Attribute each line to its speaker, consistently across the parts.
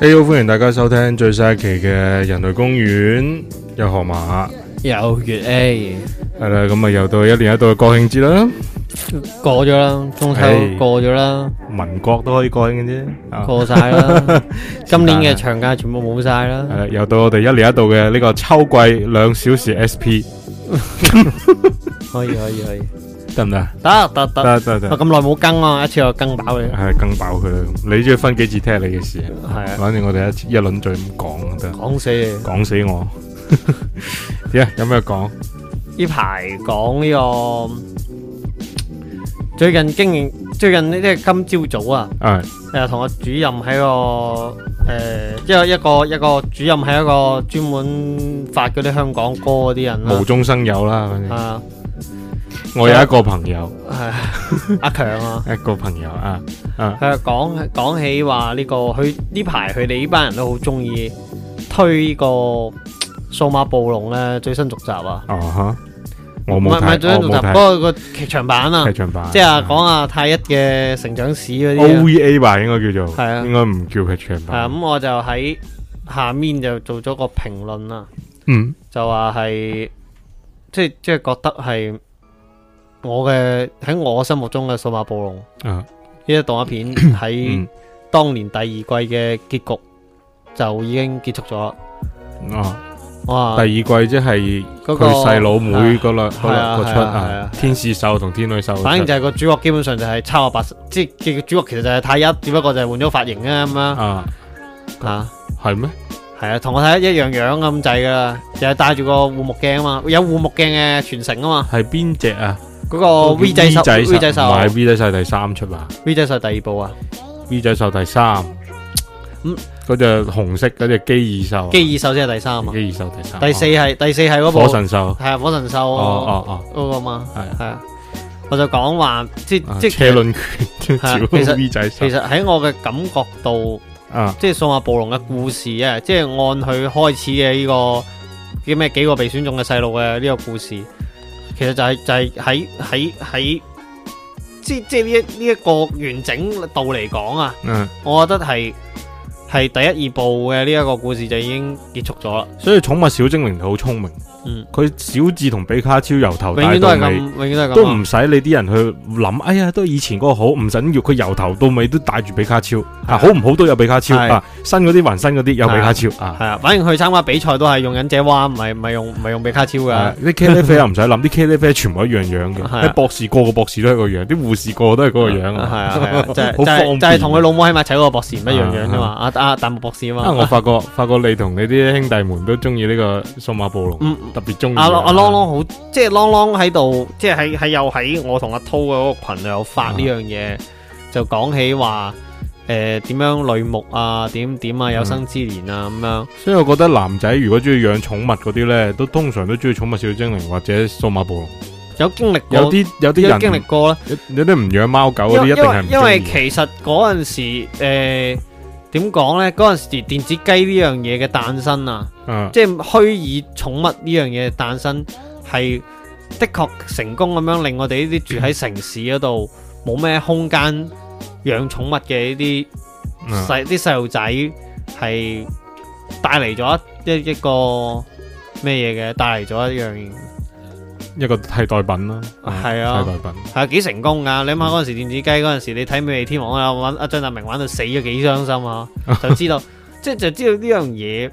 Speaker 1: A O 歡迎大家收聽最新一期嘅《人類公園》有河馬，
Speaker 2: 有哎粵 A
Speaker 1: 係啦，咁啊又到一年一度嘅國慶節啦，
Speaker 2: 過咗啦，中秋
Speaker 1: 係
Speaker 2: 過咗啦，
Speaker 1: 民國都可以國慶嘅啫，啊
Speaker 2: 過晒 啦，今年嘅長假全部冇晒
Speaker 1: 係
Speaker 2: 啦，
Speaker 1: 啦，又到我哋一年一度嘅呢個秋季兩小時 S P
Speaker 2: 可以可以可以，
Speaker 1: 得唔得？
Speaker 2: 得得得，
Speaker 1: 得得
Speaker 2: 我
Speaker 1: 得，
Speaker 2: 咁耐冇更啊，一次過更飽你，
Speaker 1: 係更爆佢啦！你中意分幾次聽你嘅事啊？
Speaker 2: 係啊，
Speaker 1: 反正我哋一次一輪嘴咁講得，
Speaker 2: 講死你！
Speaker 1: 講死我。 點啊？有咩講？
Speaker 2: 呢排講呢個最近經營，最近呢即係今朝早啊，
Speaker 1: 啊，
Speaker 2: 誒同個主任喺個誒，即係一個一個主任喺一個專門發嗰啲香港歌嗰啲人
Speaker 1: 無
Speaker 2: 啦，
Speaker 1: 中生有啦，反正
Speaker 2: 啊
Speaker 1: 我有一個朋友，
Speaker 2: 係阿強啊。
Speaker 1: 一個朋友啊啊，
Speaker 2: 佢講講呃起話呢、個，佢呢排佢哋呢班人都好中意推呢個數碼暴龍咧最新續集啊，
Speaker 1: 哦哈，我
Speaker 2: 唔
Speaker 1: 冇
Speaker 2: 係唔係
Speaker 1: 睇，
Speaker 2: 最新
Speaker 1: 我
Speaker 2: 續集
Speaker 1: 冇睇
Speaker 2: 嗰個個劇場版啊
Speaker 1: 劇，場版，
Speaker 2: 即係啊講阿太一嘅成長史嗰啲
Speaker 1: OVA 吧，應該叫做，
Speaker 2: 係啊
Speaker 1: 應該唔叫劇場
Speaker 2: 啊，係啊
Speaker 1: 版，
Speaker 2: 咁我就喺下面就做咗個評論啦，
Speaker 1: 嗯，
Speaker 2: 就話係即係即係覺得係我嘅喺我心目中嘅數碼暴龍
Speaker 1: 啊，
Speaker 2: 呢一動畫片 喺。
Speaker 1: 嗯，
Speaker 2: 當年第二季嘅結局就已經結束咗啦。
Speaker 1: 哦，
Speaker 2: 哇！
Speaker 1: 第二季即係
Speaker 2: 啊嗰個
Speaker 1: 佢細佬妹嗰兩
Speaker 2: 係
Speaker 1: 嗰兩
Speaker 2: 啊
Speaker 1: 個出
Speaker 2: 係啊係
Speaker 1: 啊
Speaker 2: 啊，
Speaker 1: 天使獸同天女獸出，
Speaker 2: 反正就係個主角基本上就係抄我八十，即係主角其實就係太一，只不過就係換咗髮型啊咁樣
Speaker 1: 啊，
Speaker 2: 嚇，
Speaker 1: 係咩？
Speaker 2: 係啊，同我太一一樣樣咁滯噶啦，就係戴住個護目鏡啊嘛，有護目鏡嘅傳承啊嘛，
Speaker 1: 係邊只啊？
Speaker 2: 嗰個哦 V 仔獸 V 仔
Speaker 1: 唔係
Speaker 2: 獸
Speaker 1: V 仔獸第三出吧
Speaker 2: V 仔獸第二部啊，
Speaker 1: ？V 仔獸第三，
Speaker 2: 嗯
Speaker 1: 嗰只紅色嗰隻機耳獸啊，
Speaker 2: 機耳獸先係第三啊嘛，
Speaker 1: 機耳獸第三，
Speaker 2: 第四係第四係嗰
Speaker 1: 哦
Speaker 2: 部
Speaker 1: 火神獸，
Speaker 2: 係啊火神
Speaker 1: 哦
Speaker 2: 獸
Speaker 1: 哦哦。
Speaker 2: 嗰個嘛，
Speaker 1: 係啊
Speaker 2: 係啊，我就講話即
Speaker 1: 啊
Speaker 2: 即
Speaker 1: 車輪拳，
Speaker 2: 係啊
Speaker 1: 照
Speaker 2: 其實
Speaker 1: V 仔
Speaker 2: 其
Speaker 1: 獸
Speaker 2: 實喺我嘅感覺度，
Speaker 1: 啊，
Speaker 2: 即係數碼暴龍嘅故事啊，即係按佢開始嘅呢、個叫咩幾個被選中嘅細路嘅呢個故事，其實就係、就係喺喺喺即即係呢一呢一個完整度嚟講啊，
Speaker 1: 嗯，
Speaker 2: 我覺得係係第一二部嘅呢一個故事就已經結束咗啦，
Speaker 1: 所以寵物小精靈佢好聰明，
Speaker 2: 嗯，
Speaker 1: 佢小智同比卡超由頭帶
Speaker 2: 永遠都
Speaker 1: 到
Speaker 2: 係咁，
Speaker 1: 尾，
Speaker 2: 永遠都係
Speaker 1: 都
Speaker 2: 咁啊
Speaker 1: 唔使你啲人去諗，哎呀，都以前嗰個好，唔緊要，佢由頭到尾都帶住比卡超，啊，好唔好都有比卡超
Speaker 2: 係
Speaker 1: 啊，新嗰啲還新嗰啲有比卡超啊
Speaker 2: 係。啊，反正佢參加比賽都係用忍者蛙，唔係唔係用唔係用比卡超
Speaker 1: 啊
Speaker 2: 噶，
Speaker 1: 啲茄喱啡又唔使諗，啲茄喱啡全部一樣樣嘅。
Speaker 2: 係啊
Speaker 1: 啲博士個個博士都係個樣，啲護士個個都係嗰個樣
Speaker 2: 係啊 係啊，就係
Speaker 1: 好
Speaker 2: 就
Speaker 1: 方
Speaker 2: 係
Speaker 1: 便
Speaker 2: 就係同佢老母喺埋一齊嗰個博士唔一樣樣啫嘛，阿阿淡木博士啊嘛
Speaker 1: 啊！。我發覺發覺你同你啲兄弟們都中意呢個數碼暴龍，
Speaker 2: 嗯
Speaker 1: 特別中意啊
Speaker 2: 阿朗阿朗朗好，即係朗朗喺度，即係喺喺又喺我同阿濤嘅嗰個群度有
Speaker 1: 啊
Speaker 2: 發呢樣嘢，就講起話誒點樣類目啊，點點啊，
Speaker 1: 嗯
Speaker 2: 有生之年啊咁樣。
Speaker 1: 所以我覺得男仔如果中意養寵物嗰啲呢，都通常都中意寵物小精靈或者數碼暴龍。
Speaker 2: 有經歷過，
Speaker 1: 有啲有啲
Speaker 2: 有
Speaker 1: 人
Speaker 2: 經歷過啦。
Speaker 1: 有有啲唔養貓狗嗰
Speaker 2: 因
Speaker 1: 啲
Speaker 2: 為
Speaker 1: 一定
Speaker 2: 因
Speaker 1: 係
Speaker 2: 為
Speaker 1: 唔
Speaker 2: 因為
Speaker 1: 中意。
Speaker 2: 其實嗰陣時誒點講呢？嗰陣時電子雞呢樣嘢嘅誕生啊。
Speaker 1: 嗯
Speaker 2: 即係虛擬寵物呢樣嘢誕生係的確成功咁樣令我哋呢啲住喺城市嗰度冇咩空間養寵物嘅呢啲
Speaker 1: 嗯
Speaker 2: 細啲細路仔係帶嚟咗一一一個咩嘢嘅，帶嚟咗一樣
Speaker 1: 一個替代品啦。嗯
Speaker 2: 係啊
Speaker 1: 替代品。
Speaker 2: 係幾成功㗎。你諗下嗰陣時電子雞嗰陣時，你睇《美利天王》啊，玩阿張達明玩到死咗幾傷心啊，就知道即係就知道呢樣嘢，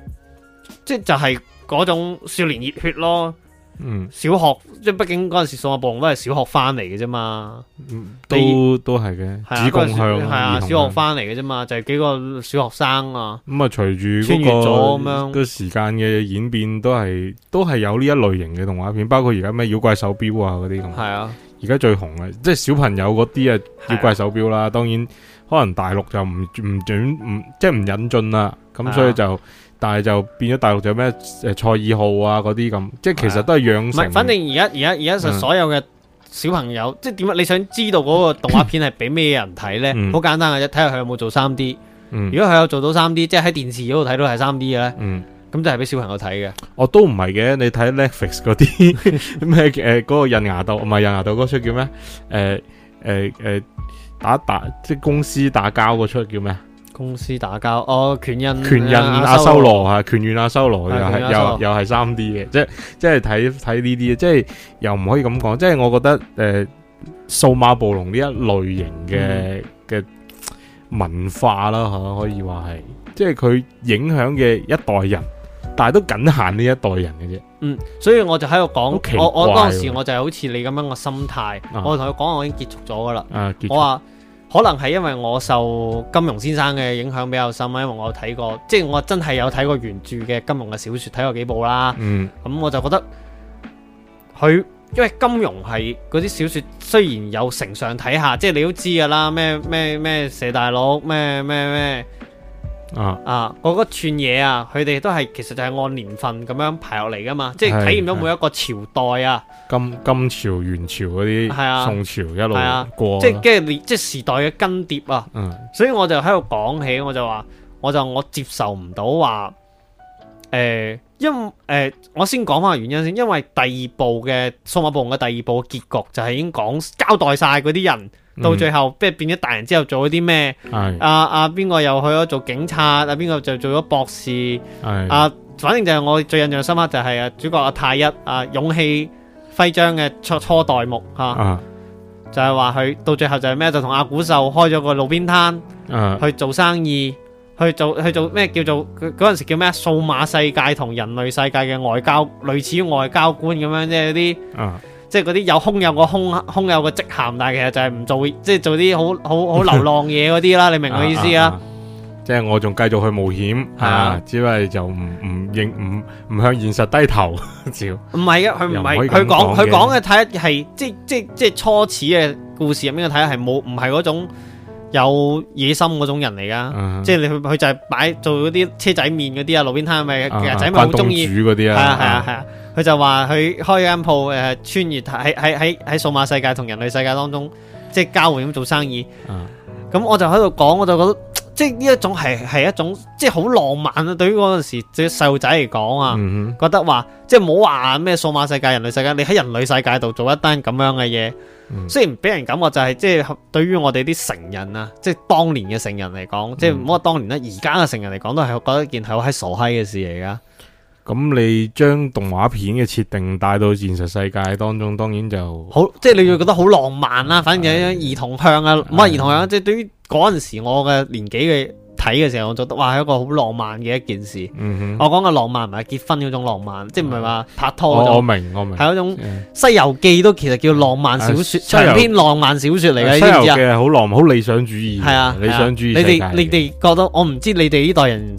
Speaker 2: 即係就係嗰種少年熱血咯。
Speaker 1: 嗯，
Speaker 2: 小學即係畢竟嗰陣時數碼暴龍都係小學翻嚟嘅啫嘛，
Speaker 1: 嗯都都係嘅。
Speaker 2: 係啊
Speaker 1: 子貢向
Speaker 2: 係啊，
Speaker 1: 兒童
Speaker 2: 小學
Speaker 1: 向
Speaker 2: 翻嚟嘅啫嘛，就係幾個小學生啊，
Speaker 1: 咁啊，隨住
Speaker 2: 穿越咗咁
Speaker 1: 嗰個
Speaker 2: 樣
Speaker 1: 個時間嘅演變，都係都係有呢一類型嘅動畫片，包括而家咩妖怪手錶啊嗰啲咁。
Speaker 2: 係啊，
Speaker 1: 而家最紅嘅，即係小朋友嗰啲啊，
Speaker 2: 係啊
Speaker 1: 妖怪手錶啦。當然，可能大陸就唔唔准唔即係唔引進啦。咁
Speaker 2: 啊
Speaker 1: 所以就，但係就變咗大陸就有咩誒賽爾號啊嗰啲咁，即係其實都係
Speaker 2: 唔
Speaker 1: 養成。
Speaker 2: 係，反正而家而家而家就
Speaker 1: 嗯
Speaker 2: 所有嘅小朋友，即係點啊？你想知道嗰個動畫片係俾咩人睇咧
Speaker 1: 嗯？
Speaker 2: 好簡單嘅啫，睇下佢有冇做三 D。
Speaker 1: 嗯
Speaker 2: 如果佢有做到三 D，即係喺電視嗰度睇到係三 D 嘅咧，
Speaker 1: 嗯，
Speaker 2: 咁就係俾小朋友睇嘅。
Speaker 1: 我都唔係嘅。你睇 Netflix 嗰 啲咩誒嗰個印牙豆，唔係印牙豆嗰出叫咩？誒誒誒打打即係公司打交嗰出叫咩？
Speaker 2: 公司打交哦，拳印
Speaker 1: 拳印阿修羅啊，拳印阿修羅又
Speaker 2: 係
Speaker 1: 係
Speaker 2: 拳印阿修
Speaker 1: 又
Speaker 2: 羅
Speaker 1: 又係三 D 嘅，即係即係睇睇呢啲，即係又唔可以咁講，即係我覺得誒數碼暴龍呢一類型
Speaker 2: 嗯
Speaker 1: 嘅嘅文化啦嚇，可以話係，即係佢影響嘅一代人，但係都僅限呢一代人嘅啫。
Speaker 2: 嗯，所以我就喺度
Speaker 1: 好奇
Speaker 2: 講，
Speaker 1: 怪
Speaker 2: 我我
Speaker 1: 喎
Speaker 2: 當時我就係好似你咁樣嘅心態，
Speaker 1: 啊
Speaker 2: 我同佢講我已經結束咗噶啦，
Speaker 1: 啊，結
Speaker 2: 我話可能係因為我受金庸先生嘅影響比較深啦，啊因為我有睇過，即係我真係有睇過原著嘅金庸嘅小説，睇過幾部啦，
Speaker 1: 嗯
Speaker 2: 咁我就覺得佢。因為金庸係嗰啲小説，雖然有承上睇下，即係你都知㗎啦，咩咩咩蛇大佬，咩咩咩
Speaker 1: 啊
Speaker 2: 啊，嗰個串嘢啊，佢哋都係其實就係按年份咁樣排落嚟噶嘛，即係
Speaker 1: 係
Speaker 2: 體驗到每一個朝代啊，
Speaker 1: 金金朝、元朝嗰啲，
Speaker 2: 係啊
Speaker 1: 宋朝一路
Speaker 2: 係啊
Speaker 1: 過，
Speaker 2: 即係跟住你即係時代嘅更迭啊，
Speaker 1: 嗯
Speaker 2: 所以我就喺度講起，我就話我就我接受唔到話誒，因誒、呃我先講翻個原因先，因為第二部嘅數碼暴龍嘅第二部嘅結局就係已經講交代晒嗰啲人
Speaker 1: 嗯
Speaker 2: 到最後，即係變咗大人之後做咗啲咩
Speaker 1: 係
Speaker 2: 啊啊邊個又去咗做警察啊，邊個就做咗博士。
Speaker 1: 係
Speaker 2: 啊，反正就係我最印象深刻就係啊，主角阿太一啊，勇氣徽章嘅初初代目吓、啊
Speaker 1: 啊
Speaker 2: 就係話佢到最後就係咩，就同阿古獸開咗個路邊攤
Speaker 1: 啊嗯
Speaker 2: 去做生意，去做去做咩叫做佢嗰陣時叫咩數碼世界同人類世界嘅外交，類似於外交官咁樣，即係啲
Speaker 1: 啊
Speaker 2: 即係嗰啲有空有個空空有個職銜，但係其實就係唔做，即係做啲好好好流浪嘢嗰啲啦，你明我意思啊？
Speaker 1: 啊？即係我仲繼續去冒險
Speaker 2: 係啊
Speaker 1: 啊，只係就唔唔認唔唔向現實低頭， 照
Speaker 2: 唔係嘅，佢唔
Speaker 1: 又唔可
Speaker 2: 係
Speaker 1: 以咁
Speaker 2: 佢講
Speaker 1: 講嘅
Speaker 2: 佢講嘅睇係即即即初始嘅故事入面嘅睇係冇唔係嗰種有野心嗰種人嚟噶，
Speaker 1: 啊
Speaker 2: 即係你佢佢就係擺做嗰啲車仔面嗰啲啊，路邊攤咪
Speaker 1: 啊
Speaker 2: 嘅仔咪好
Speaker 1: 關東
Speaker 2: 中意，
Speaker 1: 煮嗰啲
Speaker 2: 係
Speaker 1: 啊，
Speaker 2: 啊係啊係啊，佢就話佢開間鋪誒穿越喺喺喺喺數碼世界同人類世界當中即係交換咁做生意，
Speaker 1: 啊
Speaker 2: 咁我就喺度講我就覺得即係呢一種係係一種即係好浪漫啊，對於嗰陣時啲細路仔嚟講啊。
Speaker 1: 嗯
Speaker 2: 覺得話即係冇話咩數碼世界、人類世界，你喺人類世界度做一單咁樣嘅嘢，
Speaker 1: 嗯
Speaker 2: 雖然俾人感覺就係、即係對於我哋啲成人啊，即係當年嘅成人嚟講，即係
Speaker 1: 嗯
Speaker 2: 唔好話當年啦，而家嘅成人嚟講都係覺得一件係好閪傻閪嘅事嚟噶。
Speaker 1: 哼，咁你將動畫片嘅設定帶到現實世界當中，當然就
Speaker 2: 好即係你會覺得好浪漫
Speaker 1: 嗯
Speaker 2: 啦，反正有一種兒童向啊，唔係兒童向，即係對於嗰陣時我嘅年紀嘅睇嘅時候，我覺得哇係一個好浪漫嘅一件事。
Speaker 1: 嗯哼，嗯
Speaker 2: 我講嘅浪漫唔係結婚嗰種浪漫，即係唔係話拍拖嗰
Speaker 1: 我我
Speaker 2: 種，
Speaker 1: 明我明。嗯
Speaker 2: 哦係嗰啊種。
Speaker 1: 誒
Speaker 2: 《西遊記》都其實叫浪漫小
Speaker 1: 啊西
Speaker 2: 說，
Speaker 1: 西遊
Speaker 2: 長篇浪漫小說嚟嘅，你
Speaker 1: 西
Speaker 2: 知唔知
Speaker 1: 遊
Speaker 2: 啊？
Speaker 1: 嘅好浪漫，好理想主義，
Speaker 2: 係啊，
Speaker 1: 理
Speaker 2: 係啊
Speaker 1: 想主義
Speaker 2: 你
Speaker 1: 世界
Speaker 2: 哋
Speaker 1: 嚟嘅。
Speaker 2: 你哋覺得我唔知你哋呢代人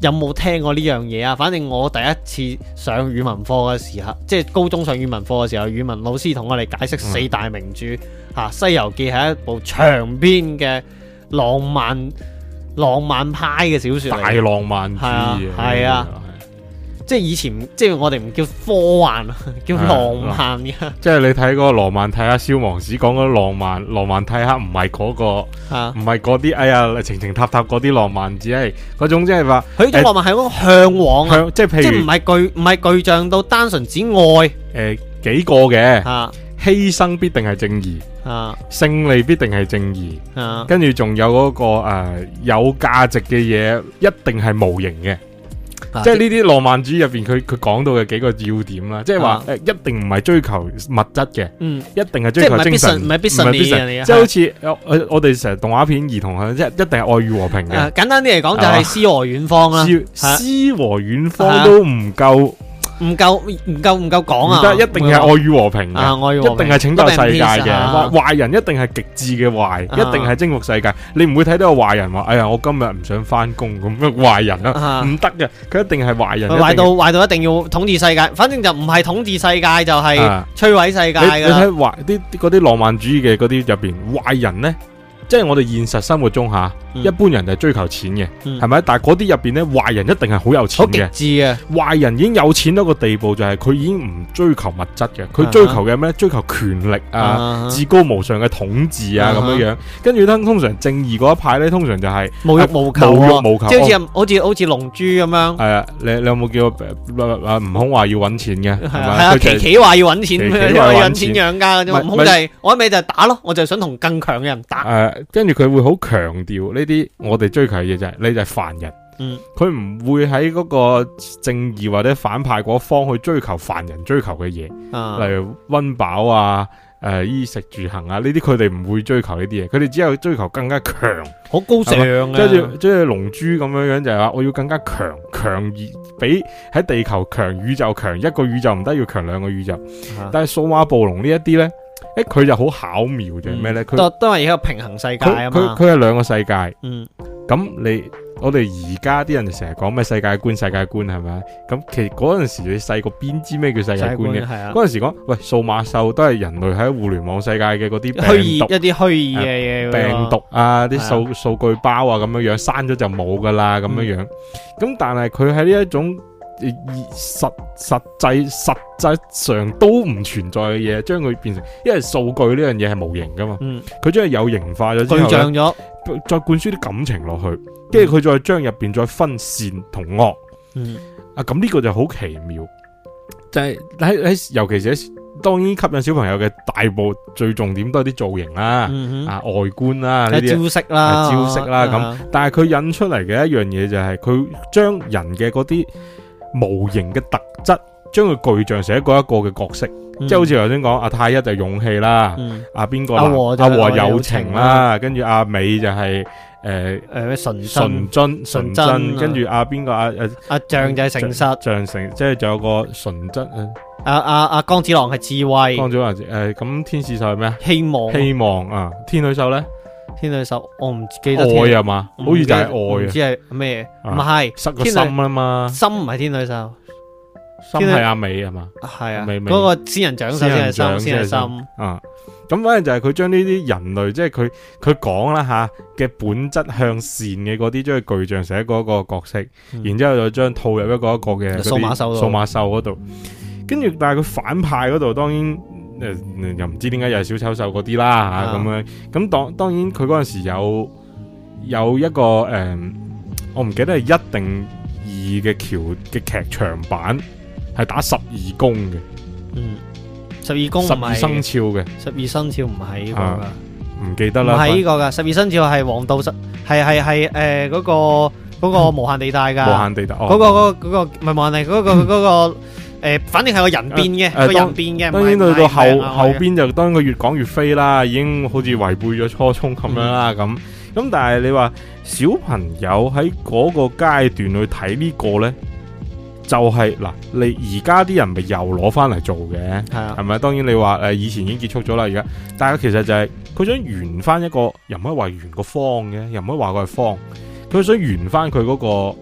Speaker 2: 有冇聽過呢樣嘢啊？反正我第一次上語文課嘅時候，即係高中上語文課嘅時候，語文老師同我哋解
Speaker 1: 嗯
Speaker 2: 釋四大名著吓，啊西遊記》係一部長篇嘅浪漫浪漫派嘅小說嚟
Speaker 1: 大
Speaker 2: 嘅，
Speaker 1: 浪漫主義，
Speaker 2: 係啊係，即係以前唔即係我哋唔叫科幻， 叫
Speaker 1: 係啊
Speaker 2: 浪漫嘅
Speaker 1: 即係你睇嗰個羅曼蒂克消亡史講嗰個浪漫，羅曼蒂克唔係嗰個。
Speaker 2: 啊。
Speaker 1: 唔係嗰啲哎呀情情塔塔嗰啲浪漫，只係嗰種即係話
Speaker 2: 佢呢種浪漫係嗰種向往啊。
Speaker 1: 向，即係
Speaker 2: 即
Speaker 1: 譬
Speaker 2: 係唔
Speaker 1: 如
Speaker 2: 係具唔係具象到單純指愛
Speaker 1: 誒呃幾個嘅
Speaker 2: 啊
Speaker 1: 犧牲必定係正義，
Speaker 2: 啊
Speaker 1: 勝利必定係正義，
Speaker 2: 啊
Speaker 1: 跟住仲有嗰個誒有價值嘅嘢一定係無形嘅，
Speaker 2: 啊
Speaker 1: 即係呢啲浪漫主義入邊佢佢講到嘅幾個要點啦，即係話
Speaker 2: 啊
Speaker 1: 誒一定唔係追求物質嘅。
Speaker 2: 嗯
Speaker 1: 一定係追求精神，
Speaker 2: 即係唔係必信唔係必信你嘅
Speaker 1: 即係好似呃我我哋成日動畫片兒童向，即係一定係愛與和平嘅
Speaker 2: 啊。簡單啲嚟講就係詩和遠方啦，
Speaker 1: 詩
Speaker 2: 係啊
Speaker 1: 詩和遠
Speaker 2: 係
Speaker 1: 方
Speaker 2: 啊
Speaker 1: 都唔夠，
Speaker 2: 唔夠唔夠唔夠講
Speaker 1: 唔
Speaker 2: 啊，
Speaker 1: 得，一定係愛與和平
Speaker 2: 啊
Speaker 1: 嘅，
Speaker 2: 愛
Speaker 1: 一
Speaker 2: 與和
Speaker 1: 定
Speaker 2: 平
Speaker 1: 係拯救世界
Speaker 2: 一定係 peace
Speaker 1: 嘅，
Speaker 2: 啊
Speaker 1: 壞壞人一定係極致嘅壞，
Speaker 2: 啊
Speaker 1: 一定係征服世界。你唔會睇到個壞人話：哎呀，我今日唔想翻工咁樣壞人啦，
Speaker 2: 啊
Speaker 1: 唔得嘅，佢一定係壞人。
Speaker 2: 壞到
Speaker 1: 一
Speaker 2: 壞到一定要統治世界，反正就唔係統治世界就
Speaker 1: 定
Speaker 2: 係
Speaker 1: 啊
Speaker 2: 摧毀世界
Speaker 1: 你你
Speaker 2: 㗎啦
Speaker 1: 睇壞啲啲嗰啲浪漫主義嘅嗰啲入邊壞人呢，即係我哋現實生活中吓，
Speaker 2: 嗯
Speaker 1: 一般人就係追求錢嘅，
Speaker 2: 嗯
Speaker 1: 係咪？但係嗰啲入邊呢，壞人一定係好有錢
Speaker 2: 好
Speaker 1: 嘅
Speaker 2: 極。致啊，
Speaker 1: 壞人已經有錢到一個地步，就係佢已經唔追求物質嘅，佢追求嘅咩？追求權力啊、
Speaker 2: 啊
Speaker 1: 至高無上嘅統治啊
Speaker 2: 啊
Speaker 1: 咁
Speaker 2: 哈
Speaker 1: 樣樣。跟住通通常正義嗰一派呢，通常就係
Speaker 2: 無欲無求
Speaker 1: 無欲
Speaker 2: 喎，
Speaker 1: 無求
Speaker 2: 即係好似好似好似龍珠咁樣，
Speaker 1: 係啊，你你有冇叫呃啊悟空話要揾錢嘅？
Speaker 2: 係
Speaker 1: 係
Speaker 2: 啊，
Speaker 1: 咪
Speaker 2: 係啊，
Speaker 1: 佢就
Speaker 2: 琪琪話要揾錢，
Speaker 1: 琪琪話
Speaker 2: 因為 要
Speaker 1: 揾
Speaker 2: 揾錢養家嘅啫嘛，
Speaker 1: 咪
Speaker 2: 悟空就係我一味就係打咯，我就係想同更強嘅人打。
Speaker 1: 誒，跟住佢會好強調，你呢啲我哋追求嘅嘢就係你就係凡人，
Speaker 2: 嗯，
Speaker 1: 佢唔會喺嗰個正義或者反派嗰方去追求凡人追求嘅嘢，
Speaker 2: 啊
Speaker 1: 例如温飽啊、誒、衣食住行啊呢啲，佢哋唔會追求呢啲嘢，佢哋只有追求更加強，
Speaker 2: 好高尚嘅，
Speaker 1: 即係即係龍珠咁樣樣就係話我要更加強，強而比喺地球強，宇宙強，一個宇宙唔得要強兩個宇宙。
Speaker 2: 啊
Speaker 1: 但係數碼暴龍呢一啲呢，誒佢就好巧妙就係咩呢？佢
Speaker 2: 嗯都都係一個平衡世界
Speaker 1: 佢
Speaker 2: 啊
Speaker 1: 佢
Speaker 2: 嘛，
Speaker 1: 佢係兩個世界，
Speaker 2: 嗯
Speaker 1: 咁你我哋而家啲人就成日講咩世界觀世界觀係咪？啊咁其實嗰陣時你細個邊知咩叫世界
Speaker 2: 世界
Speaker 1: 觀
Speaker 2: 觀
Speaker 1: 嘅？
Speaker 2: 係啊，
Speaker 1: 嗰陣時講喂數碼獸都係人類喺互聯網世界嘅嗰啲
Speaker 2: 虛擬一
Speaker 1: 病毒。
Speaker 2: 啲虛擬嘅嘢㗎嘛，
Speaker 1: 病毒啊，啲
Speaker 2: 係啊
Speaker 1: 數數據包啊，咁樣樣刪咗就冇噶啦，咁樣樣。咁、但係佢喺呢一種呃實實際實際上都唔存在嘅嘢，將佢變成，因為數據呢樣嘢係無形噶嘛，
Speaker 2: 嗯，
Speaker 1: 佢將佢有形化咗之
Speaker 2: 具
Speaker 1: 後呢
Speaker 2: 象咗，
Speaker 1: 再灌輸啲感情落去，跟住佢再將入邊再分善同惡
Speaker 2: 嗯
Speaker 1: 啊！咁呢個就好奇妙，就係喺喺尤其是喺當然吸引小朋友嘅大部最重點都係啲造型啦、
Speaker 2: 嗯哼
Speaker 1: 啊外觀啦呢啲，
Speaker 2: 係招式啦，
Speaker 1: 係招式啦咁
Speaker 2: 啊
Speaker 1: 但係佢引出嚟嘅一樣嘢就係佢將人嘅嗰啲無形嘅特質，將佢具象成一個一個嘅角色，
Speaker 2: 嗯
Speaker 1: 即係好似頭先講阿啊太一就係勇氣啦，
Speaker 2: 嗯
Speaker 1: 阿邊個
Speaker 2: 阿
Speaker 1: 男
Speaker 2: 和就
Speaker 1: 阿
Speaker 2: 係
Speaker 1: 和
Speaker 2: 愛友
Speaker 1: 友
Speaker 2: 情
Speaker 1: 情啦，跟住阿美就係誒。
Speaker 2: 誒純
Speaker 1: 純
Speaker 2: 真，
Speaker 1: 真純
Speaker 2: 純真
Speaker 1: 真，
Speaker 2: 啊
Speaker 1: 跟住阿邊個阿阿
Speaker 2: 阿象就係誠實，
Speaker 1: 象成，即係仲有個純真呃誒，
Speaker 2: 阿阿阿啊江子郎係智
Speaker 1: 江
Speaker 2: 慧，
Speaker 1: 祖華誒，呃咁天使獸係咩啊？
Speaker 2: 希望，
Speaker 1: 希望啊，天女獸咧
Speaker 2: 天女手，我唔記得天嗯
Speaker 1: 愛啊嘛，好似就係
Speaker 2: 唔
Speaker 1: 愛啊
Speaker 2: 知，係咩，唔
Speaker 1: 啊
Speaker 2: 係
Speaker 1: 塞個
Speaker 2: 天
Speaker 1: 心啊嘛，
Speaker 2: 心唔係天女手，
Speaker 1: 心係阿美啊嘛，
Speaker 2: 係啊，
Speaker 1: 未未
Speaker 2: 嗰個仙人掌首先係心，
Speaker 1: 仙
Speaker 2: 先
Speaker 1: 人掌先係
Speaker 2: 係
Speaker 1: 心
Speaker 2: 心，
Speaker 1: 啊，咁反正就係佢將呢啲人類，即係佢佢講啦吓嘅本質向善嘅嗰啲，將佢具象成一個一個角色，
Speaker 2: 嗯
Speaker 1: 然之後就將套入一個一個嘅嗰啲
Speaker 2: 數碼獸度
Speaker 1: 數碼獸嗰度，跟住但係佢反派嗰度當然。誒、呃又唔知點解又係小丑獸嗰啲啦
Speaker 2: 啊
Speaker 1: 嚇咁樣，咁當當然佢嗰陣時有有一個誒、呃我唔記得係一定二嘅橋嘅劇場版係打十二宮嘅，
Speaker 2: 嗯，十二宮
Speaker 1: 十
Speaker 2: 唔
Speaker 1: 二生
Speaker 2: 係，
Speaker 1: 肖嘅，
Speaker 2: 十二生肖唔係呢個㗎
Speaker 1: 啊。唔記得
Speaker 2: 唔
Speaker 1: 啦。
Speaker 2: 係呢個㗎，十二生肖係黃道十，係係係誒嗰個嗰個無限地帶㗎，
Speaker 1: 無限地帶哦。
Speaker 2: 嗰個嗰個嗰個唔係無限地，嗰個嗰個誒，反正係個人變
Speaker 1: 誒
Speaker 2: 嘅，
Speaker 1: 誒
Speaker 2: 個人變嘅，
Speaker 1: 當然到到後後
Speaker 2: 邊
Speaker 1: 邊就當然佢越講越飛啦，已經好似違背咗初衷咁樣
Speaker 2: 嗯
Speaker 1: 啦咁。咁但係你話小朋友喺嗰個階段去睇呢個呢，就係、嗱，你而家啲人咪又攞翻嚟做嘅，
Speaker 2: 係啊，
Speaker 1: 係咪？當然你話誒、呃以前已經結束咗啦，而家，但係其實就係佢想圓翻一個，又唔可以話圓個方嘅，又唔可以話佢係方，佢想圓翻佢嗰個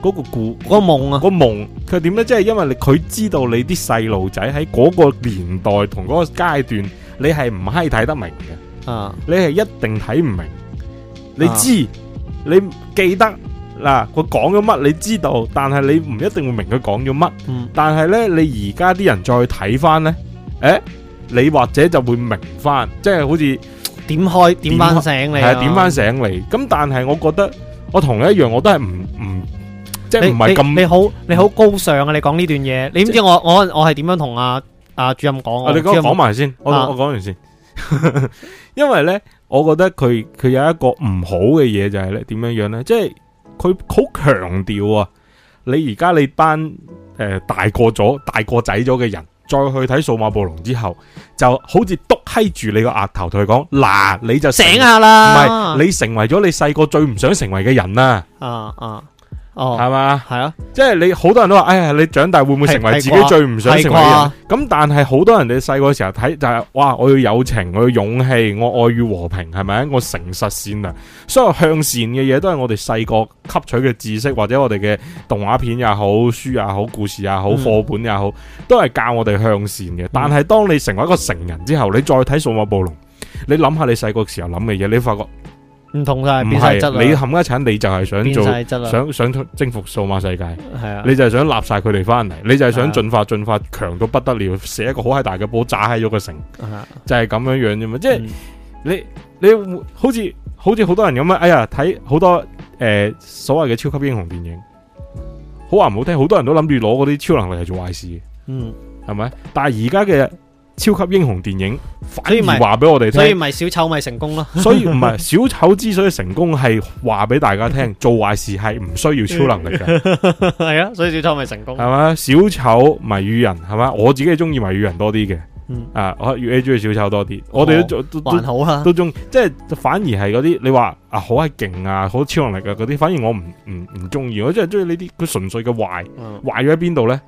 Speaker 1: 嗰、個故
Speaker 2: 嗰個夢啊，
Speaker 1: 個夢佢點呢？即係因為你佢知道你啲細路仔喺嗰個年代同嗰個階段，你係唔閪睇得明嘅，
Speaker 2: 啊，
Speaker 1: 你係一定睇唔明。你
Speaker 2: 啊
Speaker 1: 知，你記得嗱，佢講咗乜你知道，但係你唔一定會明佢講咗乜。
Speaker 2: 嗯，
Speaker 1: 但係呢，你而家啲人再去睇翻呢，誒、你或者就會明翻，即係好似。
Speaker 2: 點開點翻醒你
Speaker 1: 系
Speaker 2: 啊，
Speaker 1: 啊，点翻醒你。咁但係我覺得我同你一樣，我都係唔唔即係
Speaker 2: 你
Speaker 1: 唔係
Speaker 2: 你你
Speaker 1: 咁。
Speaker 2: 好你好高尚啊！你講呢段嘢，你知唔知我我我係點樣同阿阿主任講？
Speaker 1: 我哋
Speaker 2: 主任
Speaker 1: 啊講埋先，我
Speaker 2: 啊
Speaker 1: 我講完先。 因為呢，我覺得佢佢有一個唔好嘅嘢就係咧點樣樣呢？即係佢好強調啊！你而家你班誒、呃大個咗、大個仔咗嘅人，再去睇數碼暴龍之後，就好似篤閪住你個額頭同佢講嗱，你就成
Speaker 2: 醒，啊下
Speaker 1: 唔
Speaker 2: 啦，
Speaker 1: 係你成為咗你細個最唔想成為嘅人啦，
Speaker 2: 啊啊哦，
Speaker 1: 係嘛？
Speaker 2: 係啊，
Speaker 1: 即係你好多人都話，哎呀，你長大會唔會成為自己
Speaker 2: 係係啩
Speaker 1: 最唔想成為嘅
Speaker 2: 係
Speaker 1: 人？咁但係好多人哋細個時候睇就係、哇，我要友情，我要勇氣，我愛與和平，係咪？我誠實善良，所有向善嘅嘢都係我哋細個吸取嘅知識，或者我哋嘅動畫片也好、書也好、故事也好、
Speaker 2: 嗯
Speaker 1: 課本也好，都係教我哋向善嘅。但係當你成為一個成人之後，你再睇數碼暴龍，你諗下你細個時候諗嘅嘢，你發覺唔
Speaker 2: 唔同晒，變晒質
Speaker 1: 係你
Speaker 2: 啦，
Speaker 1: 冚家鏟，你就係想
Speaker 2: 變
Speaker 1: 做
Speaker 2: 晒質啦，
Speaker 1: 想想征服數碼世界。
Speaker 2: 係啊，
Speaker 1: 你就係想立晒佢哋翻嚟，你就係
Speaker 2: 啊
Speaker 1: 想進化進化強到不得了，射一個好閪大嘅波炸喺咗個城，
Speaker 2: 係啊
Speaker 1: 就係咁樣樣啫嘛。即係
Speaker 2: 嗯
Speaker 1: 你你會好似好似好多人咁啊，哎呀睇好多誒所謂嘅超級英雄電影，好話唔好聽，好多人都諗住攞嗰啲超能力嚟做壞事嘅，
Speaker 2: 嗯
Speaker 1: 係咪？但係而家嘅超級英雄電影，反
Speaker 2: 所以咪
Speaker 1: 而話俾我哋
Speaker 2: 所以
Speaker 1: 聽，
Speaker 2: 咪小丑咪成 功咯。
Speaker 1: 所以唔係小丑之所以成功，係話俾大家 聽，做壞事係唔需要超能力嘅，
Speaker 2: 系啊，所以小丑咪成功。
Speaker 1: 係嘛？小丑謎語人係嘛？我自己中意謎語人多啲嘅，
Speaker 2: 嗯哦
Speaker 1: 啊，我越 A 中意小丑多啲，我哋都做都都
Speaker 2: 还好啊啦，
Speaker 1: 都中，即係反而係嗰啲你話啊好係勁啊，好超能力啊嗰啲，反而我唔唔唔中意，我真係中意呢啲佢純粹嘅壞。
Speaker 2: 嗯
Speaker 1: 壞咗喺邊度呢？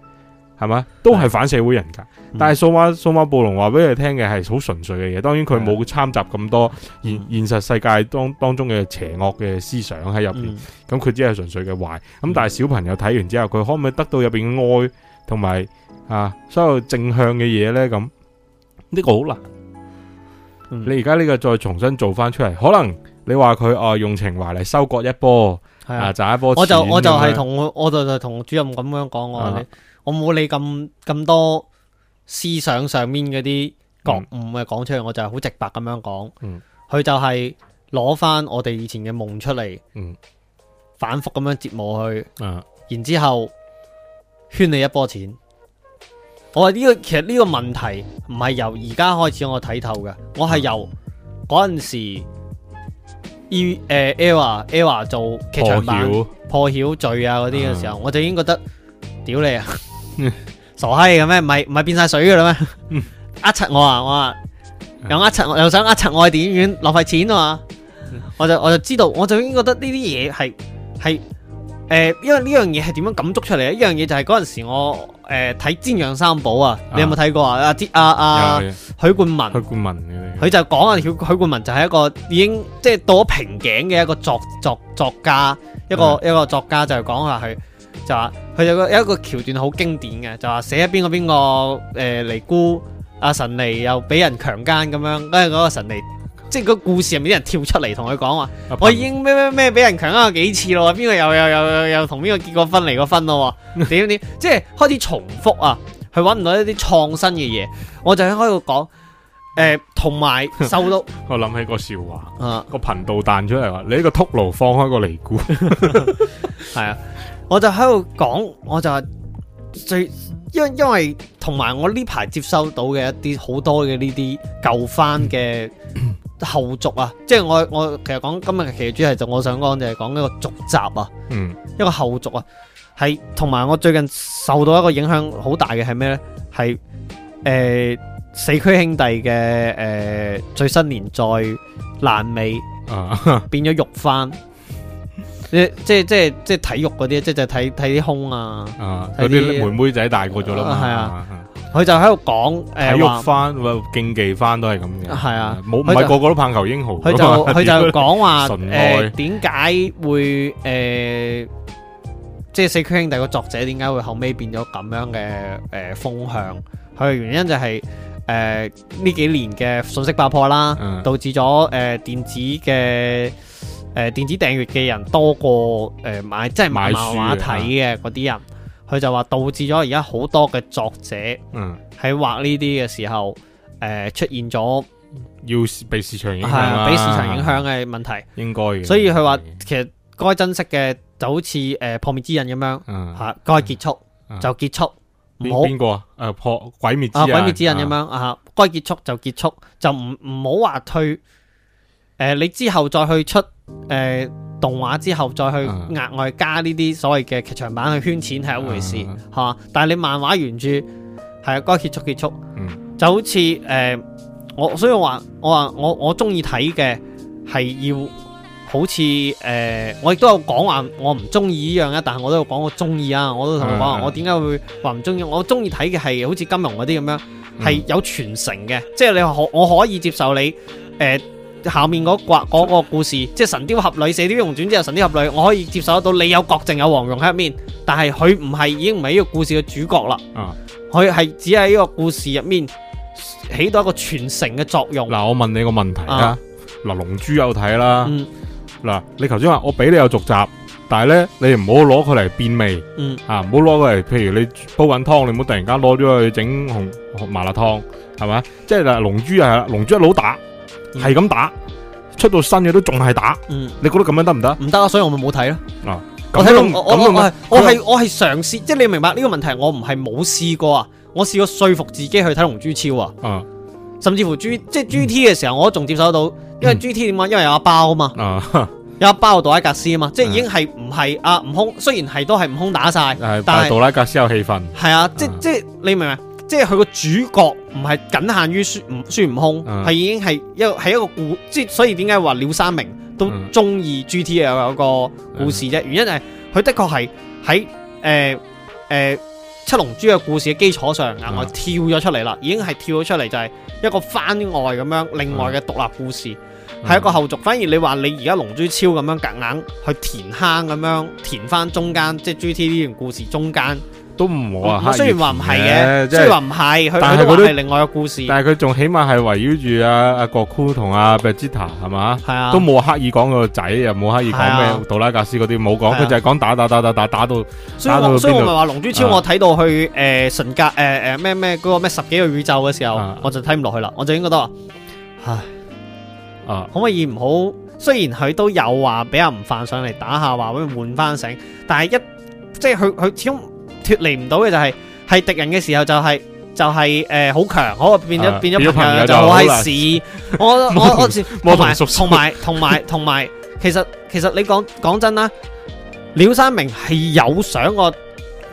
Speaker 1: 係嘛，都係反社會人格。
Speaker 2: 嗯
Speaker 1: 但係數碼數碼暴龍話俾你聽嘅係好純粹嘅嘢，當然佢冇參雜咁多現現
Speaker 2: 嗯
Speaker 1: 實世界當當中嘅邪惡嘅思想喺入邊。
Speaker 2: 嗯
Speaker 1: 咁佢只係純粹嘅壞。咁但係小朋友睇完之後，佢可唔可以得到入邊嘅愛同埋啊所有正向嘅嘢呢？咁呢個好難。
Speaker 2: 嗯
Speaker 1: 你而家呢個再重新做翻出嚟，可能你話佢哦用情懷嚟收割一波
Speaker 2: 系
Speaker 1: 啊
Speaker 2: 啊，
Speaker 1: 賺一波
Speaker 2: 我就
Speaker 1: 錢
Speaker 2: 我就
Speaker 1: 咁樣
Speaker 2: 係同我我就就同主任咁樣講我話
Speaker 1: 啊
Speaker 2: 你，我冇你咁咁多思想上面嗰啲覺悟嘅講出嚟，我就係好直白咁樣講。
Speaker 1: 嗯
Speaker 2: 佢就係攞翻我哋以前嘅夢出嚟，
Speaker 1: 嗯
Speaker 2: 反覆咁樣折磨佢，
Speaker 1: 啊
Speaker 2: 然之後圈你一波錢。我話呢、個其實呢個問題唔係由而家開始我睇透嘅，我係由嗰陣時 E 誒 Era Era 做劇場版。
Speaker 1: 破曉
Speaker 2: 破曉罪啊嗰啲嘅時候，我就已經覺得屌你啊，傻閪嘅咩？唔係唔係變晒水嘅啦咩
Speaker 1: 嗯？
Speaker 2: 呃柒我啊！我話又呃柒我，又想呃柒我去電影院浪費錢啊嘛！我就我就知道，我就已經覺得呢啲嘢係係誒，因為呢樣嘢係點樣感觸出嚟咧？呢樣嘢就係嗰陣時我誒睇《煎釀三寶》啊，你有冇睇過啊？阿阿阿
Speaker 1: 有有
Speaker 2: 許冠文。啊
Speaker 1: 許冠文嘅
Speaker 2: 佢就講啊，許許冠文就係一個已經即係到咗瓶頸嘅一個作作作家，一個、一個作家就係講下佢就話佢有個有一個橋段好經典嘅，就話寫邊個邊個誒尼姑阿神尼又俾人強姦咁樣，跟住嗰個神尼即係個故事入面啲人跳出嚟同佢講話，
Speaker 1: 阿
Speaker 2: 我
Speaker 1: 彭
Speaker 2: 已經咩咩咩俾人強姦過幾次咯，邊個又又又又又同邊個結過婚離過婚咯喎，點點即係開始重複啊，佢揾唔到一啲創新嘅嘢，我就喺開度講，誒、同埋受到
Speaker 1: 我諗起個笑話，
Speaker 2: 啊
Speaker 1: 個頻道彈出嚟話：你呢個禿爐放開個尼姑，
Speaker 2: 係啊，我就喺度講，我就話最因為因為同埋我呢排接收到嘅一啲好多嘅呢啲舊番嘅後續啊，即係我我其實講今日嘅其實主題就我想講就係講一個續集啊。
Speaker 1: 嗯，
Speaker 2: 一個後續啊，係同埋我最近受到一個影響好大嘅係咩呢？係誒、四驅兄弟嘅誒、呃最新連載爛尾
Speaker 1: 啊，
Speaker 2: 變咗肉番，即即即即體育嗰啲，即就睇睇啲胸啊，
Speaker 1: 啊
Speaker 2: 睇
Speaker 1: 嗰
Speaker 2: 啲
Speaker 1: 啲妹妹仔大個咗啦嘛，
Speaker 2: 啊係
Speaker 1: 啊，
Speaker 2: 佢就喺度呃講
Speaker 1: 體
Speaker 2: 誒
Speaker 1: 育
Speaker 2: 話，
Speaker 1: 翻、喂競技翻都係咁嘅，嗯
Speaker 2: 係哎啊，
Speaker 1: 冇唔
Speaker 2: 佢就
Speaker 1: 係個個都棒球英雄
Speaker 2: 佢
Speaker 1: 㗎
Speaker 2: 就
Speaker 1: 嘛，
Speaker 2: 佢就講話
Speaker 1: 純愛
Speaker 2: 誒點解會誒？即係四驅兄弟個作者點解會後尾變咗咁樣嘅誒、呃、風向？佢嘅原因就係誒呢幾年嘅信息爆破啦，
Speaker 1: 嗯
Speaker 2: 導致咗誒、呃、電子嘅誒、呃、電子訂閱嘅人多過誒、呃、買即係買
Speaker 1: 買
Speaker 2: 漫
Speaker 1: 書
Speaker 2: 畫
Speaker 1: 啊
Speaker 2: 睇嘅嗰啲人，佢就話導致咗而家好多嘅作者
Speaker 1: 嗯，
Speaker 2: 喺畫呢啲嘅時候誒、呃出現咗
Speaker 1: 要被市場影響啊
Speaker 2: 係
Speaker 1: 啦
Speaker 2: 啊俾市場影，響嘅問題，
Speaker 1: 應該嘅，
Speaker 2: 所以佢話其實該珍惜嘅就好似誒、呃破滅之刃咁樣
Speaker 1: 嗯，
Speaker 2: 嚇，該結束
Speaker 1: 啊
Speaker 2: 就結束，
Speaker 1: 邊
Speaker 2: 唔好。
Speaker 1: 邊個啊？誒破鬼滅之
Speaker 2: 啊，
Speaker 1: 刃
Speaker 2: 鬼滅之刃咁，樣啊，該結束就結束，就唔唔好話去誒、呃你之後再去出誒、呃、動畫之後再去
Speaker 1: 啊
Speaker 2: 額外加呢啲所謂嘅劇場版去圈錢係一回事
Speaker 1: 啊
Speaker 2: 嚇、但係你漫畫原著係啊，該結束結束，
Speaker 1: 嗯
Speaker 2: 就好似誒、呃我所以我話我話我我中意睇嘅係要。好似誒、呃我亦都有講話我唔中意呢樣啊，但係我都有講我中意啊，我都同佢講話
Speaker 1: 嗯嗯
Speaker 2: 我點解會話唔中意，我中意睇嘅係好似金融嗰啲咁樣。
Speaker 1: 嗯
Speaker 2: 係有傳承嘅，即係你可我可以接受你誒、呃下面嗰掛嗰個故事，即係《神雕俠侶》《射雕英雄傳》之後，《神雕俠侶》，我可以接受得到你有郭靖有黃蓉喺入面，但係佢唔係已經唔係呢個故事嘅主角啦，
Speaker 1: 啊
Speaker 2: 佢係只係呢個故事入面起到一個傳承嘅作用。
Speaker 1: 嗱，我問你個問題啊
Speaker 2: 啊，
Speaker 1: 嗱，龍珠有睇啦，
Speaker 2: 嗯
Speaker 1: 嗱，你頭先話哦我俾你有續集，但係咧你唔好攞佢嚟變味
Speaker 2: 嗯
Speaker 1: 啊，唔好攞佢嚟，譬如你煲緊湯，你唔好突然間攞咗去整紅紅麻辣燙，係咪？即係嗱，龍珠係啦，龍珠一路打，
Speaker 2: 嗯
Speaker 1: 係咁打，出到新嘅都仲係打，
Speaker 2: 嗯，
Speaker 1: 你覺得咁樣得唔得？
Speaker 2: 唔得啊，所以我咪冇睇咯。我
Speaker 1: 咁
Speaker 2: 睇
Speaker 1: 樣
Speaker 2: 到我我
Speaker 1: 咁樣
Speaker 2: 我係我
Speaker 1: 佢
Speaker 2: 係我係嘗試，即係你明白呢個問題，我唔係冇試過啊，我試過說服自己去睇《龍珠超》啊，
Speaker 1: 啊
Speaker 2: 甚至乎 G 即係 GT 嘅時候，我都仲接受得到，因為
Speaker 1: 嗯
Speaker 2: GT 點啊？因為有阿包啊嘛，
Speaker 1: 啊， 哈
Speaker 2: 有阿包有杜拉格斯啊嘛，即係
Speaker 1: 嗯
Speaker 2: 已經係唔係啊悟空？雖然係都係悟空打晒，
Speaker 1: 但係
Speaker 2: 但係
Speaker 1: 杜拉格斯有氣氛，
Speaker 2: 係啊，即
Speaker 1: 嗯
Speaker 2: 即係你明唔明？即係佢個主角唔係僅限於孫悟孫悟空，
Speaker 1: 嗯
Speaker 2: 係已經係一個係一個故，即係所以點解話廖三明都
Speaker 1: 嗯
Speaker 2: 中意 GT 有有個故事啫？原因係佢的確係喺誒誒七龍珠嘅故事嘅基礎上額外
Speaker 1: 嗯
Speaker 2: 跳咗出嚟啦，已經係跳咗出嚟就係一個番外咁樣，另外嘅獨立故事
Speaker 1: 嗯
Speaker 2: 係一個後續。反而你話你而家龍珠超咁樣夾硬去填坑咁樣填翻中間，即係 GT 呢段故事中間。
Speaker 1: 都唔好
Speaker 2: 我
Speaker 1: 啊。
Speaker 2: 雖然哦話唔係嘅，
Speaker 1: 即
Speaker 2: 雖
Speaker 1: 係
Speaker 2: 然話唔係，佢
Speaker 1: 但係
Speaker 2: 佢都話
Speaker 1: 佢都
Speaker 2: 係另外嘅故事，係
Speaker 1: 但係佢仲起碼係圍繞住阿阿郭酷同阿 Vegeta 係嘛，
Speaker 2: 啊，
Speaker 1: 都冇刻意講個仔，又冇刻意
Speaker 2: 係
Speaker 1: 講
Speaker 2: 啊
Speaker 1: 咩杜拉格斯嗰啲冇講，
Speaker 2: 係啊
Speaker 1: 佢就係講打打打打打打到
Speaker 2: 所以
Speaker 1: 打到
Speaker 2: 我
Speaker 1: 邊
Speaker 2: 所以我
Speaker 1: 度
Speaker 2: 咪話《龍珠超》，
Speaker 1: 啊
Speaker 2: 我睇到去誒神格誒誒咩咩嗰個咩十幾個宇宙嘅時候
Speaker 1: 啊，
Speaker 2: 我就睇唔落去啦，我就已經覺得話，唉，
Speaker 1: 啊
Speaker 2: 可唔可以唔好？雖然佢都有話俾人唔犯上嚟打下，話俾佢換翻醒，但係一即係佢佢始終脱離唔到嘅就係係敵人嘅時候就係、就係誒好強，好變咗
Speaker 1: 啊
Speaker 2: 變
Speaker 1: 變
Speaker 2: 咗
Speaker 1: 咗
Speaker 2: 朋
Speaker 1: 朋友
Speaker 2: 友就
Speaker 1: 就
Speaker 2: 好
Speaker 1: 好
Speaker 2: 閪
Speaker 1: 難
Speaker 2: 屎。我我我
Speaker 1: 魔
Speaker 2: 同
Speaker 1: 童
Speaker 2: 埋
Speaker 1: 叔叔
Speaker 2: 同埋同埋同埋，其實其實你講講真啦，廖山明係有想過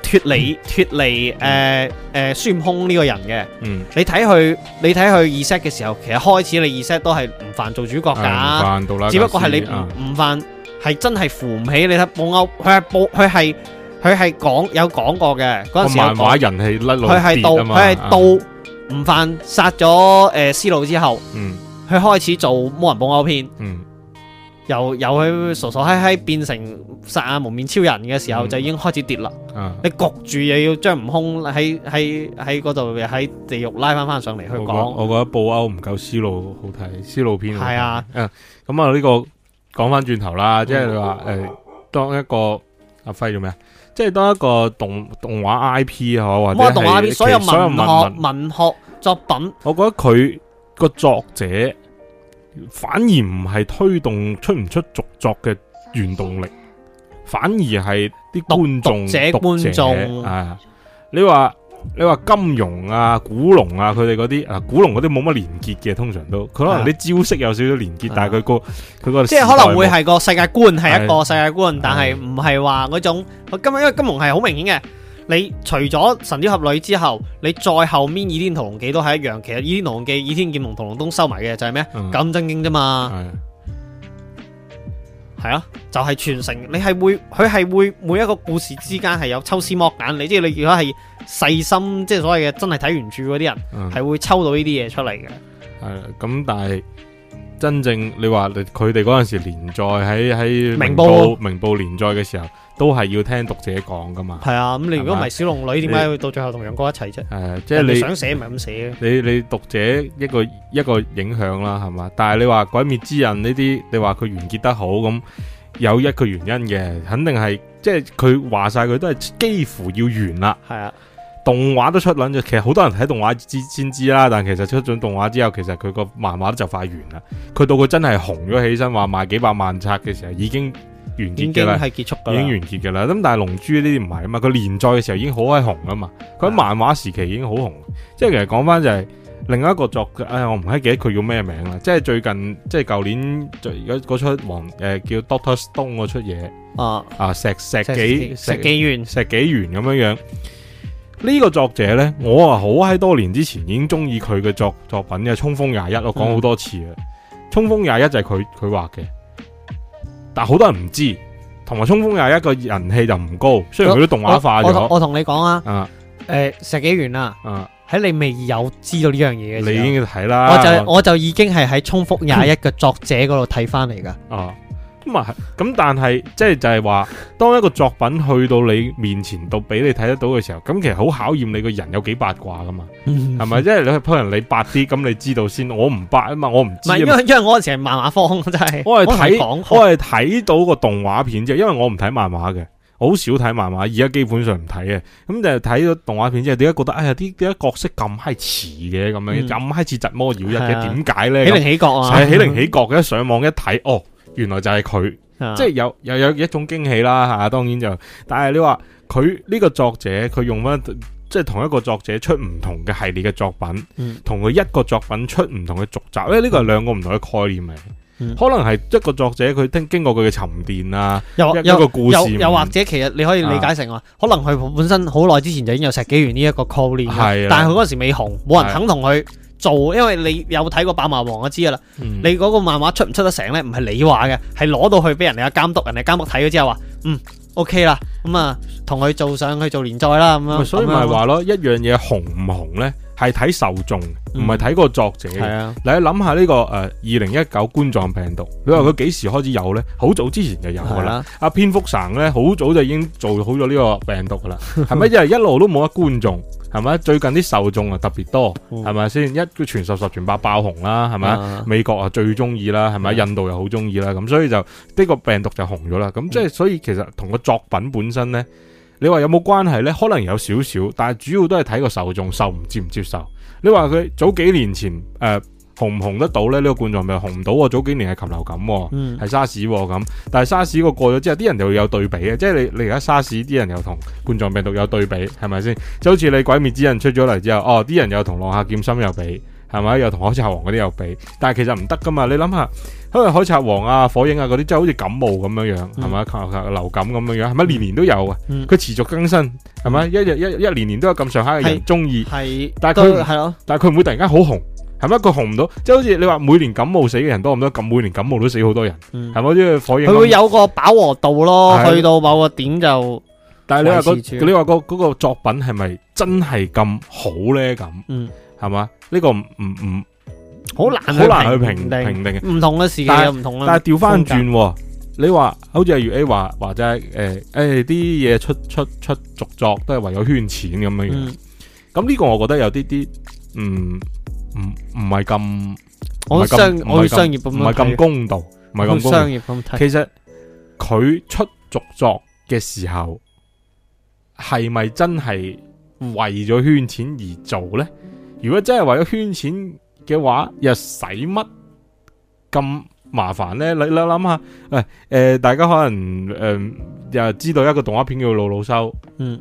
Speaker 2: 脱離脱離誒誒孫悟空呢個人嘅。
Speaker 1: 嗯
Speaker 2: 你睇佢你睇佢二 set 嘅時候，其實開始你二 E set 都係唔犯做主角㗎。
Speaker 1: 啊唔慣杜拉格斯，
Speaker 2: 只不過係你
Speaker 1: 啊
Speaker 2: 唔唔犯，係真係扶唔起。你睇布歐，佢係布，佢係佢係講有講過嘅嗰陣
Speaker 1: 個
Speaker 2: 時有
Speaker 1: 漫
Speaker 2: 講，
Speaker 1: 畫人氣甩落
Speaker 2: 佢係到
Speaker 1: 跌啊嘛，
Speaker 2: 佢係
Speaker 1: 啊
Speaker 2: 到唔犯殺咗誒思路之後，
Speaker 1: 嗯
Speaker 2: 佢開始做魔人布歐篇，
Speaker 1: 嗯
Speaker 2: 由由佢傻傻閪閪變成殺阿蒙面超人嘅時候，
Speaker 1: 嗯
Speaker 2: 就已經開始跌啦。
Speaker 1: 啊
Speaker 2: 你焗住又要將悟空喺喺喺嗰度喺地獄拉翻翻上嚟去
Speaker 1: 我覺
Speaker 2: 講，
Speaker 1: 我覺得布歐唔夠思路好睇，思路片好睇
Speaker 2: 係啊，
Speaker 1: 咁啊呢個講翻轉頭啦，即係你話
Speaker 2: 嗯
Speaker 1: 誒，當一個阿輝做咩啊？即係當一個動動畫 I P 啊，或者
Speaker 2: 咁我動畫入
Speaker 1: 係
Speaker 2: 邊所有
Speaker 1: 其
Speaker 2: 文學文學作品。
Speaker 1: 我覺得佢個作者反而唔係推動出唔出續作嘅原動力，反而係啲
Speaker 2: 讀
Speaker 1: 觀眾
Speaker 2: 讀者
Speaker 1: 讀
Speaker 2: 觀眾
Speaker 1: 啊！你話你話金庸啊、古龍啊，佢哋嗰啲啊，古龍嗰啲冇乜連結嘅，通常都佢可能啲招式有少少連結
Speaker 2: 啊，
Speaker 1: 但係佢個佢個
Speaker 2: 即係
Speaker 1: 時代
Speaker 2: 可能會
Speaker 1: 冇
Speaker 2: 係個世界觀係一個
Speaker 1: 係
Speaker 2: 世界觀，但係唔係話嗰種金因為金融係好明顯嘅。你除咗神雕俠侶之後，你再後面《倚天屠龍記》都係一樣。其實《倚天屠龍記》、《倚天劍龍屠龍東》收埋嘅就係咩？
Speaker 1: 嗯
Speaker 2: 九陰真經啫嘛，
Speaker 1: 係
Speaker 2: 係啊，就係傳承。你係會佢係會每一個故事之間係有抽絲剝繭。你即係你如果係細心，即係所謂嘅真係睇原著嗰啲人，
Speaker 1: 嗯
Speaker 2: 係會抽到呢啲嘢出嚟嘅。
Speaker 1: 係啦呃咁但係真正你話你佢哋嗰陣時連載喺喺
Speaker 2: 明報
Speaker 1: 報明報連載嘅時候，都係要聽讀者講噶嘛。
Speaker 2: 係啊，咁你如果唔
Speaker 1: 係
Speaker 2: 係
Speaker 1: 嘛
Speaker 2: 小龍女，點解會到最後同楊過一齊啫？
Speaker 1: 誒、呃即
Speaker 2: 即
Speaker 1: 係
Speaker 2: 你
Speaker 1: 你
Speaker 2: 想寫咪咁寫嘅。
Speaker 1: 你你讀者一個一個影響啦，係嘛？但係你話《鬼滅之刃》呢啲，你話佢完結得好咁，有一個原因嘅，肯定係即係佢話晒佢都係幾乎要完啦。
Speaker 2: 係啊，
Speaker 1: 動畫都出撚咗，其實好多人睇動畫之先知啦，但其實出咗動畫之後，其實佢個漫畫就快完啦。佢到佢真係紅咗起身，話賣幾百萬冊嘅時候，已經完
Speaker 2: 已經
Speaker 1: 結嘅啦，
Speaker 2: 係結束㗎
Speaker 1: 已
Speaker 2: 啦
Speaker 1: 經完結嘅啦。咁但係龍珠呢啲唔係啊嘛，佢連載嘅時候已經好閪紅啊嘛，佢喺
Speaker 2: 係
Speaker 1: 漫畫時期已經好紅。即係其實講翻就係、另一個作家，哎呀我唔閪記得佢叫咩名啦。即係最近即係舊年最嗰嗰出黃誒、呃叫 Doctor Stone 嗰出嘢
Speaker 2: 啊，
Speaker 1: 啊石石
Speaker 2: 紀
Speaker 1: 幾
Speaker 2: 石紀元
Speaker 1: 石紀元咁樣樣。呢、個作者呢，我啊好喺多年之前已經中意佢嘅作作品嘅《衝鋒廿一》，我
Speaker 2: 嗯
Speaker 1: 講好多次啦。衝鋒廿一》就係佢佢畫嘅，但好多人唔知，同埋《衝鋒廿一》個人氣就唔高，雖然佢都動畫化
Speaker 2: 我同
Speaker 1: 咗。
Speaker 2: 我同你講啊，
Speaker 1: 啊
Speaker 2: 誒石紀元啊，
Speaker 1: 啊，
Speaker 2: 喺你未有知道呢樣嘢嘅
Speaker 1: 你已
Speaker 2: 時
Speaker 1: 經啊睇
Speaker 2: 候，
Speaker 1: 啦。
Speaker 2: 我就我就已經係喺《衝鋒廿一》嘅作者嗰度睇翻嚟㗎。
Speaker 1: 啊，咁啊係，咁但係即係就係話，當一個作品去到你面前到俾你睇得到嘅時候，咁其實好考驗你個人有幾八卦噶嘛。
Speaker 2: 係
Speaker 1: 係咪？即係你可能你白啲，咁你知道先。我唔白啊嘛，我唔
Speaker 2: 唔
Speaker 1: 知
Speaker 2: 係因
Speaker 1: 啊嘛。
Speaker 2: 為因為我嗰陣時係漫畫方，真係
Speaker 1: 我係
Speaker 2: 同你
Speaker 1: 睇
Speaker 2: 講過
Speaker 1: 我係睇到個動畫片啫，因為我唔睇漫畫嘅，我好少睇漫畫，而家基本上唔睇嘅。咁就係睇到動畫片之後，點解覺得哎呀啲點解角色咁閪似嘅咁樣，
Speaker 2: 嗯
Speaker 1: 咁閪似《疾魔妖一》
Speaker 2: 係啊
Speaker 1: 嘅？點解
Speaker 2: 起
Speaker 1: 咧？
Speaker 2: 靈起角啊，
Speaker 1: 係起靈起角嘅，一上網一睇，哦，原來就係佢。
Speaker 2: 啊
Speaker 1: 即係有又有一種驚喜啦嚇、當然就，但係你話佢呢個作者佢用翻即係同一個作者出唔同嘅系列嘅作品，
Speaker 2: 嗯
Speaker 1: 同佢一個作品出唔同嘅續集咧，呢個係兩個唔同嘅概念嚟。
Speaker 2: 嗯
Speaker 1: 可能係一個作者佢經經過佢嘅沉澱啊，
Speaker 2: 又
Speaker 1: 一一
Speaker 2: 哦又
Speaker 1: 個故
Speaker 2: 又
Speaker 1: 事唔啊
Speaker 2: 又或者其實你可以理解成話，可能佢本身好耐之前就已經有石紀元呢一個 call 練
Speaker 1: 係啊
Speaker 2: 但係佢嗰時未紅，冇人肯同佢做，因為你有睇過《百萬王》就知噶啦。
Speaker 1: 嗯
Speaker 2: 你嗰個漫畫出唔出得成呢？唔係你話嘅，係攞到去俾人哋嘅監督，人哋監督睇咗之後話，嗯，OK 啦，咁啊，同佢做上去做連載啦，咁
Speaker 1: 咪
Speaker 2: 樣。
Speaker 1: 所以
Speaker 2: 咁
Speaker 1: 咪
Speaker 2: 樣咯
Speaker 1: 話咯，一樣嘢紅唔紅呢，係睇受眾，唔
Speaker 2: 嗯
Speaker 1: 係睇個作者嘅。
Speaker 2: 係啊，
Speaker 1: 你諗下呢個诶二零一九冠狀病毒，你話佢幾時開始有呢？好早之前就有噶
Speaker 2: 係
Speaker 1: 啦。
Speaker 2: 啦，
Speaker 1: 阿蝙蝠神呢，好早就已經做好咗呢個病毒噶啦，係咪？因為一路都冇乜觀眾，係咪？最近啲受眾啊特別多，
Speaker 2: 嗯
Speaker 1: 係咪先？一個全十十全八爆紅啦，係咪？
Speaker 2: 啊
Speaker 1: 美國啊最中意啦，係咪？
Speaker 2: 嗯
Speaker 1: 印度又好中意啦，咁所以就呢個病毒就紅咗啦。咁即係所以其實同個作品本身呢，你話有冇關係呢？可能有少少，但係主要都係睇個受眾受唔接唔接受。你話佢早幾年前誒、呃、紅唔紅得到呢？呢、個冠狀病毒紅唔到喎，早幾年係禽流感喎。
Speaker 2: 嗯，
Speaker 1: 係沙士喎咁，但係沙士個過咗之後，啲人又有對比嘅，即係你你而家沙士啲人又同冠狀病毒有對比，係咪先？就好似你鬼滅之刃出咗嚟之後，哦，啲人又同浪客劍心又比，係咪？又同海賊王嗰啲又比，但係其實唔得噶嘛。你諗下，因為海賊王啊、火影啊嗰啲，真係好似感冒咁樣樣，係咪？流流感咁樣樣，係咪？年年都有啊，
Speaker 2: 嗯
Speaker 1: 佢持續更新，係咪？一日一一年年都有咁上下嘅人
Speaker 2: 係
Speaker 1: 中意，
Speaker 2: 係，
Speaker 1: 但係
Speaker 2: 都
Speaker 1: 佢
Speaker 2: 係咯，
Speaker 1: 但係佢唔會突然間好紅，係咪？佢紅唔到，即係好似你話每年感冒死嘅人多唔多？咁每年感冒都死好多人。
Speaker 2: 嗯
Speaker 1: 係咪？因為火影咁
Speaker 2: 佢會有個飽和度咯，
Speaker 1: 係
Speaker 2: 去到某個點就，
Speaker 1: 但係你話
Speaker 2: 維持
Speaker 1: 個
Speaker 2: 住
Speaker 1: 你話個嗰個作品係咪真係咁好咧？咁
Speaker 2: 嗯，
Speaker 1: 係嘛？呢個唔唔唔
Speaker 2: 好難
Speaker 1: 好難去評
Speaker 2: 定。嗯
Speaker 1: 評定嘅。
Speaker 2: 唔同嘅時期
Speaker 1: 但係
Speaker 2: 有唔同嘅，
Speaker 1: 但係調翻轉喎，你話好似阿月 A 話話齋誒誒啲嘢出出出續作都係為咗圈錢咁樣樣。
Speaker 2: 嗯，
Speaker 1: 咁呢個我覺得有啲啲嗯唔唔係咁唔
Speaker 2: 我
Speaker 1: 係咁
Speaker 2: 商
Speaker 1: 唔係咁
Speaker 2: 我會商業咁
Speaker 1: 唔係咁公道，唔係咁公道
Speaker 2: 商。業咁睇，
Speaker 1: 其實佢出續作嘅時候，係咪真係為咗圈錢而做呢？如果真係為咗圈錢嘅話，又使乜咁麻煩呢？你你諗下，喂、呃大家可能诶、呃又知道一個動畫片叫《老老修》，
Speaker 2: 嗯，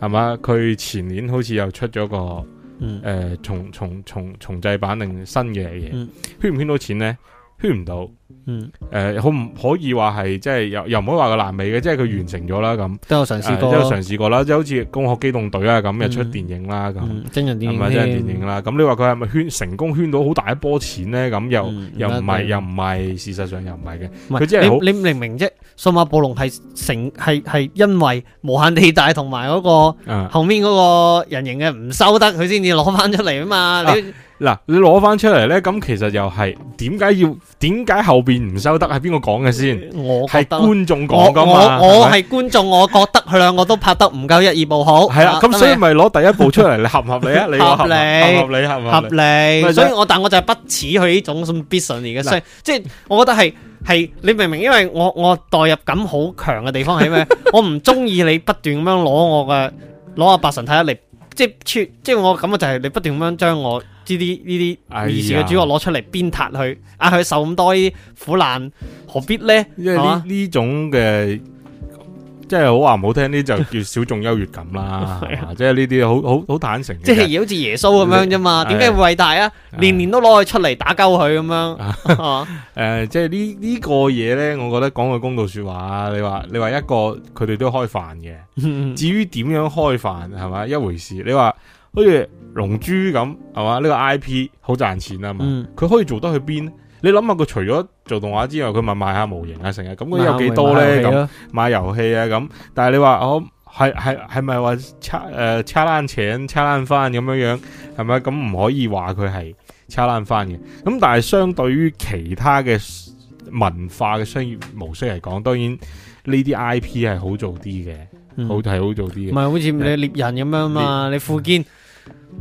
Speaker 1: 係嘛？佢前年好似又出咗個。
Speaker 2: 嗯
Speaker 1: 诶、重重重重製版定新嘅嘢，
Speaker 2: 嗯
Speaker 1: 圈唔圈到錢呢？圈唔到，
Speaker 2: 嗯，
Speaker 1: 诶、可呃唔可以話係即係又又唔可以話佢爛尾嘅，即係佢完成咗啦咁，
Speaker 2: 都有嘗試過
Speaker 1: 誒都有
Speaker 2: 咯，
Speaker 1: 嘗試過啦，即係好似《攻殼機動隊》啊咁，又出
Speaker 2: 嗯
Speaker 1: 電影啦咁，啊
Speaker 2: 嗯，真人電
Speaker 1: 係
Speaker 2: 影
Speaker 1: 咪真係電影
Speaker 2: 啦？
Speaker 1: 啦？咁你話佢係咪圈成功圈到好大一波錢呢？咁又、
Speaker 2: 嗯
Speaker 1: 又唔係
Speaker 2: 一定
Speaker 1: 又唔係，事實上又唔係嘅，
Speaker 2: 唔係
Speaker 1: 佢真係好
Speaker 2: 你你明唔明啫？數碼暴龍係成係係因為無限地帶同埋嗰個
Speaker 1: 啊
Speaker 2: 後面嗰個人形嘅唔收得，佢先至攞翻出嚟啊嘛！你
Speaker 1: 嗱，你攞翻出嚟呢，咁其實又係點解要點解後邊唔收得？係邊個講嘅先？
Speaker 2: 我
Speaker 1: 係
Speaker 2: 覺得我
Speaker 1: 觀眾講噶
Speaker 2: 我
Speaker 1: 嘛？
Speaker 2: 我
Speaker 1: 係咪
Speaker 2: 係觀眾，我覺得佢兩個都拍得唔夠一二部好，
Speaker 1: 係啦，咁
Speaker 2: 真
Speaker 1: 所以
Speaker 2: 係
Speaker 1: 咪攞第一部出嚟，你合唔合 理啊？你話合唔
Speaker 2: 啊合理
Speaker 1: 合合理合唔合
Speaker 2: 合
Speaker 1: 理？咪
Speaker 2: 理，
Speaker 1: 就係
Speaker 2: 所以我但我就係不似佢呢種咁 ambition 嚟嘅，
Speaker 1: 嗱
Speaker 2: 所以即係我覺得係係你明唔明？因為我我代入感好強嘅地 方係咩？我唔中意你不斷咁樣攞我嘅攞阿八神睇一嚟，即係穿即係我感覺就係你不斷咁樣將我呢啲呢啲
Speaker 1: 哎呀
Speaker 2: 兒時嘅主角攞出嚟鞭撻佢，啊佢受咁多呢啲苦難，何必呢？
Speaker 1: 因為
Speaker 2: 係
Speaker 1: 呢
Speaker 2: 嘛
Speaker 1: 呢種嘅，即係好話唔好聽，呢就叫小眾優越感啦， 係啊嘛即係呢啲好好好坦誠嘅。
Speaker 2: 即係好似耶穌咁樣啫嘛，
Speaker 1: 你
Speaker 2: 點解會偉大啊？
Speaker 1: 啊
Speaker 2: 年年都攞佢出嚟打鳩佢咁 樣，哦 係嘛
Speaker 1: 誒，即係呢呢個嘢呢，我覺得講句公道説話，你話你話一個佢哋都開飯嘅，至於點樣開飯係嘛一回事。你話好似龍珠咁係嘛呢個 I P 好賺錢啊嘛，
Speaker 2: 嗯
Speaker 1: 佢可以做得去邊？你諗下佢除咗做動畫之外，佢咪賣下模型啊，成日咁佢有幾多呢？咁？買遊戲啊咁，但係你話我係係係咪話差誒差爛錢差爛翻咁樣樣係咪？咁唔可以話佢係差爛翻嘅。咁但係相對於其他嘅 s- 文化嘅商業模式嚟講，當然呢啲 I P 係好做啲嘅，
Speaker 2: 嗯
Speaker 1: 好係好做啲嘅。
Speaker 2: 唔係好似你獵人咁樣嘛，你副堅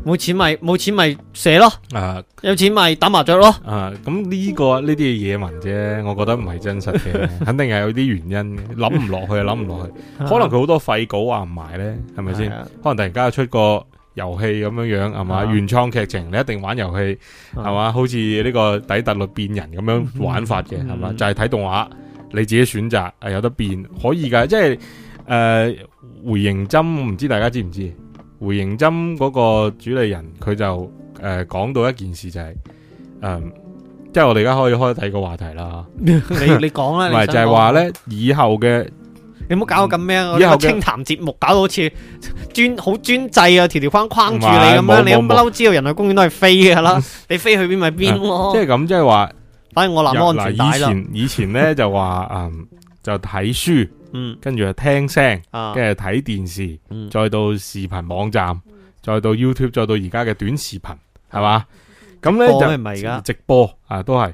Speaker 2: 冇錢咪冇錢咪射咯，
Speaker 1: 啊
Speaker 2: 有錢咪打麻雀咯。
Speaker 1: 啊，咁呢個呢啲嘢野蠻啫，我覺得唔係真實嘅， 肯定係有啲原因嘅，諗唔落去啊，諗唔落去。
Speaker 2: 嗯
Speaker 1: 可能佢好多廢稿話唔埋呢，係咪先
Speaker 2: 啊係？啊？
Speaker 1: 可能突然間出個遊戲咁樣樣係嘛，
Speaker 2: 啊
Speaker 1: 原創劇情你一定玩遊戲係嘛，好似呢個底特律變人咁樣玩法嘅係嘛，
Speaker 2: 嗯
Speaker 1: 就係睇動畫你自己選擇呃係有得變可以㗎，即係誒回形針唔知大家知唔知？回形針嗰個主理人佢就誒、呃、講到一件事就係、嗯即係我哋而家可以開第二個話題啦，
Speaker 2: 你你讲
Speaker 1: 唔
Speaker 2: 啦，
Speaker 1: 係
Speaker 2: 啊你
Speaker 1: 就
Speaker 2: 係
Speaker 1: 係話，咧以後嘅
Speaker 2: 你唔好搞到咁咩啊！我
Speaker 1: 以後
Speaker 2: 呢個
Speaker 1: 嘅
Speaker 2: 清談節目搞到好似專好專制啊，條條框框住你
Speaker 1: 唔係
Speaker 2: 咁啊
Speaker 1: 冇
Speaker 2: 樣，你
Speaker 1: 冇
Speaker 2: 不嬲知道人類公園都係飛㗎啦， 你飛去邊咪邊
Speaker 1: 啊即
Speaker 2: 咯。
Speaker 1: 係咁，即係話
Speaker 2: 反正我攬安
Speaker 1: 嗱
Speaker 2: 全帶
Speaker 1: 以
Speaker 2: 啦，
Speaker 1: 前以前咧就話嗯就睇書，
Speaker 2: 嗯
Speaker 1: 跟住就聽聲，
Speaker 2: 啊，
Speaker 1: 跟住睇電視，
Speaker 2: 嗯
Speaker 1: 再到視頻網站，再到 YouTube，再到而家嘅短視頻，係嘛？咁咧
Speaker 2: 啊播
Speaker 1: 就
Speaker 2: 咩唔係㗎？
Speaker 1: 直播啊，都係。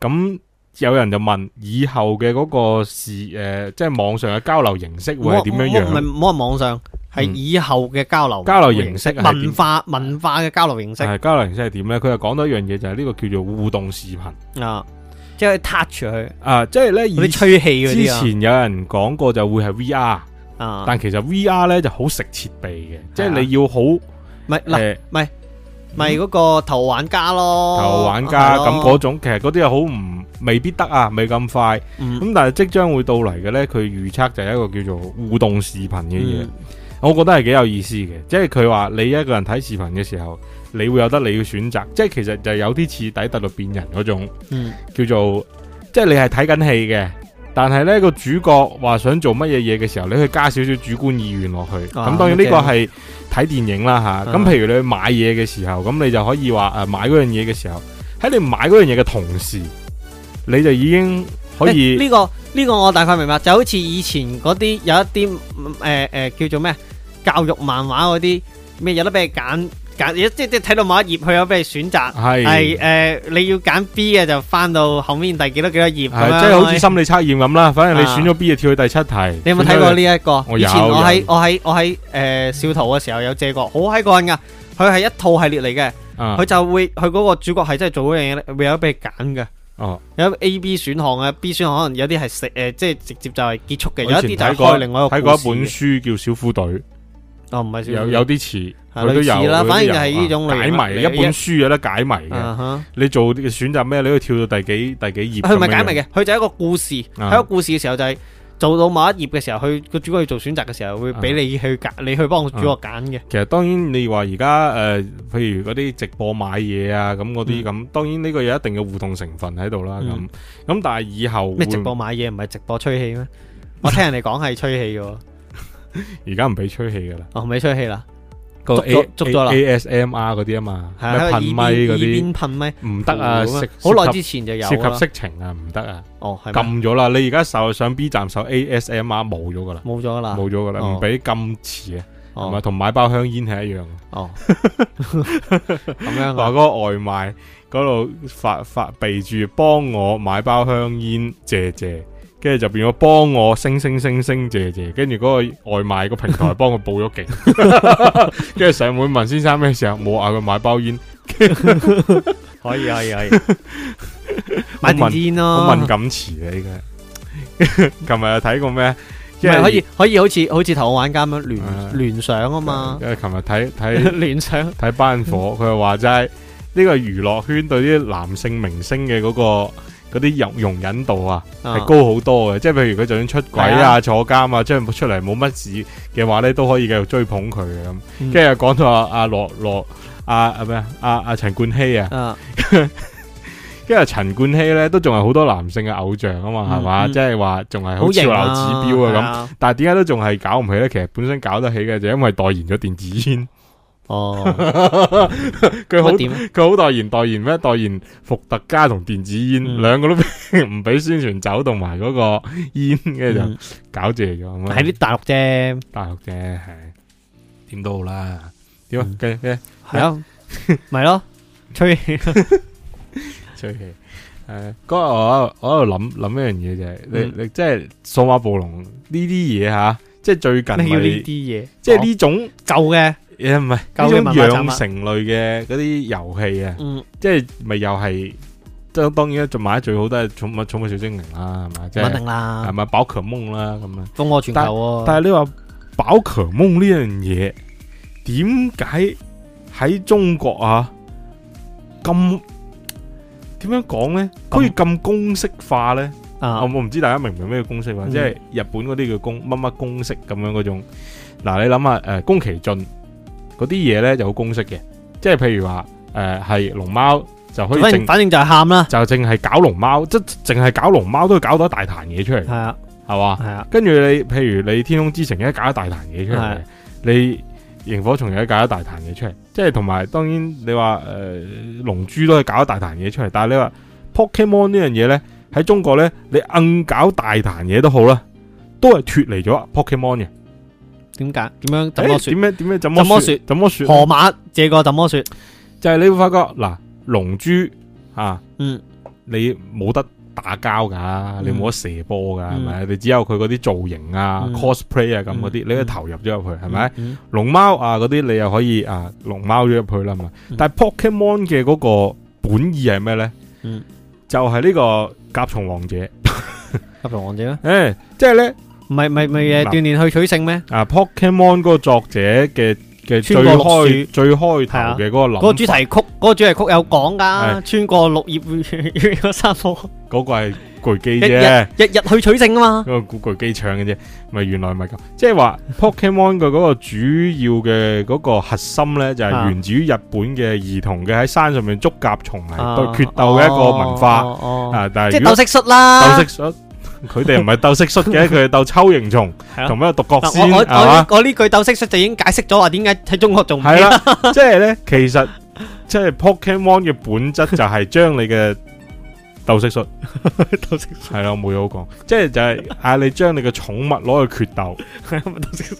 Speaker 1: 咁有人就問以後嘅嗰個視誒，即係網上嘅交流形式會係點樣
Speaker 2: 唔係
Speaker 1: 樣？
Speaker 2: 唔好話網上，係
Speaker 1: 嗯
Speaker 2: 以後嘅交流
Speaker 1: 交流形式係點
Speaker 2: 文化文化嘅交流形式
Speaker 1: 係交流形式係點咧？佢又講到一樣嘢，就係呢個叫做互動視頻
Speaker 2: 啊，即係 touch 佢
Speaker 1: 啊，即係咧
Speaker 2: 嗰
Speaker 1: 以
Speaker 2: 啲吹氣嗰
Speaker 1: 之
Speaker 2: 啲
Speaker 1: 前有人講過就會係 VR，
Speaker 2: 啊啊，
Speaker 1: 但其實 VR 咧就好食設備嘅，即係你要好呃
Speaker 2: 唔係嗱，
Speaker 1: 誒嗯
Speaker 2: 咪嗰個頭玩家咯，啊
Speaker 1: 頭玩家
Speaker 2: 係咯
Speaker 1: 咁嗰種，其實嗰啲又好唔未必得啊，未咁快。
Speaker 2: 嗯
Speaker 1: 咁但係即將會到嚟嘅咧，佢預測就係一個叫做互動視頻嘅嘢。
Speaker 2: 嗯
Speaker 1: 我覺得係幾有意思嘅，即係佢話你一個人睇視頻嘅時候，你會有得你嘅選擇，即係其實就有啲似底特律變人嗰種
Speaker 2: 嗯
Speaker 1: 叫做，即係你係睇緊戲嘅，但係呢個主角話想做乜嘢嘢嘅時候，你去加少少主觀意願落去。咁、
Speaker 2: 啊
Speaker 1: 當然呢個
Speaker 2: 好
Speaker 1: 係睇電影啦吓，咁、
Speaker 2: 啊
Speaker 1: 譬如你去買嘢嘅時候，咁你就可以話誒、買嗰樣嘢嘅時候，喺你買嗰樣嘢嘅同時，你就已經可以
Speaker 2: 呢、。呢個呢、個我大概明白，就好似以前嗰啲有一啲誒誒叫做咩教育漫畫嗰啲咩有得俾你揀揀，即即睇到某一頁佢有俾你選擇，
Speaker 1: 係
Speaker 2: 係誒、你要揀 B 嘅就翻到後面第幾多幾多頁咁
Speaker 1: 係
Speaker 2: 樣
Speaker 1: 即係好似心理測驗咁啦，反正你
Speaker 2: 啊
Speaker 1: 選咗 B 就跳去第七題。
Speaker 2: 你有冇睇過呢一個？
Speaker 1: 我有
Speaker 2: 以前我喺
Speaker 1: 有
Speaker 2: 我喺我喺誒、小圖嘅時候有借過，好閪過癮噶。佢係一套系列嚟嘅，
Speaker 1: 啊
Speaker 2: 佢、就會佢嗰個主角係真係做嗰樣嘢咧，會有得俾你揀嘅。
Speaker 1: 哦，
Speaker 2: 有 A、B 選項嘅，B 選項可能有啲係食誒，即係直接就係結束嘅，有
Speaker 1: 我以前
Speaker 2: 一啲就係
Speaker 1: 睇過
Speaker 2: 開另外一個
Speaker 1: 睇過一
Speaker 2: 故事
Speaker 1: 本
Speaker 2: 嘅
Speaker 1: 書叫《小虎隊》，
Speaker 2: 哦，唔係小
Speaker 1: 有
Speaker 2: 說
Speaker 1: 有啲似，佢
Speaker 2: 係
Speaker 1: 都
Speaker 2: 啊類似
Speaker 1: 有
Speaker 2: 啦
Speaker 1: 佢都
Speaker 2: 反
Speaker 1: 有
Speaker 2: 正係呢種
Speaker 1: 啊
Speaker 2: 類
Speaker 1: 解
Speaker 2: 型
Speaker 1: 謎，
Speaker 2: 啦
Speaker 1: 一本書有得解謎嘅。
Speaker 2: 啊
Speaker 1: 你做嘅選擇咩？你可以跳到第幾第幾頁
Speaker 2: 哈
Speaker 1: 咁樣樣？
Speaker 2: 佢啊唔係解密嘅，佢就係一個故事。
Speaker 1: 啊
Speaker 2: 喺一個故事嘅時候就係做到某一頁嘅時候，佢個主角要做選擇嘅時候，會俾你去
Speaker 1: 啊
Speaker 2: 揀，你去幫個主角揀嘅。
Speaker 1: 其實當然你話而家誒，譬如嗰啲直播買嘢啊，咁嗰啲咁，當然呢個有一定嘅互動成分喺度啦。咁
Speaker 2: 嗯
Speaker 1: 咁，但係以後會
Speaker 2: 咩直播買嘢唔係直播吹氣 咩？我聽人哋講係吹氣嘅喎，哦
Speaker 1: 而家唔俾吹氣噶啦，
Speaker 2: 哦，唔係吹氣啦，
Speaker 1: 個
Speaker 2: 捉咗
Speaker 1: A-
Speaker 2: 捉咗啦
Speaker 1: A- ASMR 嗰啲啊嘛，
Speaker 2: 係
Speaker 1: 咩
Speaker 2: 喺
Speaker 1: 噴
Speaker 2: 度
Speaker 1: 咪
Speaker 2: 耳邊
Speaker 1: 嗰啲。
Speaker 2: 耳邊噴咪
Speaker 1: 唔得啊！
Speaker 2: 咁
Speaker 1: 涉
Speaker 2: 好耐
Speaker 1: 涉及
Speaker 2: 之前就有
Speaker 1: 涉及
Speaker 2: 啦。
Speaker 1: 色情啊，唔得啊，
Speaker 2: 哦，係咩
Speaker 1: 禁咗啦！你而家受上 B 站受 ASMR 冇咗噶啦，
Speaker 2: 冇咗啦。
Speaker 1: 冇咗噶啦，
Speaker 2: 哦
Speaker 1: 唔俾禁詞啊，同埋
Speaker 2: 哦
Speaker 1: 同買包香煙係一樣嘅。
Speaker 2: 哦， 咁樣
Speaker 1: 話嗰
Speaker 2: 啊，
Speaker 1: 個外賣嗰度發發備注幫我買包香煙，謝謝。跟住就變咗幫我星星星星謝謝，跟住嗰個外賣個平台幫佢 報咗警，跟住上門問先生咩時候，冇嗌佢買包煙，
Speaker 2: 可以可以可以，買
Speaker 1: 好敏
Speaker 2: 電子煙咯。
Speaker 1: 好敏感詞啊！呢個 琴日又睇過咩？
Speaker 2: 唔係可以可以好似好似頭號玩家咁樣
Speaker 1: 啊
Speaker 2: 聯聯想啊嘛，
Speaker 1: 因為琴日睇睇
Speaker 2: 聯想
Speaker 1: 睇班火，佢又話齋呢個娛樂圈對啲男性明星嘅嗰、個嗰啲容容忍度啊，
Speaker 2: 啊
Speaker 1: 係高好多嘅。即係譬如佢就算出軌
Speaker 2: 係
Speaker 1: 啊、坐監啊，即係出嚟冇乜事嘅話咧，都可以繼續追捧佢嘅咁。
Speaker 2: 嗯
Speaker 1: 跟住又講到阿阿羅羅阿阿咩啊阿阿陳冠希啊，
Speaker 2: 啊，
Speaker 1: 跟住陳冠希咧都仲係好多男性嘅偶像啊嘛，係嘛？
Speaker 2: 嗯嗯
Speaker 1: 即係話仲係好潮
Speaker 2: 好型
Speaker 1: 流
Speaker 2: 啊
Speaker 1: 指標啊咁。
Speaker 2: 啊咁。
Speaker 1: 但係點解都仲係搞唔起咧？其實本身搞得起嘅就因為代言咗電子煙，
Speaker 2: 哦，
Speaker 1: 佢好
Speaker 2: 咁點啊？
Speaker 1: 佢好代言代言咩？代言伏特加同電子煙，
Speaker 2: 嗯
Speaker 1: 兩個都俾唔俾宣傳酒同埋嗰個煙，跟住就
Speaker 2: 嗯
Speaker 1: 搞謝咗咁
Speaker 2: 喺
Speaker 1: 樣。
Speaker 2: 啲大陸啫，
Speaker 1: 大陸啫，係點都好啦。點啊
Speaker 2: 嗯？
Speaker 1: 繼咩？
Speaker 2: 係啊，咪咯，吹氣
Speaker 1: 吹氣。誒，嗰日我我喺度諗諗一樣嘢就係，
Speaker 2: 嗯
Speaker 1: 你你即係數碼暴龍呢啲嘢吓，即係最近
Speaker 2: 你要呢啲
Speaker 1: 咪
Speaker 2: 嘢，哦
Speaker 1: 即係呢種
Speaker 2: 舊嘅，
Speaker 1: 嘢唔係呢
Speaker 2: 舊嘅
Speaker 1: 種
Speaker 2: 漫畫啊雜物
Speaker 1: 養成類嘅嗰啲遊戲啊。
Speaker 2: 嗯，
Speaker 1: 即係咪又係？即當然啦，最買得最好都係寵物寵物小精靈啦，係咪？即
Speaker 2: 穩
Speaker 1: 係
Speaker 2: 定啊嗯
Speaker 1: 係
Speaker 2: 啦，
Speaker 1: 咪寶可夢啦咁樣？
Speaker 2: 風靡全球喎，啊
Speaker 1: 但係你話寶可夢呢樣嘢，點解喺中國啊咁點樣講咧？
Speaker 2: 咁
Speaker 1: 好似咁公式化咧？我
Speaker 2: 啊，
Speaker 1: 我唔知大家明唔明咩叫公式化，
Speaker 2: 嗯
Speaker 1: 即係日本嗰啲叫公乜乜公式咁樣嗰種。嗱，你諗下誒，宮崎駿嗰啲嘢咧就好公式嘅，即係譬如話誒係龍貓就可以
Speaker 2: 反
Speaker 1: 淨
Speaker 2: 正反正就係喊啦，
Speaker 1: 就淨係搞龍貓，即係淨係搞龍貓都搞到一大壇嘢出嚟，
Speaker 2: 係啊
Speaker 1: 係嘛？
Speaker 2: 係啊，
Speaker 1: 跟住你，譬如你天空之城一搞一大壇嘢出嚟
Speaker 2: 係，
Speaker 1: 你螢火蟲又一搞一大壇嘢出嚟，即係同埋當然你話誒、呃、龍珠都係搞一大壇嘢出嚟，但係你話 Pokemon 呢樣嘢呢，喺中國呢，你硬搞大壇嘢都好啦，都係脱離咗 Pokemon 嘅。
Speaker 2: 點解點樣怎麼
Speaker 1: 誒
Speaker 2: 説？
Speaker 1: 點樣點樣怎
Speaker 2: 怎麼
Speaker 1: 麼
Speaker 2: 說
Speaker 1: 說？怎麼說？
Speaker 2: 河馬這個怎麼説？
Speaker 1: 就係你會發覺嗱，龍珠啊，
Speaker 2: 嗯，
Speaker 1: 你冇得打交噶，你冇得射波噶，係咪？你只有佢嗰啲造型啊、
Speaker 2: 嗯
Speaker 1: cosplay 啊咁嗰啲，
Speaker 2: 嗯
Speaker 1: 你去投入咗入去，係咪？
Speaker 2: 嗯？
Speaker 1: 龍貓啊嗰啲你又可以啊龍貓咗入去啦嘛
Speaker 2: 嗯。
Speaker 1: 但係 Pokemon 嘅嗰個本意係咩咧？
Speaker 2: 嗯，
Speaker 1: 就係呢個甲蟲王者。
Speaker 2: 吸龍王者咧，
Speaker 1: 誒，即係咧
Speaker 2: 唔係唔係唔係誒
Speaker 1: 嗱
Speaker 2: 鍛鍊去取勝咩？
Speaker 1: 啊 Pokemon 嗰個作者嘅嘅最
Speaker 2: 穿過綠
Speaker 1: 開最開頭
Speaker 2: 係啊
Speaker 1: 嘅嗰個諗
Speaker 2: 嗰個主題曲，嗰個主題曲有講㗎，
Speaker 1: 係
Speaker 2: 穿過綠 葉嗰山坡，
Speaker 1: 嗰個係巨
Speaker 2: 一
Speaker 1: 基
Speaker 2: 日
Speaker 1: 啫。
Speaker 2: 日日去取勝啊嘛。
Speaker 1: 嗰個古巨基唱嘅啫，咪原來咪咁，即係話 Pokemon 嘅嗰個主要嘅嗰個核心呢，就係、
Speaker 2: 啊
Speaker 1: 源自於日本嘅兒童嘅喺山上面捉甲蟲
Speaker 2: 啊
Speaker 1: 嚟對決鬥嘅一
Speaker 2: ờ,
Speaker 1: 個文化
Speaker 2: 哦哦哦
Speaker 1: 啊！但
Speaker 2: 即
Speaker 1: 係
Speaker 2: 係
Speaker 1: 如果
Speaker 2: 鬥蟋蟀啦。
Speaker 1: 鬥蟋蟀，佢哋唔係鬥蟋蟀嘅，佢哋鬥秋形 蟲
Speaker 2: 係啊
Speaker 1: 同埋個獨角
Speaker 2: 嗱
Speaker 1: 仙
Speaker 2: 我我
Speaker 1: 係嘛？
Speaker 2: 我我呢句鬥蟋蟀就已經解釋咗話點解喺中國仲唔
Speaker 1: 係啦，即係呢，其實即係 Pokemon 嘅本質就係將你嘅鬥蟋 蟀
Speaker 2: 鬥蟋
Speaker 1: 係啦，我冇嘢好講，即係就係嗌你將你嘅寵物攞去決鬥。
Speaker 2: 蟀， 鬥蟋蟀。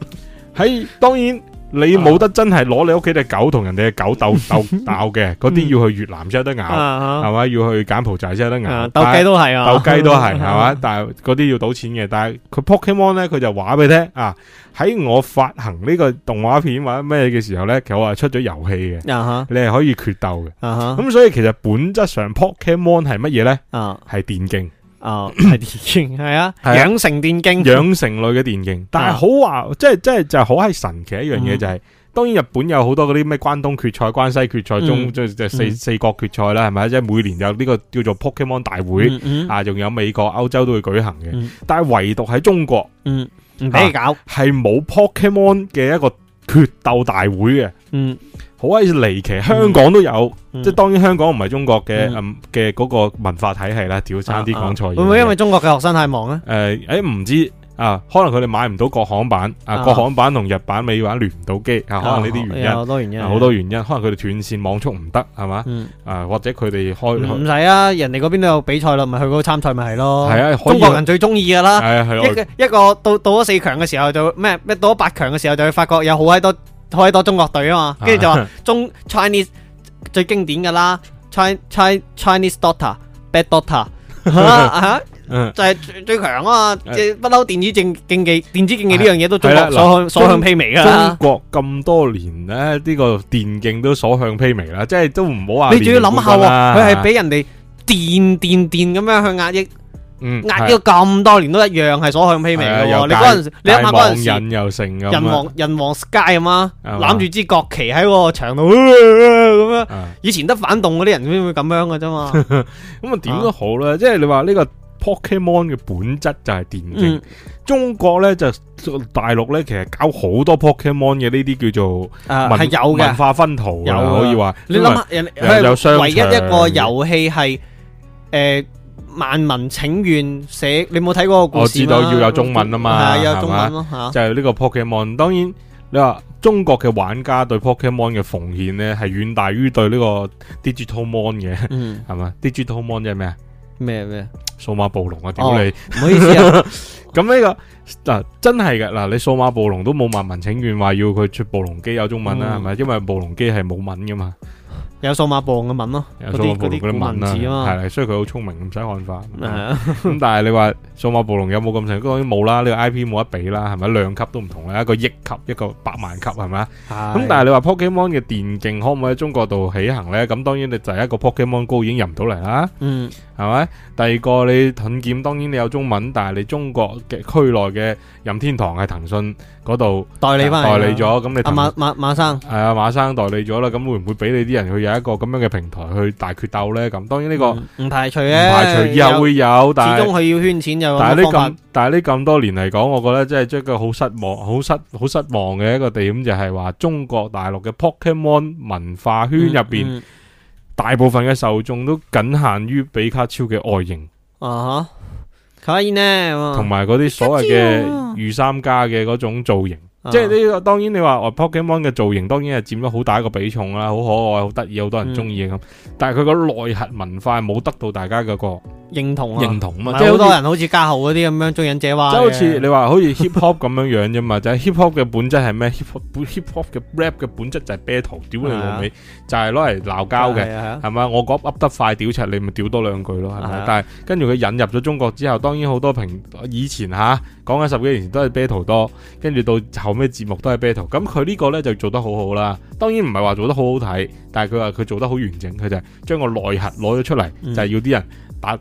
Speaker 1: 喺當然你冇得真係攞你屋企隻狗同人哋嘅狗 鬥鬥鬥嘅，嗰啲要去越南先有得咬，
Speaker 2: 啊
Speaker 1: 係咪？要去柬埔寨先有得
Speaker 2: 啊
Speaker 1: 咬。
Speaker 2: 鬥雞
Speaker 1: 都
Speaker 2: 都係啊，
Speaker 1: 鬥雞都 係係嘛？但係嗰啲要賭錢嘅。但係佢 Pokemon 咧，佢就話俾你聽啊！喺我發行呢個動畫片或者咩嘅時候咧，其實我係出咗遊戲嘅，
Speaker 2: 啊
Speaker 1: 你係可以決鬥嘅。
Speaker 2: 哈啊
Speaker 1: 咁所以其實本質上 Pokemon 係乜嘢咧？
Speaker 2: 哈啊
Speaker 1: 係電競。
Speaker 2: 啊係電競係啊，
Speaker 1: 係啊
Speaker 2: 養成電 競
Speaker 1: 養成類嘅電競，但係好話，即係即係就係好係神奇一樣嘢
Speaker 2: 啊嗯
Speaker 1: 就係、當然日本有好多嗰啲咩關東決賽、關西決賽、
Speaker 2: 嗯
Speaker 1: 中即係四
Speaker 2: 嗯
Speaker 1: 四國決賽啦，係咪？即係每年有呢個叫做 Pokemon 大會
Speaker 2: 嗯嗯
Speaker 1: 啊，仲有美國、歐洲都會舉行嘅
Speaker 2: 嗯。
Speaker 1: 但係唯獨喺中國
Speaker 2: 嗯唔俾你搞，
Speaker 1: 係冇 Pokemon 嘅一個決鬥大會嘅，
Speaker 2: 嗯
Speaker 1: 好係離奇。香港都有，
Speaker 2: 嗯
Speaker 1: 即係當然香港唔係中國嘅
Speaker 2: 嗯啊
Speaker 1: 嗯嘅嗰個文化體系啦，屌差啲講錯嘢。
Speaker 2: 會唔會因為中國嘅學生太忙啊咧？
Speaker 1: 誒誒唔知啊，可能佢哋買唔到國行版
Speaker 2: 啊
Speaker 1: 啊，國行版同日版美版聯唔到機啊，可能呢啲原
Speaker 2: 有
Speaker 1: 因。
Speaker 2: 好多原因，
Speaker 1: 啊好多原因，可能佢哋斷線網速唔得，係嘛？
Speaker 2: 嗯。
Speaker 1: 啊，或者佢哋
Speaker 2: 唔
Speaker 1: 開
Speaker 2: 使啊，人哋嗰邊都有比賽啦，咪去嗰度參賽咪係咯。
Speaker 1: 係啊可以
Speaker 2: 中國人最中意噶啦，
Speaker 1: 係啊係
Speaker 2: 一
Speaker 1: 啊
Speaker 2: 個一個到到咗四強嘅時候就咩咩到咗八強嘅時候就會發覺有好閪多好閪多中國隊啊嘛，跟住 就話中 Chinese 最經典噶啦，Chin Chin Chinese daughter bad daughter 啊
Speaker 1: 嗯，
Speaker 2: 就係最最強啊嘛，
Speaker 1: 誒
Speaker 2: 即係不嬲電子競競技電子競技呢樣嘢都中
Speaker 1: 係
Speaker 2: 國
Speaker 1: 啦嗱
Speaker 2: 所向所向
Speaker 1: 中
Speaker 2: 披靡噶
Speaker 1: 中
Speaker 2: 啦。
Speaker 1: 國咁多年咧，呢個電競都所向披靡啦，啊即係都唔好話
Speaker 2: 你仲要諗下
Speaker 1: 啊年年冠軍
Speaker 2: 喎，
Speaker 1: 啦
Speaker 2: 佢係俾人哋電電電咁樣去壓抑。
Speaker 1: 嗯
Speaker 2: 壓
Speaker 1: 係
Speaker 2: 咗咁多年都一樣係所向披靡嘅
Speaker 1: 係啊
Speaker 2: 喎。
Speaker 1: 又
Speaker 2: 你
Speaker 1: 大
Speaker 2: 嗰陣時，你諗下
Speaker 1: 大
Speaker 2: 嗰陣
Speaker 1: 網
Speaker 2: 時，
Speaker 1: 癮又成咁啊
Speaker 2: 人王人王 Sky 啊嘛，
Speaker 1: 係嘛
Speaker 2: 攬住支國旗喺個牆度咁樣。
Speaker 1: 啊
Speaker 2: 以前得反動嗰啲人先會咁樣嘅啫 嘛。
Speaker 1: 咁啊點都好啦，即係你話呢個 Pokemon 嘅本質就係電競
Speaker 2: 嗯。
Speaker 1: 中國咧就大陸咧，其實搞好多 Pokemon 嘅呢啲叫做
Speaker 2: 啊
Speaker 1: 文
Speaker 2: 係有
Speaker 1: 文
Speaker 2: 嘅。
Speaker 1: 化分圖
Speaker 2: 有
Speaker 1: 啊，
Speaker 2: 㗎
Speaker 1: 可以話
Speaker 2: 你諗下，人
Speaker 1: 因為
Speaker 2: 佢
Speaker 1: 有有商
Speaker 2: 係
Speaker 1: 場
Speaker 2: 唯一一個遊戲係誒萬民請願寫，你冇睇過個故事嘛
Speaker 1: 我知道要有中文啊嘛
Speaker 2: 係啊，有
Speaker 1: 係
Speaker 2: 中
Speaker 1: 嘛
Speaker 2: 文咯嚇。
Speaker 1: 就係呢個 Pokemon。當然你話中國嘅玩家對 Pokemon 嘅奉獻咧，係遠大於對呢個 Digital Mon 嘅，
Speaker 2: 嗯，
Speaker 1: 係嘛？Digital Mon 即係咩啊？
Speaker 2: 咩咩？
Speaker 1: 數碼暴龍啊！屌你！
Speaker 2: 唔好意思啊，
Speaker 1: 咁呢個嗱真係嘅嗱，你數碼暴龍都冇萬民請願話要佢出暴龍機有中文啦，
Speaker 2: 嗯
Speaker 1: 係咪？因為暴龍機係冇文噶嘛，
Speaker 2: 有數碼暴嘅文咯，
Speaker 1: 有
Speaker 2: 嗰
Speaker 1: 數碼暴龍
Speaker 2: 啲嗰啲
Speaker 1: 嗰
Speaker 2: 古
Speaker 1: 啲文
Speaker 2: 文字
Speaker 1: 啦，
Speaker 2: 啊
Speaker 1: 係啦，所以佢好聰明，唔使漢化。
Speaker 2: 嘛。係啊
Speaker 1: 咁但係你話數碼暴龍有冇咁成功？當然冇啦，呢、個 I P 冇得比啦，係咪？量級都唔同啦，一個億級，一個百萬級，係咪啊？咁
Speaker 2: 係
Speaker 1: 但係你話 Pokemon 嘅電競可唔可以喺中國度起行呢？咁當然你就係一個 Pokemon Go 已經入唔到嚟啦，
Speaker 2: 嗯。
Speaker 1: 係係咪？第二個你盾劍當然你有中文，但係你中國嘅區內嘅任天堂係騰訊嗰度
Speaker 2: 代理翻
Speaker 1: 代理咗，咁你
Speaker 2: 阿
Speaker 1: 騰
Speaker 2: 啊馬馬馬生，
Speaker 1: 係啊馬生代理咗啦，咁會唔會俾你啲人去有一個咁樣嘅平台去大決鬥呢？咁當然呢個唔
Speaker 2: 嗯唔排除嘅，
Speaker 1: 排除以後會有，但
Speaker 2: 始
Speaker 1: 係
Speaker 2: 終佢要圈錢有
Speaker 1: 但係呢
Speaker 2: 咁方
Speaker 1: 咁，但係呢咁多年嚟講，我覺得真係即係一個好失望、好失、好失望嘅一個點，就係話中國大陸嘅 Pokemon 文化圈入邊，
Speaker 2: 嗯
Speaker 1: 大部分嘅受眾都僅限於比卡超嘅外形，
Speaker 2: 嗯啊吓，卡因呢咁啊
Speaker 1: 同埋嗰啲所謂
Speaker 2: 比卡超啊
Speaker 1: 嘅御三家嘅嗰種造型。即係呢個當然你話哦 Pokemon 嘅造型當然係佔咗好大一個比重啦，好可愛、好得意、好
Speaker 2: 嗯
Speaker 1: 多人中意嘅咁。但係佢個內核文化係冇得到大家嗰個
Speaker 2: 認同啊，
Speaker 1: 認同啊
Speaker 2: 唔
Speaker 1: 嘛，即
Speaker 2: 係
Speaker 1: 係
Speaker 2: 好
Speaker 1: 好
Speaker 2: 多
Speaker 1: 似
Speaker 2: 人好似家豪嗰啲咁樣中忍者話嘅，啊
Speaker 1: 即係好似你話好似 hip hop 咁樣樣啫嘛，就係 hip hop 嘅本質係咩？hip hop hip hop 嘅 rap 嘅本質就係 battle，屌你老
Speaker 2: 啊
Speaker 1: 味，就係攞嚟鬧交嘅。
Speaker 2: 係啊，係啊
Speaker 1: 係咪？我講噏得快屌柒你，咪屌多兩句咯，係
Speaker 2: 係
Speaker 1: 咪
Speaker 2: 啊？
Speaker 1: 但係跟住佢引入咗中國之後，當然好多平以前吓講緊十幾年前都係 battle 多，跟住到後尾節目都係 battle。咁佢呢個呢就做得好好啦。當然唔係話做得好好睇，但係佢話佢做得好完整，佢就係將個內核攞咗出嚟，
Speaker 2: 嗯
Speaker 1: 就係要啲人打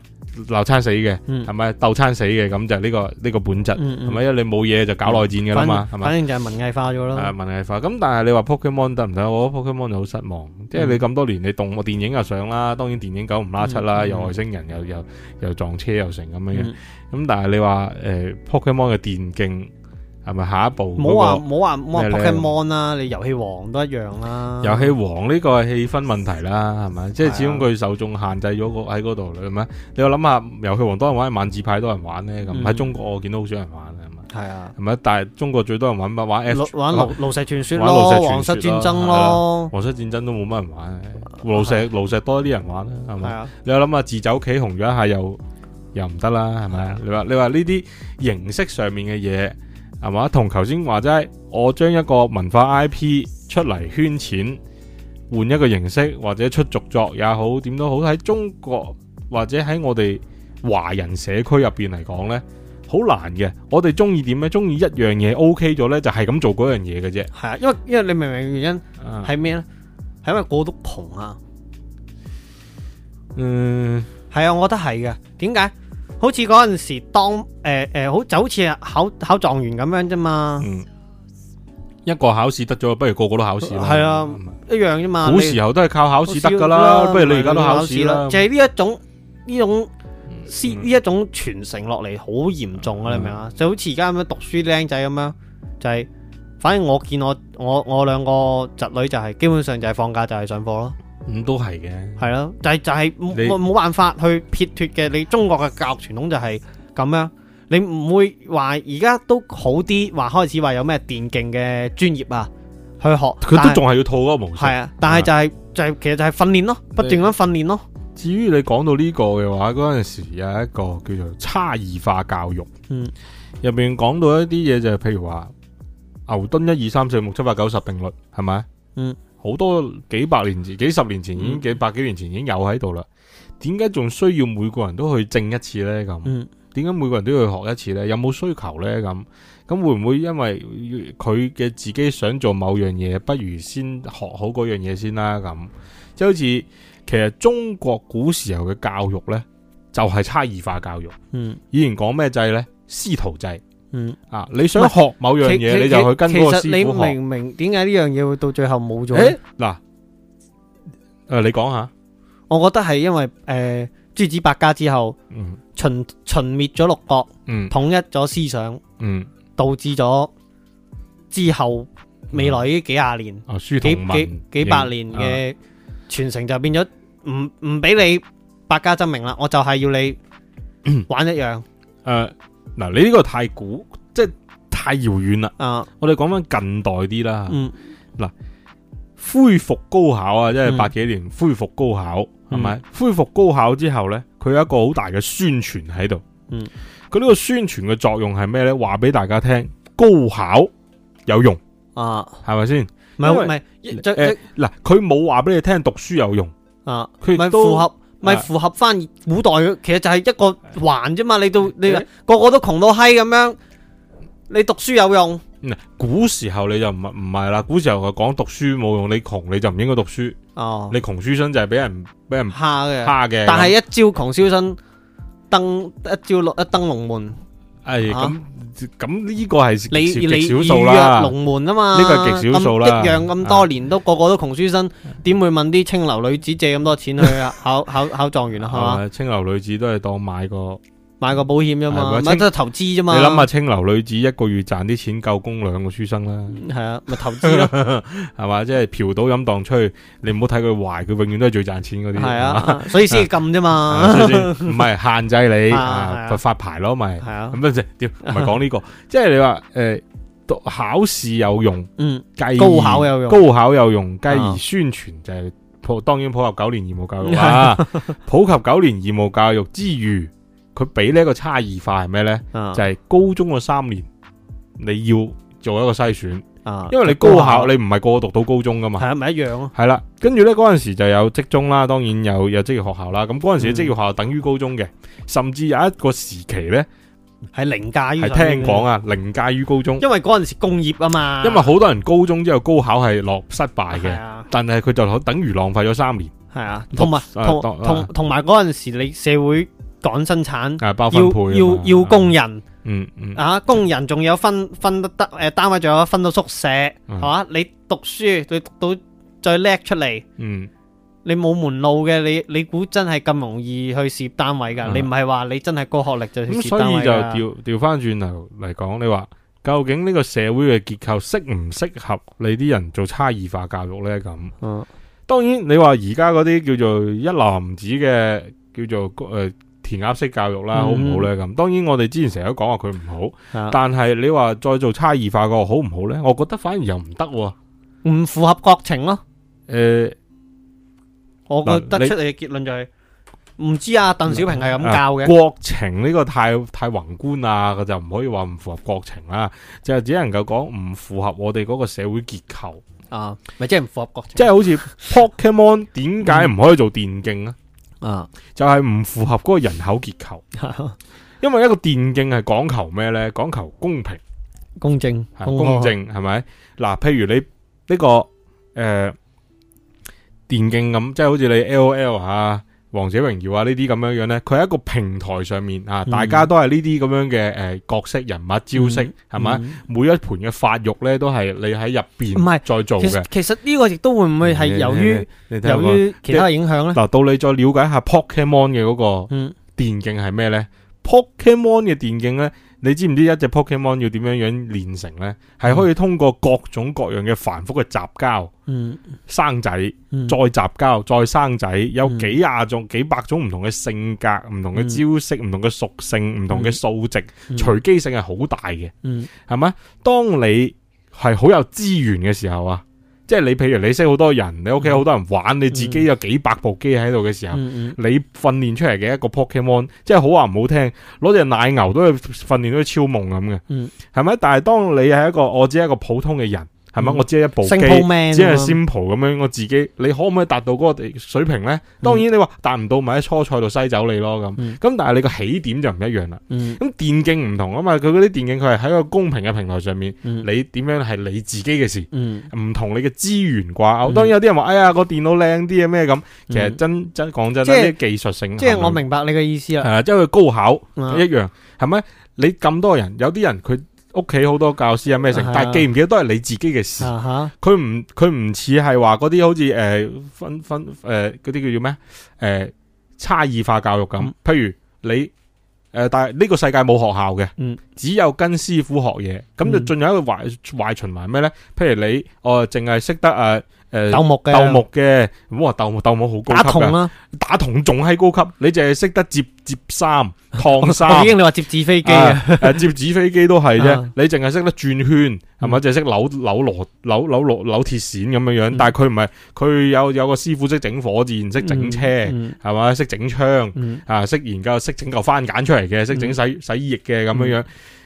Speaker 1: 鬧餐死嘅，
Speaker 2: 嗯
Speaker 1: 係咪鬥餐死嘅？咁就呢個呢個本質。
Speaker 2: 嗯
Speaker 1: 係咪？因為你冇嘢就搞內戰
Speaker 2: 嗯
Speaker 1: 㗎啦嘛，係
Speaker 2: 反
Speaker 1: 咪？
Speaker 2: 反正就係文藝化咗
Speaker 1: 誒
Speaker 2: 啦，
Speaker 1: 啊文藝化咁，但係你話 Pokemon 得唔得？我覺得 Pokemon 就好失望，即係
Speaker 2: 嗯
Speaker 1: 你咁多年你動電影又上啦，當然電影九唔拉七啦，
Speaker 2: 嗯嗯
Speaker 1: 又外星人又又又撞車又成咁樣樣。
Speaker 2: 嗯
Speaker 1: 咁但係你話誒 Pokemon 嘅電競係咪下一步
Speaker 2: 冇嗯話
Speaker 1: 嗰
Speaker 2: 冇話冇話
Speaker 1: 咩咧
Speaker 2: Pokemon 啦，你遊戲王都一樣啦，
Speaker 1: 個遊戲王呢個係氣氛問題啦，係咪？即
Speaker 2: 係
Speaker 1: 係
Speaker 2: 啊
Speaker 1: 始終佢受眾限制咗個喺嗰度啦，係咪？你又諗下遊戲王多人玩，萬字牌多人玩呢？咁
Speaker 2: 嗯
Speaker 1: 喺中國我見到好少人玩係咪？
Speaker 2: 係啊，
Speaker 1: 係咪？但係中國最多人玩乜玩 F
Speaker 2: 老玩爐爐石傳說
Speaker 1: 哎玩爐石
Speaker 2: 咯，
Speaker 1: 傳
Speaker 2: 皇
Speaker 1: 說
Speaker 2: 室戰
Speaker 1: 啦
Speaker 2: 爭
Speaker 1: 係啦
Speaker 2: 咯，
Speaker 1: 皇室戰爭都冇乜人玩，爐石爐石多啲人玩啦，係
Speaker 2: 哦係
Speaker 1: 咪？
Speaker 2: 啊，
Speaker 1: 你有諗下自走棋紅咗一下又又唔得啦，係
Speaker 2: 係
Speaker 1: 咪
Speaker 2: 啊？
Speaker 1: 你話你話呢啲形式上面嘅嘢係嘛？同頭先話齋，我將一個文化 IP 出嚟圈錢，換一個形式或者出續作也好，點都好，喺中國或者喺我哋華人社區入邊嚟講呢，好難嘅。我哋中意點呢？中意一樣嘢 OK 咗呢，就係咁做嗰樣嘢嘅啫。
Speaker 2: 係啊，因為因為你明唔明原因？
Speaker 1: 啊
Speaker 2: 係咩咧？係因為過度窮啊！
Speaker 1: 嗯，
Speaker 2: 係啊，我覺得係嘅。點解？好似嗰陣時當誒誒、呃好就好似考考狀元咁樣啫嘛，
Speaker 1: 嗯，一個考試得咗，不如個個都考試啦。
Speaker 2: 係啊
Speaker 1: 係咪
Speaker 2: 一樣啫嘛。
Speaker 1: 古
Speaker 2: 你
Speaker 1: 時候都係靠考試得噶啦，不如你而家都考試啦。
Speaker 2: 就係呢一種呢種
Speaker 1: 嗯
Speaker 2: 思呢一種傳承落嚟好嚴重啊！你明唔明啊？就好似而家咁樣讀書僆仔咁樣，就係、反正我見我我我兩個侄女就係、基本上就係放假就係上課咯，
Speaker 1: 咁嗯都係嘅，
Speaker 2: 係咯，就係、就係冇
Speaker 1: 你
Speaker 2: 冇冇辦法去撇脱嘅。你中國嘅教育傳統就係咁樣，你唔會話而家都好啲，話開始話有咩電競嘅專業啊去學，
Speaker 1: 佢
Speaker 2: 但
Speaker 1: 都
Speaker 2: 係
Speaker 1: 仲係要套嗰個模式
Speaker 2: 係。啊，嗯但係就係、就係、其實就係訓練咯，不斷咁訓練咯，
Speaker 1: 至於你講到呢個嘅話，嗰陣時有一個叫做差異化教育，
Speaker 2: 嗯，
Speaker 1: 入邊講到一啲嘢就係譬如話牛頓一二三四五六七八九十定律係咪？
Speaker 2: 嗯，
Speaker 1: 好多幾百年前、幾十年前已經
Speaker 2: 嗯
Speaker 1: 幾百幾年前已經有喺度啦。點解仲需要每個人都去證一次呢？咁？
Speaker 2: 嗯
Speaker 1: 點解每個人都要去學一次呢？有冇需求呢？咁咁會唔會因為佢嘅自己想做某樣嘢，不如先學好嗰樣嘢先啦？咁即係好似其實中國古時候嘅教育呢，就係、差異化教育。
Speaker 2: 嗯
Speaker 1: 以前講咩制呢？師徒制
Speaker 2: 嗯，
Speaker 1: 啊！你想學某樣
Speaker 2: 其
Speaker 1: 嘢，
Speaker 2: 其
Speaker 1: 你就去跟嗰個
Speaker 2: 其實
Speaker 1: 師
Speaker 2: 你
Speaker 1: 傅學。
Speaker 2: 明唔明點解呢樣嘢會到最後冇咗呢？
Speaker 1: 誒嗱，誒你講下，
Speaker 2: 我覺得係因為誒、呃、諸子百家之後，
Speaker 1: 嗯
Speaker 2: 秦秦滅咗六國，
Speaker 1: 嗯
Speaker 2: 統一咗思想，
Speaker 1: 嗯，
Speaker 2: 導致咗之後未來呢幾廿年、
Speaker 1: 啊書
Speaker 2: 幾
Speaker 1: 嗯同
Speaker 2: 幾
Speaker 1: 文
Speaker 2: 幾百年
Speaker 1: 啊
Speaker 2: 嘅傳承就變咗唔唔俾你百家爭鳴啦，我就係要 你玩一樣
Speaker 1: 誒呃嗱、你呢個太古即係太遙遠啦。
Speaker 2: 啊，
Speaker 1: 我哋講翻近代啲啦，
Speaker 2: 嗯
Speaker 1: 恢復高考啊，即係
Speaker 2: 嗯
Speaker 1: 八幾年恢復高考，係
Speaker 2: 嗯
Speaker 1: 咪？恢復高考之後呢，佢有一個好大嘅宣傳喺度。
Speaker 2: 嗯，
Speaker 1: 佢呢個宣傳嘅作用係咩呢？話俾大家聽，高考有用，
Speaker 2: 啊，
Speaker 1: 係咪先？
Speaker 2: 唔係
Speaker 1: 因為
Speaker 2: 唔係一就
Speaker 1: 誒嗱，佢冇話俾你聽讀書有用，
Speaker 2: 啊。
Speaker 1: 佢
Speaker 2: 咪
Speaker 1: 亦
Speaker 2: 符
Speaker 1: 都
Speaker 2: 合咪
Speaker 1: 啊
Speaker 2: 符合翻古代嘅，其實就係一個環啫嘛。你到你
Speaker 1: 誒
Speaker 2: 個個都窮到閪咁樣，你讀書有用
Speaker 1: 嗯嗱古時候你就唔係唔係啦，古時候就講讀書冇用，你窮你就唔應該讀書，
Speaker 2: 哦，
Speaker 1: 你窮書生就係俾人俾 人
Speaker 2: 蝦嘅，
Speaker 1: 蝦嘅，
Speaker 2: 但係一招窮燒身登一招落一登龍門，
Speaker 1: 係
Speaker 2: 啊
Speaker 1: 咁哎咁呢個係
Speaker 2: 你
Speaker 1: 極
Speaker 2: 你
Speaker 1: 極少
Speaker 2: 預
Speaker 1: 數
Speaker 2: 約
Speaker 1: 啦。
Speaker 2: 龍門啊嘛，
Speaker 1: 呢個係極少數啦啊
Speaker 2: 咁一樣咁多年都個個都窮書生，點會問啲清流女子借咁多錢去 考考考狀元啊？係嘛，
Speaker 1: 係清流女子都係當買個，
Speaker 2: 買個保險啫
Speaker 1: 係
Speaker 2: 嘛，
Speaker 1: 咪
Speaker 2: 咪
Speaker 1: 清
Speaker 2: 都係投資啫
Speaker 1: 你
Speaker 2: 嘛。
Speaker 1: 諗下清流女子一個月賺啲錢夠供兩個書生啦。
Speaker 2: 下，係啊，咪投資咯，
Speaker 1: 係嘛？即係嫖賭飲蕩吹，你唔好睇佢壞，佢永遠都係最賺錢嗰啲。
Speaker 2: 係
Speaker 1: 係嘛，
Speaker 2: 啊，所以先禁啫嘛
Speaker 1: 係，咪先唔係限制你
Speaker 2: 啊
Speaker 1: 啊，
Speaker 2: 係啊
Speaker 1: 咪發牌咯，咪
Speaker 2: 係啊，
Speaker 1: 咁即係點？唔係講呢個，即係你話誒，讀考試有用，
Speaker 2: 嗯，
Speaker 1: 繼而
Speaker 2: 高考有用
Speaker 1: 高考有用，繼而
Speaker 2: 啊
Speaker 1: 宣傳就係普，當然普及九年義務教育 啦。普及九年義務教育之餘，佢俾呢一個差異化係咩呢？
Speaker 2: 啊
Speaker 1: 就係高中嗰三年你要做一個篩選，
Speaker 2: 啊，
Speaker 1: 因為你高考你唔係個個讀到高中噶嘛
Speaker 2: 係。啊，咪一樣咯，
Speaker 1: 系啦，跟住呢嗰陣時就有職中啦，當然有有職業學校啦。咁嗰陣
Speaker 2: 嗯
Speaker 1: 時嘅職業學校等於高中嘅，甚至有一個時期呢，
Speaker 2: 係凌駕於
Speaker 1: 係
Speaker 2: 上面
Speaker 1: 聽講啊，凌駕於高中，
Speaker 2: 因為嗰陣時工業啊嘛，
Speaker 1: 因為好多人高中之後高考係落失敗
Speaker 2: 係
Speaker 1: 嘅，
Speaker 2: 啊，
Speaker 1: 但係佢就等於浪費咗三年
Speaker 2: 係啊，
Speaker 1: 讀
Speaker 2: 同埋
Speaker 1: 啊
Speaker 2: 同
Speaker 1: 當
Speaker 2: 同同埋嗰陣時你社會趕生產，
Speaker 1: 啊，包分
Speaker 2: 要
Speaker 1: 配啊嘛
Speaker 2: 要要工，人
Speaker 1: 嗯嗯，
Speaker 2: 啊，工人仲有分分得得誒單位，仲有分到宿舍，
Speaker 1: 嗯
Speaker 2: 係嘛？你讀書你讀到最叻出嚟。
Speaker 1: 嗯
Speaker 2: 你冇門路嘅，你你估真係咁容易去事業單位㗎？
Speaker 1: 嗯
Speaker 2: 你唔係話你真係高學歷就去
Speaker 1: 咁
Speaker 2: 事業
Speaker 1: 所
Speaker 2: 單
Speaker 1: 以
Speaker 2: 位
Speaker 1: 就
Speaker 2: 㗎
Speaker 1: 調調翻轉頭嚟講，你話究竟呢個社會嘅結構適唔適合你啲人做差異化教育呢？咁？
Speaker 2: 嗯
Speaker 1: 當然，你話而家嗰啲叫做一男子嘅叫做誒、呃填鴨式教育啦，
Speaker 2: 嗯
Speaker 1: 好唔好呢？咁當然，我哋之前成日都講話佢唔好，
Speaker 2: 啊
Speaker 1: 但係你話再做差異化個好唔好呢？我覺得反而又唔得喎。
Speaker 2: 唔符合國情咯。呃
Speaker 1: 誒、
Speaker 2: 我覺
Speaker 1: 嗱你
Speaker 2: 得出嚟嘅結論就係唔知啊，鄧小平係咁
Speaker 1: 啊
Speaker 2: 教嘅。
Speaker 1: 國情呢個太太宏觀啊，就唔可以話唔符合國情啦，就只能夠講唔符合我哋嗰個社會結 構。
Speaker 2: 啊，咪即係唔符合國情，
Speaker 1: 即係好似 Pokemon 點解唔可以做電競呢？
Speaker 2: 啊，
Speaker 1: 就係唔符合嗰個人口結構，因為一個電競係講求咩呢？講求公平。
Speaker 2: 公正
Speaker 1: 係公正係咪？嗱，譬如你呢、個誒、呃、電競咁，即係好似你 L O L 啊、王者榮耀啊呢啲咁樣樣咧，佢喺一個平台上面啊，
Speaker 2: 嗯
Speaker 1: 大家都係呢啲咁樣嘅誒、呃角色、人物、招式
Speaker 2: 嗯
Speaker 1: 係咪？？
Speaker 2: 嗯
Speaker 1: 每一盤嘅發育咧，都係你喺入邊
Speaker 2: 唔係
Speaker 1: 再做
Speaker 2: 其
Speaker 1: 嘅
Speaker 2: 實。其實呢個亦都會唔會係由於
Speaker 1: 你聽我
Speaker 2: 由
Speaker 1: 講
Speaker 2: 於其他嘅影響咧？
Speaker 1: 嗱，到你再了解下 Pokemon 嘅嗰個
Speaker 2: 嗯，
Speaker 1: 電競係咩呢 p o k e m o n 嘅電競呢，你知唔知一隻 Pokemon 要點樣樣練成呢？係可以通過各種各樣嘅繁複嘅雜交
Speaker 2: 嗯
Speaker 1: 生仔，
Speaker 2: 嗯，
Speaker 1: 再雜交，再生仔，有
Speaker 2: 嗯
Speaker 1: 幾廿種、幾百種唔同嘅性格、唔同嘅
Speaker 2: 嗯
Speaker 1: 招式、唔同嘅屬性、唔同嘅數值，
Speaker 2: 嗯
Speaker 1: 隨機性係好大嘅，
Speaker 2: 嗯
Speaker 1: 係咪？當你係好有資源嘅時候啊，即係你譬如你識好多人，你屋企好多人玩，你自己有幾百部機喺度嘅時候。
Speaker 2: 嗯
Speaker 1: 你訓練出嚟嘅一個 Pokemon，即係好話唔好聽，攞隻奶牛都去訓練到超夢咁嘅，
Speaker 2: 嗯
Speaker 1: 係咪？但係當你係一個我只係一個普通嘅人，係咪？
Speaker 2: 嗯
Speaker 1: 我只係一部機
Speaker 2: 嗯，升，鋪 man，
Speaker 1: 只係 simple 咁樣，我自己你可唔可以達到嗰個地水平呢？當然你話達唔到，咪喺初賽度篩走你咯咁。咁、
Speaker 2: 嗯
Speaker 1: 但係你個起點就唔一樣啦。
Speaker 2: 嗯
Speaker 1: 咁電競唔同啊嘛，佢嗰啲電競佢係喺一個公平嘅平台上面，
Speaker 2: 嗯
Speaker 1: 你點樣係你自己嘅事。
Speaker 2: 嗯
Speaker 1: 唔同你嘅資源掛鈎，
Speaker 2: 嗯
Speaker 1: 當然有啲人話：哎呀，個電腦靚啲啊咩咁。其實
Speaker 2: 嗯
Speaker 1: 真真講真啦，
Speaker 2: 即係
Speaker 1: 呢啲技術性
Speaker 2: 即係我明白你嘅意思
Speaker 1: 誒，
Speaker 2: 啦。
Speaker 1: 即係佢高考
Speaker 2: 啊
Speaker 1: 一樣係咪？你咁多人，有啲人佢屋企好多教師啊咩成
Speaker 2: 係啊，
Speaker 1: 但係記唔記得都係你自己嘅事。
Speaker 2: 啊
Speaker 1: 佢唔佢唔似係話嗰啲好似誒分分誒嗰啲叫做咩誒差異化教育咁
Speaker 2: 嗯。
Speaker 1: 譬如你誒，但係呢個世界冇學校嘅，
Speaker 2: 嗯
Speaker 1: 只有跟師傅學嘢，咁就
Speaker 2: 嗯
Speaker 1: 進入一個壞壞循環咩咧？譬如你哦，淨係識得誒
Speaker 2: 嚇，
Speaker 1: 誒
Speaker 2: 鬥木嘅
Speaker 1: 呃鬥木嘅，唔好話鬥木鬥木好
Speaker 2: 打啊
Speaker 1: 高級
Speaker 2: 銅
Speaker 1: 㗎，
Speaker 2: 啦，
Speaker 1: 打銅仲係高級，你淨係識得摺摺衫、燙衫
Speaker 2: 我已。經你話摺紙飛機啊，
Speaker 1: 啊誒摺紙飛機都係啫
Speaker 2: 啊，嗯
Speaker 1: 你淨係識得轉圈，係咪？淨係識扭扭螺、扭扭螺、扭鐵線咁樣樣。
Speaker 2: 嗯
Speaker 1: 但係佢唔係，佢有有個師傅識整火箭，識整車，係
Speaker 2: 嗯
Speaker 1: 咪？識整槍，
Speaker 2: 嗯
Speaker 1: 啊，識研究，識整嚿番梘出嚟嘅，識整洗洗衣液嘅咁樣樣。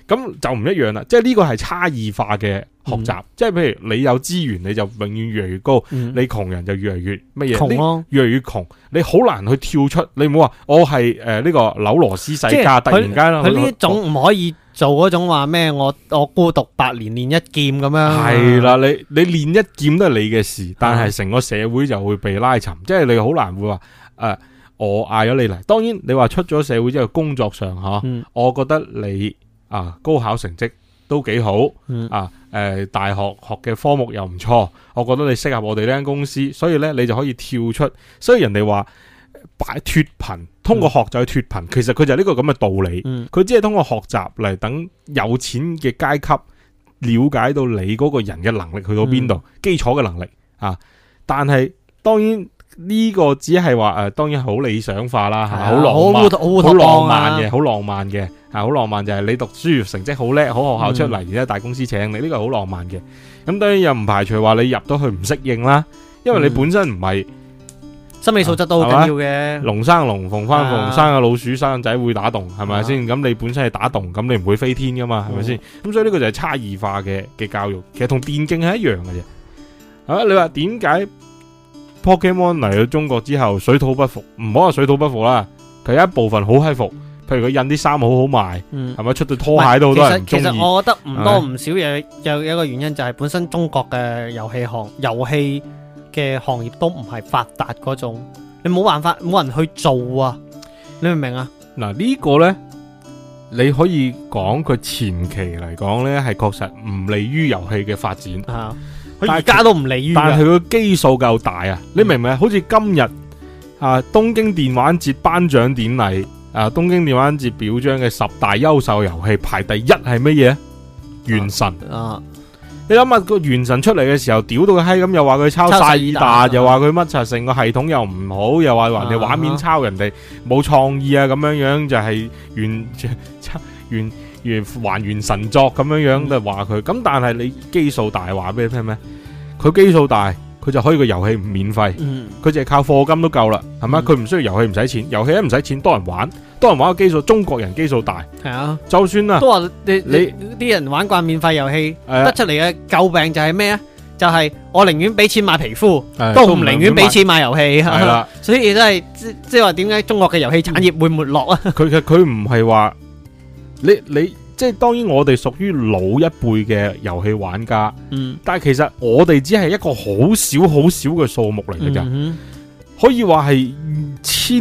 Speaker 1: 咁就唔一樣啦，即係呢個係差異化嘅學習。即係譬如你有資源，你就永遠越嚟越高；
Speaker 2: 嗯啊
Speaker 1: 你窮人就越嚟越乜嘢？
Speaker 2: 窮
Speaker 1: 呢
Speaker 2: 咯，
Speaker 1: 越嚟越窮，你好難哦呃去跳出。你唔好話我係誒呢個扭螺絲世
Speaker 2: 即係
Speaker 1: 家，突然間
Speaker 2: 佢呢一種唔可以做嗰種話咩我我孤獨百年練一劍咁樣，
Speaker 1: 系啦，你你练一劍都係你嘅事，但係成個社會就會被拉沉，即係你好難會話诶、呃我嗌咗你嚟。當然你話出咗社會之後工作上吓，
Speaker 2: 嗯
Speaker 1: 我覺得你啊高考成績都幾好
Speaker 2: 嗯
Speaker 1: 啊，诶、大學學嘅科目又唔錯，我覺得你適合我哋呢間公司，所以呢，你就可以跳出。所以人哋話擺呃脱貧，通過學就去脱貧，其實佢就係呢個咁嘅道理。
Speaker 2: 嗯
Speaker 1: 佢只係通過學習嚟等有錢嘅階級了解到你嗰個人嘅能力去到邊度，
Speaker 2: 嗯
Speaker 1: 基礎嘅能力啊。但係當然呢個只係話誒，當然係好理想化啦，啊嚇好浪漫
Speaker 2: 啊好烏。托好
Speaker 1: 好
Speaker 2: 烏托
Speaker 1: 浪
Speaker 2: 邦啊
Speaker 1: 漫嘅，，好浪漫嘅，啊，好浪漫就係你讀書成績好叻，好
Speaker 2: 嗯
Speaker 1: 學校出嚟，然之後大公司請你，呢個係好浪漫嘅。咁當然又唔排除話你入到去唔適應啦，因為你
Speaker 2: 嗯
Speaker 1: 本身唔係
Speaker 2: 心理素質都好緊要嘅，
Speaker 1: 龍生龍，鳳翻
Speaker 2: 嗯啊
Speaker 1: 鳳，生嘅老鼠生仔會打洞，係咪
Speaker 2: 啊嗯
Speaker 1: 先？咁你本身係打洞，咁你唔會飛天噶嘛，係咪先？咁所以呢個就係差異化嘅嘅教育，其實同電競係一樣嘅啫。啊，你話點解 Pokemon 嚟到中國之後水土不服？唔好話水土不服啦，佢有一部分好閪服，譬如佢印啲衫好好賣，
Speaker 2: 嗯。
Speaker 1: 係咪出對拖鞋都好多人唔
Speaker 2: 其
Speaker 1: 中
Speaker 2: 實其
Speaker 1: 意
Speaker 2: 實。我覺得唔
Speaker 1: 係
Speaker 2: 多唔少嘢有有一個原因就係本身中國嘅遊戲行遊戲嘅行業都唔係發達嗰種，你冇辦法冇人去做啊！你明唔明啊？
Speaker 1: 嗱呢個呢，你可以講佢前期嚟講呢，係確實唔利於遊戲嘅發展。
Speaker 2: 啊，
Speaker 1: 但係
Speaker 2: 佢而家都唔理於
Speaker 1: 但係
Speaker 2: 㗎，
Speaker 1: 佢個基數夠大啊！
Speaker 2: 嗯
Speaker 1: 你明唔明啊？好似今日啊，東京電玩節頒獎典禮啊，東京電玩節表彰嘅十大優秀遊戲排第一係乜嘢？原神，
Speaker 2: 啊，
Speaker 1: 你諗下個原神出嚟嘅時候，屌到佢閪咁，又話佢抄
Speaker 2: 抄
Speaker 1: 晒
Speaker 2: 薩
Speaker 1: 爾
Speaker 2: 爾
Speaker 1: 達，
Speaker 2: 達
Speaker 1: 又話佢乜柒，成個系統又唔好，又話人哋
Speaker 2: 啊
Speaker 1: 畫面抄人哋冇創意啊，咁樣樣就係 原抄原原還原神作咁樣樣
Speaker 2: 嗯
Speaker 1: 就話佢。咁但係你基數大話俾你聽咩？佢基數大，佢就可以個遊戲唔免費，
Speaker 2: 嗯，
Speaker 1: 佢淨係靠課金都夠啦，係咪？
Speaker 2: 嗯
Speaker 1: 佢唔需要遊戲唔使錢，遊戲一唔使錢，多人玩，多人玩嘅基數，中國人基數大，
Speaker 2: 係啊，
Speaker 1: 就算啦，
Speaker 2: 都話你
Speaker 1: 你
Speaker 2: 你啲人玩慣免費遊戲
Speaker 1: 誒
Speaker 2: 得出嚟嘅舊病就係咩啊？就係我寧願俾錢買皮膚，
Speaker 1: 誒
Speaker 2: 都唔寧願俾
Speaker 1: 買
Speaker 2: 錢買遊戲。
Speaker 1: 係啦。
Speaker 2: 所以真係即即係話點解中國嘅遊戲產業會沒落啊？
Speaker 1: 佢佢佢唔係話你你即係當然我哋屬於老一輩嘅遊戲玩家，
Speaker 2: 嗯，
Speaker 1: 但係其實我哋只係一個好少好少嘅數目嚟嘅咋，
Speaker 2: 嗯哼
Speaker 1: 可以話係千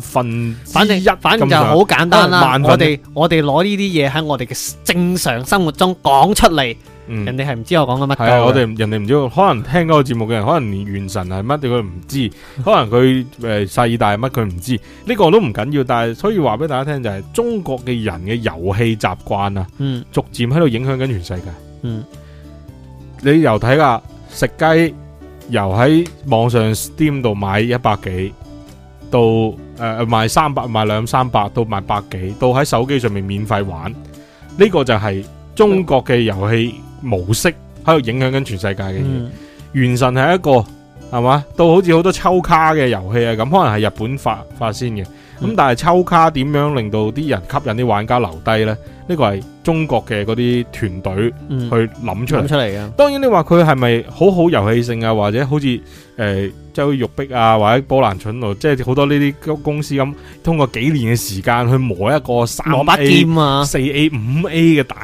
Speaker 1: 分之
Speaker 2: 反正
Speaker 1: 一
Speaker 2: 反正
Speaker 1: 咁
Speaker 2: 就
Speaker 1: 上下
Speaker 2: 好簡單
Speaker 1: 可能
Speaker 2: 啦
Speaker 1: 萬。分
Speaker 2: 我哋我哋攞呢啲嘢喺我哋嘅正常生活中講出嚟，
Speaker 1: 嗯
Speaker 2: 人哋係唔知我講緊乜鳩
Speaker 1: 係
Speaker 2: 嘅
Speaker 1: 啊，我哋唔人哋唔知道，可能聽嗰個節目嘅人，可能連原神係乜佢唔知，可能佢誒世爾大係乜佢唔知，呢、個都唔緊要。但係所以話俾大家聽就係、中國嘅人嘅遊戲習慣啊，
Speaker 2: 嗯
Speaker 1: 逐漸喺度影響緊全世界。
Speaker 2: 嗯
Speaker 1: 你由睇噶食雞，由喺網上 Steam 度買一百幾，到誒、呃、賣三百賣兩三百，到賣百幾，到喺手機上面免費玩，呢、個就係中國嘅遊戲模式喺度影響緊全世界嘅嘢。
Speaker 2: 嗯
Speaker 1: 原神係一個係嘛，到好似好多抽卡嘅遊戲啊，咁可能係日本發發先嘅。咁
Speaker 2: 嗯
Speaker 1: 但係抽卡點樣令到啲人吸引啲玩家留低呢？呢個係中國嘅嗰啲團隊
Speaker 2: 嗯，
Speaker 1: 去諗出嚟
Speaker 2: 諗。出嚟啊嘅。
Speaker 1: 當然你話佢係咪好好遊戲性啊，或者好似誒、呃即係好似玉璧啊，或者波蘭蠢奴，即係好多呢啲公公司咁，通過幾年嘅時間去磨一個三
Speaker 2: 攞把
Speaker 1: A、
Speaker 2: 劍啊，
Speaker 1: 四 A、五 A 嘅大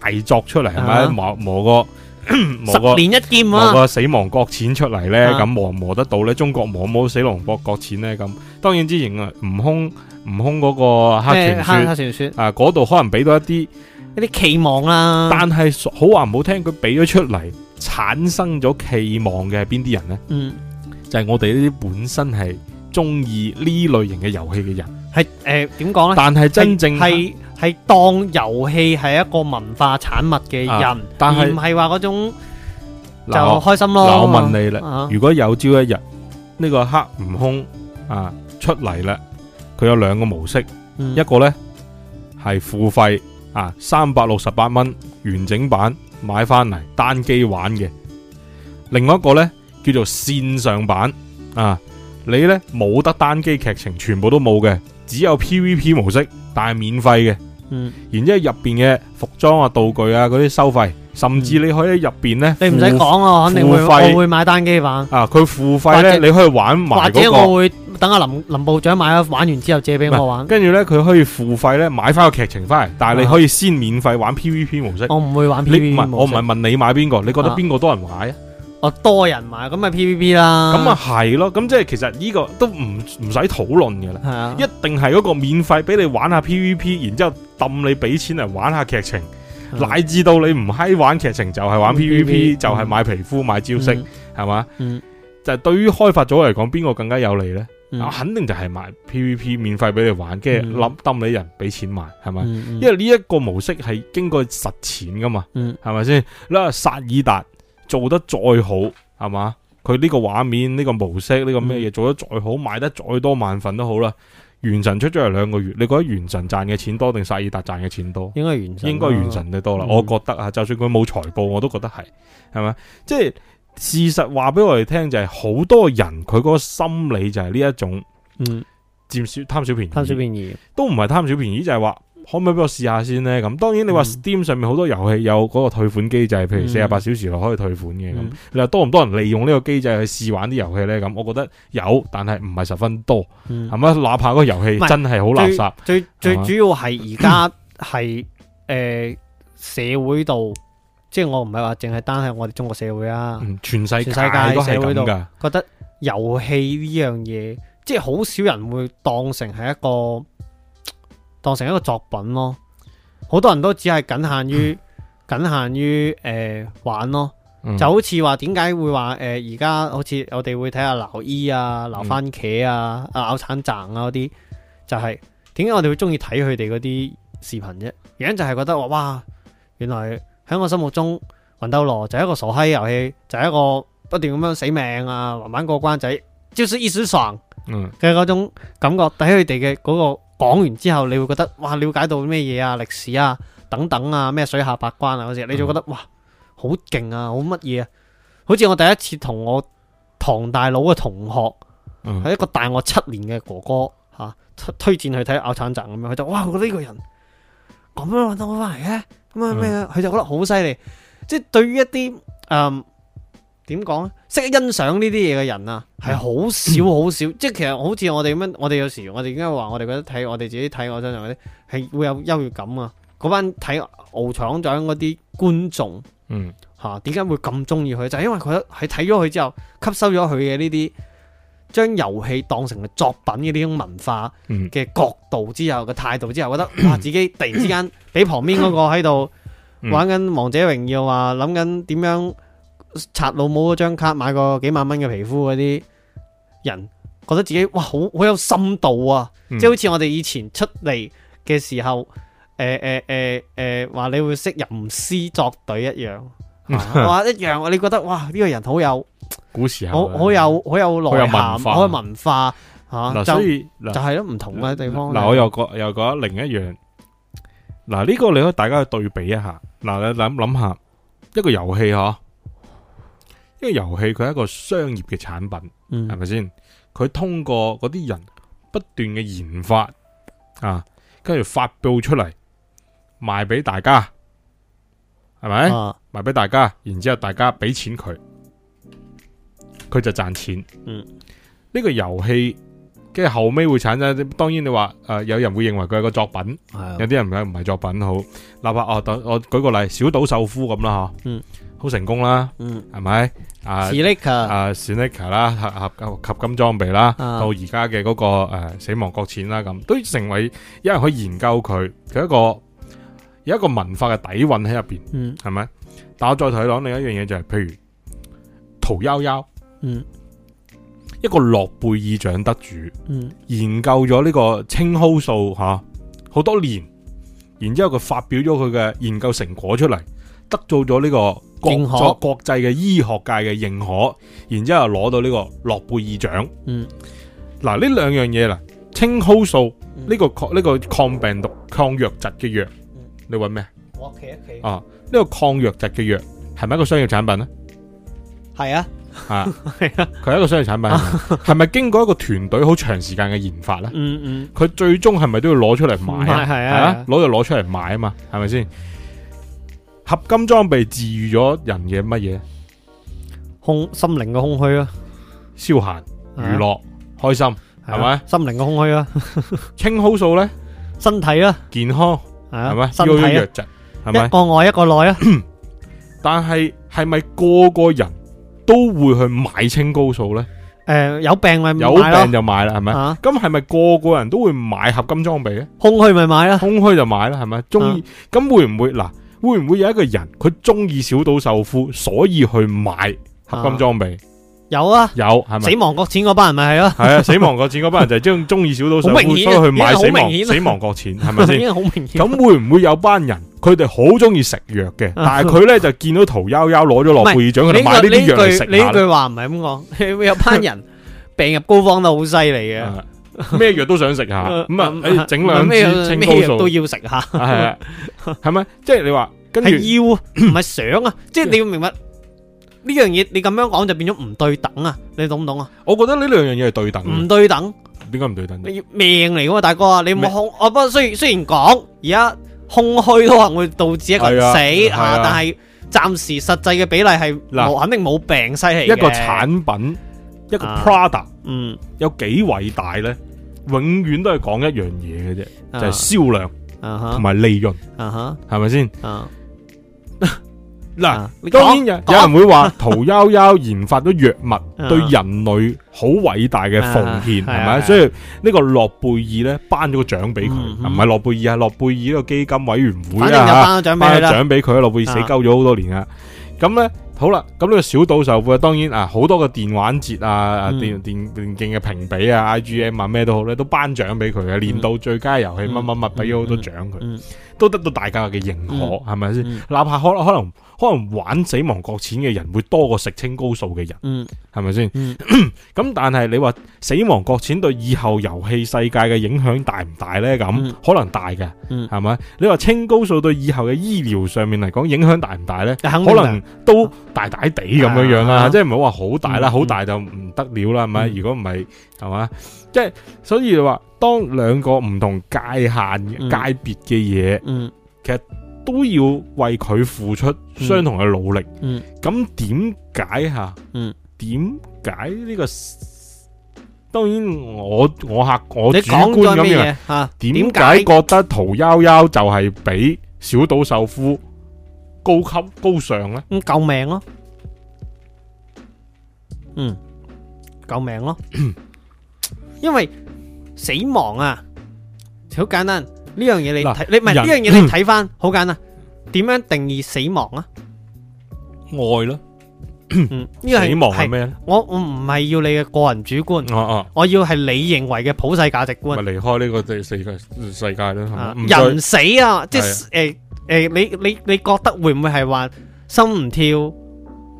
Speaker 1: 大作出嚟，係咪
Speaker 2: 啊
Speaker 1: 磨磨個 磨個
Speaker 2: 十年一劍
Speaker 1: 磨
Speaker 2: 啊，
Speaker 1: 個死亡國錢出嚟呢？
Speaker 2: 啊
Speaker 1: 咁磨唔磨得到呢？中國磨冇死亡國國錢呢？咁當然之前啊，悟空悟空嗰個黑傳
Speaker 2: 咩黑
Speaker 1: 說
Speaker 2: 黑傳說
Speaker 1: 啊，嗰度可能俾到一啲。
Speaker 2: 一啲期望啦。
Speaker 1: 但係好話唔好聽，佢俾咗出嚟，產生咗期望嘅係邊啲人呢？
Speaker 2: 嗯
Speaker 1: 就係我哋呢啲本身係中意呢類型嘅遊戲嘅人，
Speaker 2: 係誒點講咧？
Speaker 1: 但係真正
Speaker 2: 係係當遊戲係一個文化產物嘅
Speaker 1: 啊
Speaker 2: 人，
Speaker 1: 但
Speaker 2: 而
Speaker 1: 係
Speaker 2: 唔係話嗰種就
Speaker 1: 嗱，我
Speaker 2: 開心咯。
Speaker 1: 嗱我問你啦，
Speaker 2: 啊
Speaker 1: 如果有朝一日呢個黑悟空啊出嚟啦，佢有兩個模式，
Speaker 2: 嗯
Speaker 1: 一個呢係付費啊三百六十八蚊完整版買翻嚟單機玩嘅，另外一個呢叫做線上版啊，你呢冇得單機劇情，全部都冇嘅，只有 PVP 模式，但係免費嘅。
Speaker 2: 嗯
Speaker 1: 然之後入邊嘅服裝啊、道具啊嗰啲收費，甚至你可以喺入邊呢，
Speaker 2: 你唔使
Speaker 1: 付
Speaker 2: 講啊，我肯定會
Speaker 1: 付費
Speaker 2: 我會買單機版。
Speaker 1: 啊，佢付費呢，
Speaker 2: 或者
Speaker 1: 你可以玩埋
Speaker 2: 或
Speaker 1: 嗰
Speaker 2: 者
Speaker 1: 個
Speaker 2: 我會等阿林林部長買咗玩完之後借俾我玩，
Speaker 1: 跟住呢，佢可以付費呢買翻個劇情翻嚟，但係
Speaker 2: 啊
Speaker 1: 你可以先免費玩 PVP 模式。
Speaker 2: 我唔會玩
Speaker 1: 你唔
Speaker 2: PVP
Speaker 1: 係我
Speaker 2: 模
Speaker 1: 唔
Speaker 2: 式
Speaker 1: 係問你買邊個，你覺得
Speaker 2: 啊
Speaker 1: 邊個多人買啊？
Speaker 2: 我多人買，咁咪 PVP 啦。
Speaker 1: 咁啊，係咯，咁即係其實呢個都唔唔使討論嘅啦。
Speaker 2: 係啊，
Speaker 1: 一定係嗰個免費俾你玩下 PVP，然之後抌你俾錢嚟玩下劇情，乃至到你唔閪玩劇情就係玩
Speaker 2: 啊嗯
Speaker 1: PVP，
Speaker 2: 嗯
Speaker 1: 就係買皮膚買招式，
Speaker 2: 嗯
Speaker 1: 係嘛？
Speaker 2: 嗯
Speaker 1: 就係對於開發組嚟講，邊個更加有利呢？
Speaker 2: 嗯
Speaker 1: 啊肯定就係買 PVP 免費俾你玩，跟住
Speaker 2: 嗯
Speaker 1: 冧抌你人俾錢買，係咪？
Speaker 2: 嗯嗯
Speaker 1: 因為呢一個模式係經過實踐噶嘛，
Speaker 2: 嗯
Speaker 1: 係咪先？嗱，薩爾達做得再好，係嘛？佢呢個畫面、呢、個模式、呢、個
Speaker 2: 嗯
Speaker 1: 咩嘢做得再好，賣得再多萬份都好啦。原神出咗嚟兩個月，你覺得原神賺嘅錢多定薩爾達賺嘅錢多？
Speaker 2: 應該係原神，啊
Speaker 1: 應該原。神嘅多啦，
Speaker 2: 嗯
Speaker 1: 我覺得啊，就算佢冇財報，我都覺得係，係咪？即係事實話俾我哋聽就係、好多人佢嗰個心理就係呢一種
Speaker 2: 嗯，
Speaker 1: 佔小貪小便宜。
Speaker 2: 貪小便宜。
Speaker 1: 都唔係貪小便宜，就係話可唔可以俾我試下先呢？咁當然你話
Speaker 2: 嗯
Speaker 1: Steam 上面好多遊戲有嗰個退款機制，譬如
Speaker 2: 嗯
Speaker 1: 四十八小時內可以退款嘅咁。
Speaker 2: 嗯
Speaker 1: 你話多唔多人利用呢個機制去試玩啲遊戲呢？咁我覺得有，但係唔係十分多，
Speaker 2: 嗯
Speaker 1: 係咪？哪怕嗰個遊戲
Speaker 2: 唔係
Speaker 1: 真係好垃圾，
Speaker 2: 最最
Speaker 1: 係嘛
Speaker 2: 主要係而家 係誒社會度，即係我唔係話淨係單係我哋中國社會啊，
Speaker 1: 嗯全世界都
Speaker 2: 全世界
Speaker 1: 係
Speaker 2: 社會
Speaker 1: 咁
Speaker 2: 度
Speaker 1: 噶。
Speaker 2: 覺得遊戲呢樣嘢，即係好少人會當成係一個當成一個作品咯。好多人都只係僅限於僅限於誒、玩咯。
Speaker 1: 嗯
Speaker 2: 就好似話點解會話誒而家好似我哋會睇下撈衣啊、撈番茄啊、啊咬橙掙啊嗰啲，就係點解我哋會中意睇佢哋嗰啲視頻啫？原因就係覺得話哇，原來喺我心目中魂斗羅就係一個傻閪遊戲，就係、一個不斷咁樣死命啊，慢慢過關仔，就是一時爽
Speaker 1: 嗯
Speaker 2: 嘅嗰種感覺。睇佢哋嘅嗰個講完之後，你會覺得哇，了解到咩嘢啊、歷史啊等等啊、咩水下八關啊嗰時，你就覺得哇，好勁啊，好乜嘢啊！好似我第一次同我唐大佬嘅同學，
Speaker 1: 嗯
Speaker 2: 係一個大我七年嘅哥哥嚇、推推薦佢睇《咬橙站》咁樣，佢就哇，我覺得呢個人咁樣揾到我翻嚟嘅，咁啊咩啊，佢就覺得好犀利。即係對於一啲誒點講咧，啊識得欣賞呢啲嘢嘅人啊，係好少好少。即係其實好似我哋咁樣，我哋有時我哋點解話我哋覺得睇我哋自己睇我身上嗰啲係會有優越感啊？嗰班睇敖廠長嗰啲觀眾。
Speaker 1: 嗯
Speaker 2: 嚇點解會咁中意佢？就係、因為佢喺睇咗佢之後，吸收咗佢嘅呢啲將遊戲當成係作品嘅呢種文化
Speaker 1: 嗯
Speaker 2: 嘅角度之後嘅態度之後，覺得哇自己突然之間俾旁邊嗰個喺度
Speaker 1: 嗯
Speaker 2: 玩緊王者榮耀啊，諗緊點樣刷老母嗰張卡買個幾萬蚊嘅皮膚嗰啲人，覺得自己哇好好有深度啊！
Speaker 1: 嗯
Speaker 2: 即係好似我哋以前出嚟嘅時候，誒誒誒誒話你會識吟詩作對一樣，話一樣，你覺得哇呢個人好有
Speaker 1: 古時候
Speaker 2: 好
Speaker 1: 啊
Speaker 2: 好有
Speaker 1: 好
Speaker 2: 好有
Speaker 1: 有
Speaker 2: 內
Speaker 1: 文
Speaker 2: 涵，
Speaker 1: 化
Speaker 2: 好有文化嚇，
Speaker 1: 嗱，
Speaker 2: 就
Speaker 1: 所
Speaker 2: 就
Speaker 1: 以嗱
Speaker 2: 係咯唔同嘅地方。
Speaker 1: 嗱，我又覺又覺得另一樣，嗱呢個你可以大家去對比一下。嗱，你諗諗下一個遊戲嗬，一個遊戲佢係一個商業嘅產品，
Speaker 2: 嗯
Speaker 1: 係咪先？佢通過嗰啲人不斷嘅研發啊，跟住發布出嚟賣俾大家，係咪？
Speaker 2: 啊
Speaker 1: 賣俾大家，然之後大家俾錢佢，佢就賺錢。
Speaker 2: 嗯，
Speaker 1: 呢個遊戲跟住後尾會產生一啲，當然你話誒、呃有人會認為佢係個作品，
Speaker 2: 啊
Speaker 1: 有啲人唔係唔係作品好。哪怕哦，等我舉個例，小島秀夫咁啦嗬，
Speaker 2: 嗯，
Speaker 1: 好成功啦，
Speaker 2: 嗯
Speaker 1: 係咪？啊
Speaker 2: 史力克
Speaker 1: 啊 s e n e c a 啦，合合合金裝備啦，
Speaker 2: 啊
Speaker 1: 到而家嘅嗰個誒死亡擱淺啦，咁都成為有人去研究佢，佢一個有一個文化嘅底蘊喺入邊。
Speaker 2: 嗯
Speaker 1: 係咪？但我再同你講另一樣嘢就係、譬如屠呦呦，
Speaker 2: 嗯
Speaker 1: 一個諾貝爾獎得主，
Speaker 2: 嗯
Speaker 1: 研究咗呢個青蒿素吓好、多年，然之後佢發表咗佢嘅研究成果出嚟，得到咗呢個
Speaker 2: 認可
Speaker 1: 國作國際嘅醫學界嘅認可，然之後攞到呢個諾貝爾獎。
Speaker 2: 嗯
Speaker 1: 嗱，呢兩樣嘢啦，青蒿素呢、
Speaker 2: 嗯
Speaker 1: 個抗呢、個抗病毒、抗瘧疾嘅藥
Speaker 2: 嗯，
Speaker 1: 你揾咩？
Speaker 2: 我企一企
Speaker 1: 啊，呢、個抗瘧疾嘅藥係咪一個商業產品呢？
Speaker 2: 係啊
Speaker 1: 啊，
Speaker 2: 係啊
Speaker 1: 佢係一個商業產
Speaker 2: 啊
Speaker 1: 品，係咪經過一個團隊好長時間嘅研發咧？
Speaker 2: 嗯嗯
Speaker 1: 佢最終係咪都要攞出嚟賣啊？
Speaker 2: 係
Speaker 1: 係
Speaker 2: 啊
Speaker 1: 啊，攞就攞出嚟賣啊嘛，係咪先？合金裝備治愈咗人嘅乜嘢？
Speaker 2: 空心靈嘅空虛咯，
Speaker 1: 消閒、
Speaker 2: 係啊
Speaker 1: 娛樂、開心，
Speaker 2: 係啊，
Speaker 1: 係咪？
Speaker 2: 心靈嘅空虛啦，
Speaker 1: 清好數咧，
Speaker 2: 身體啦，係啊，
Speaker 1: 健康係咪？
Speaker 2: 身體啊，
Speaker 1: 腰腰弱疾係咪？
Speaker 2: 一個愛，一個內啊，
Speaker 1: 但係係咪個個人都會去買清高數咧？
Speaker 2: Ờ, 誒，有病咪
Speaker 1: 有
Speaker 2: 嗯買咯，啊
Speaker 1: 病就買啦，係咪？
Speaker 2: Ờ,
Speaker 1: 咁係咪個個人都會買合金裝備咧？
Speaker 2: 啊，空虛咪買啦，
Speaker 1: 空虛就買啦，係咪？中
Speaker 2: 啊
Speaker 1: 意咁會唔會嗱？會唔會有一個人佢中意小島秀夫，所以去買合金裝備？
Speaker 2: 有啊，
Speaker 1: 有係咪？
Speaker 2: 死亡國錢嗰班人咪係咯，
Speaker 1: 系啊，死亡國錢嗰班人就係中中意小島秀
Speaker 2: 好
Speaker 1: 夫，
Speaker 2: 明
Speaker 1: 所
Speaker 2: 顯
Speaker 1: 以去買死
Speaker 2: 已經好
Speaker 1: 亡
Speaker 2: 明顯啊
Speaker 1: 死亡國錢，係 咪先？
Speaker 2: 已經好明顯。啊
Speaker 1: 咁會唔會有班人佢哋好中意食藥
Speaker 2: 啊
Speaker 1: 嘅，但係佢咧就見到屠呦呦攞咗諾貝爾獎，佢
Speaker 2: 呢
Speaker 1: 就買
Speaker 2: 個
Speaker 1: 呢
Speaker 2: 呢
Speaker 1: 啲藥嚟
Speaker 2: 句
Speaker 1: 食下
Speaker 2: 呢
Speaker 1: 啦
Speaker 2: 句話唔係咁 講，有班人病入膏肓得好犀利嘅。
Speaker 1: 啊咩藥都想食
Speaker 2: Ờ,
Speaker 1: 下，咁啊，誒整兩
Speaker 2: 咩
Speaker 1: 支
Speaker 2: 藥
Speaker 1: 清
Speaker 2: 咩
Speaker 1: 高
Speaker 2: 藥都
Speaker 1: 素，
Speaker 2: 要食下，
Speaker 1: 係啊，係咪？即係你話跟住
Speaker 2: 係要唔係想啊？即係你要明白呢樣嘢，你咁樣講就變咗唔對等啊！你懂唔懂啊？
Speaker 1: 我覺得呢兩樣嘢係對等嘅，
Speaker 2: 唔對等，
Speaker 1: 點解唔對等啫？
Speaker 2: 你命嚟噶嘛，大哥啊！你
Speaker 1: 咩
Speaker 2: 冇空，我不過雖雖然講而家空虛都可能會導致一個人
Speaker 1: 係
Speaker 2: 死
Speaker 1: 啊係啊
Speaker 2: 嚇，但係暫時實際嘅比例係
Speaker 1: 嗱
Speaker 2: 冇肯定冇病犀利
Speaker 1: 一個
Speaker 2: 嘅
Speaker 1: 產品，一個
Speaker 2: 啊
Speaker 1: product
Speaker 2: 嗯
Speaker 1: 有幾偉大咧？永遠都係講一樣嘢嘅啫，就係銷量
Speaker 2: 啊
Speaker 1: 同
Speaker 2: 哈
Speaker 1: 埋利潤，
Speaker 2: 啊哈
Speaker 1: 係咪先？
Speaker 2: 啊
Speaker 1: 嗱
Speaker 2: 啊，你
Speaker 1: 當然有
Speaker 2: 講講
Speaker 1: 有人會話 屠呦呦研發咗藥物
Speaker 2: 啊
Speaker 1: 對人類好偉大嘅奉獻，係
Speaker 2: 啊係啊係
Speaker 1: 咪？
Speaker 2: 啊
Speaker 1: 所以呢個諾貝爾咧頒咗個獎俾佢，
Speaker 2: 嗯
Speaker 1: 唔
Speaker 2: 哼
Speaker 1: 係諾貝爾啊，諾貝爾呢個基金委員會
Speaker 2: 反正就
Speaker 1: 啊，
Speaker 2: 頒咗獎
Speaker 1: 頒
Speaker 2: 俾
Speaker 1: 咗
Speaker 2: 你啦。
Speaker 1: 獎俾佢，諾貝爾死
Speaker 2: 啊
Speaker 1: 鳩咗好多年啊。咁咧好啦，咁呢個小島秀夫啊，當然啊好多個電玩節啊、啊
Speaker 2: 嗯
Speaker 1: 電電電競嘅評比啊、IGM 啊咩都好咧，都頒獎俾佢嘅，年度最佳遊戲乜乜乜俾咗好多獎佢，
Speaker 2: 嗯
Speaker 1: 都得到大家嘅認可，
Speaker 2: 嗯
Speaker 1: 係咪先？
Speaker 2: 嗯
Speaker 1: 哪怕可能可能可能玩死亡國錢嘅人會多過食清高數嘅人，
Speaker 2: 嗯
Speaker 1: 係咪先？
Speaker 2: 嗯
Speaker 1: 咁但係你話死亡國錢對以後遊戲世界嘅影響大唔大呢？咁、
Speaker 2: 嗯
Speaker 1: 可能大嘅，
Speaker 2: 嗯
Speaker 1: 係咪？你話清高數對以後嘅醫療上面嚟講影響大唔大呢？
Speaker 2: 肯定
Speaker 1: 可
Speaker 2: 嘅
Speaker 1: 能都大大地咁樣樣啦，
Speaker 2: 啊
Speaker 1: 即係唔好話好大啦，
Speaker 2: 嗯
Speaker 1: 好、大就唔得了啦，係咪？
Speaker 2: 嗯
Speaker 1: 如果唔係，係嘛？即係所以你話當兩個唔同界限、
Speaker 2: 嗯
Speaker 1: 界別嘅嘢。
Speaker 2: 嗯
Speaker 1: 都要為佢付出相同嘅努力。
Speaker 2: 嗯，
Speaker 1: 咁點解吓？
Speaker 2: 嗯，
Speaker 1: 點解呢個？當然我我客我
Speaker 2: 你
Speaker 1: 主
Speaker 2: 講
Speaker 1: 觀
Speaker 2: 咗
Speaker 1: 咁
Speaker 2: 咩
Speaker 1: 樣，
Speaker 2: 嘢啊吓？
Speaker 1: 點
Speaker 2: 點
Speaker 1: 解覺得屠呦呦就係比小島秀夫高級高尚呢？
Speaker 2: 咁救命咯？嗯，救命咯！因為死亡啊，好簡單。呢樣嘢你
Speaker 1: 嗱
Speaker 2: 睇，你唔係
Speaker 1: 人
Speaker 2: 呢樣嘢你睇翻，好簡單。點樣定義死亡啊？
Speaker 1: 愛咯，
Speaker 2: 嗯，呢
Speaker 1: 死
Speaker 2: 個
Speaker 1: 亡
Speaker 2: 係
Speaker 1: 係
Speaker 2: 係
Speaker 1: 咩呢？
Speaker 2: 我我唔係要你嘅個人主觀，
Speaker 1: 哦哦，
Speaker 2: 我要係你認為嘅普世價值觀
Speaker 1: 咪。離開呢個地世界世界啦，係嘛
Speaker 2: 啊
Speaker 1: 唔再
Speaker 2: 人死啊，即系诶诶，你你你觉得会唔会系话心唔跳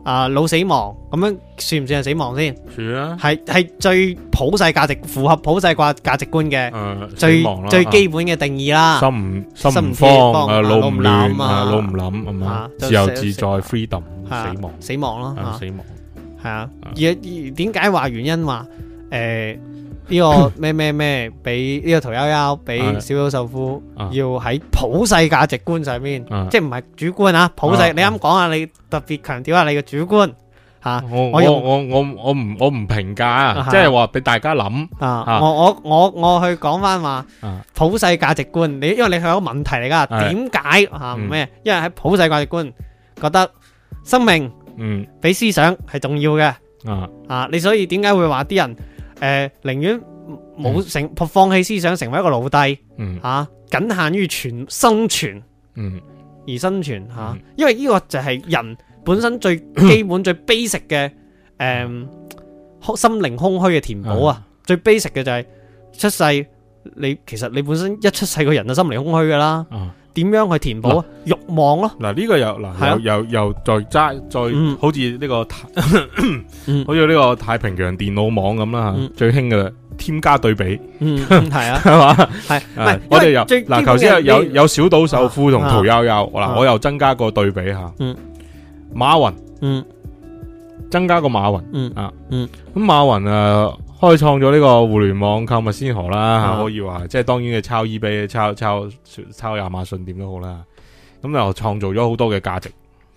Speaker 2: 啊脑死亡咁样算唔算系死亡先？
Speaker 1: 算啦，
Speaker 2: 系系最普世价值符合普世價价值观嘅
Speaker 1: 誒
Speaker 2: 最
Speaker 1: 啊死亡啦
Speaker 2: 最
Speaker 1: 啊
Speaker 2: 基本嘅定義啦。
Speaker 1: 心唔
Speaker 2: 啊心
Speaker 1: 心唔
Speaker 2: 唔慌
Speaker 1: 慌啊，
Speaker 2: 啊
Speaker 1: 腦
Speaker 2: 腦
Speaker 1: 唔
Speaker 2: 唔
Speaker 1: 亂
Speaker 2: 諗
Speaker 1: 啊，
Speaker 2: 啊
Speaker 1: 腦唔諗咁啊
Speaker 2: 啊，就
Speaker 1: 自由
Speaker 2: 死
Speaker 1: 自在
Speaker 2: 死亡
Speaker 1: ，freedom
Speaker 2: 啊
Speaker 1: 死亡
Speaker 2: 死亡咯，
Speaker 1: 啊，
Speaker 2: 啊
Speaker 1: 死亡
Speaker 2: 係啊。
Speaker 1: 啊
Speaker 2: 而而點解話原因話誒呢 個咩咩咩俾呢個屠呦呦俾
Speaker 1: 係
Speaker 2: 小島秀夫
Speaker 1: 啊
Speaker 2: 要喺普世價值觀上面
Speaker 1: 啊，
Speaker 2: 即係唔係主觀啊？普
Speaker 1: 啊
Speaker 2: 世你啱講啊，你特別強調下啊你嘅主觀嚇
Speaker 1: 我
Speaker 2: 我
Speaker 1: 我我我我唔我唔評價啊，
Speaker 2: 啊
Speaker 1: 即係話俾大家諗啊
Speaker 2: 啊！我我我我去講翻話
Speaker 1: 啊
Speaker 2: 普世價值觀，你因為你係一個問題嚟㗎，
Speaker 1: 係
Speaker 2: 點解嚇
Speaker 1: 嗯
Speaker 2: 咩？因為喺普世價值觀覺得生命
Speaker 1: 嗯
Speaker 2: 比思想係重要嘅。
Speaker 1: 啊
Speaker 2: 啊，你所以點解會話啲人誒、呃、寧願冇成放棄思想，成為一個奴隸
Speaker 1: 嗯
Speaker 2: 啊，僅限於存生存
Speaker 1: 嗯
Speaker 2: 而生存嚇、啊
Speaker 1: 嗯
Speaker 2: 因為呢個就係人本 身最基本最 basic 嘅誒空心靈空虛嘅填補啊，最 basic 嘅就係出世。你其實你本身一出世個人就心靈空虛㗎啦，
Speaker 1: 啊
Speaker 2: 點樣去填補啊？慾望咯，
Speaker 1: 嗱呢個又
Speaker 2: 係啊
Speaker 1: 嗱又又又再揸再
Speaker 2: 嗯
Speaker 1: 好似呢個太
Speaker 2: 嗯
Speaker 1: 好似呢個太平洋電腦網咁啦嚇
Speaker 2: 嗯
Speaker 1: 最興嘅啦。添加對比
Speaker 2: 嗯， 係啊，
Speaker 1: 係嘛？
Speaker 2: 係，唔
Speaker 1: 啊
Speaker 2: 係
Speaker 1: 我哋
Speaker 2: 因為
Speaker 1: 又嗱，
Speaker 2: 最基本
Speaker 1: 頭先有
Speaker 2: 嘅
Speaker 1: 有
Speaker 2: 你
Speaker 1: 有小島秀夫同
Speaker 2: 啊
Speaker 1: 屠呦呦嗱，
Speaker 2: 啊
Speaker 1: 我又增加個對比嚇。
Speaker 2: 嗯，
Speaker 1: 馬雲
Speaker 2: 嗯
Speaker 1: 增加個馬雲。
Speaker 2: 嗯
Speaker 1: 咁馬雲啊，開創咗呢個互聯網購物先河啦，
Speaker 2: 啊
Speaker 1: 可以話，即係當然嘅抄 eBay、抄抄抄亞馬遜點都好啦。咁又創造咗好多嘅價值。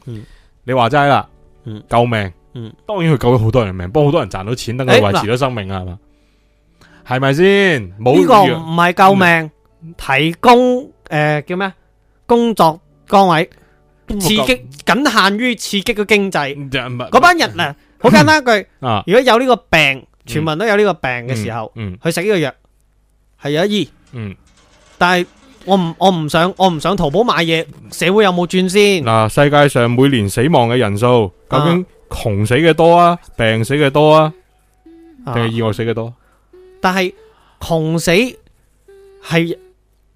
Speaker 2: 嗯
Speaker 1: 你話齋啦，
Speaker 2: 嗯
Speaker 1: 救命，
Speaker 2: 嗯
Speaker 1: 當然佢救咗好多人命，幫好多人賺到錢，等佢
Speaker 2: 誒
Speaker 1: 維持咗生命啊，係嘛？系咪先？冇
Speaker 2: 呢個
Speaker 1: 藥
Speaker 2: 唔係救命，
Speaker 1: 嗯
Speaker 2: 提供诶叫咩啊工作崗位，刺激僅限於刺激個經
Speaker 1: 嗯
Speaker 2: 濟。嗰
Speaker 1: 嗰
Speaker 2: 班人啊，好簡單一句，
Speaker 1: 啊
Speaker 2: 如果有呢個病，全民都有呢個病嘅時候，
Speaker 1: 嗯
Speaker 2: 去食呢個藥係有得醫，
Speaker 1: 嗯
Speaker 2: 但係我唔我唔想我唔想淘寶買嘢，社會有冇轉先？
Speaker 1: 嗱，世界上每年死亡嘅人數究竟窮死嘅多啊，病死嘅多啊，
Speaker 2: 啊
Speaker 1: 定係意外死嘅多？
Speaker 2: 但係窮死係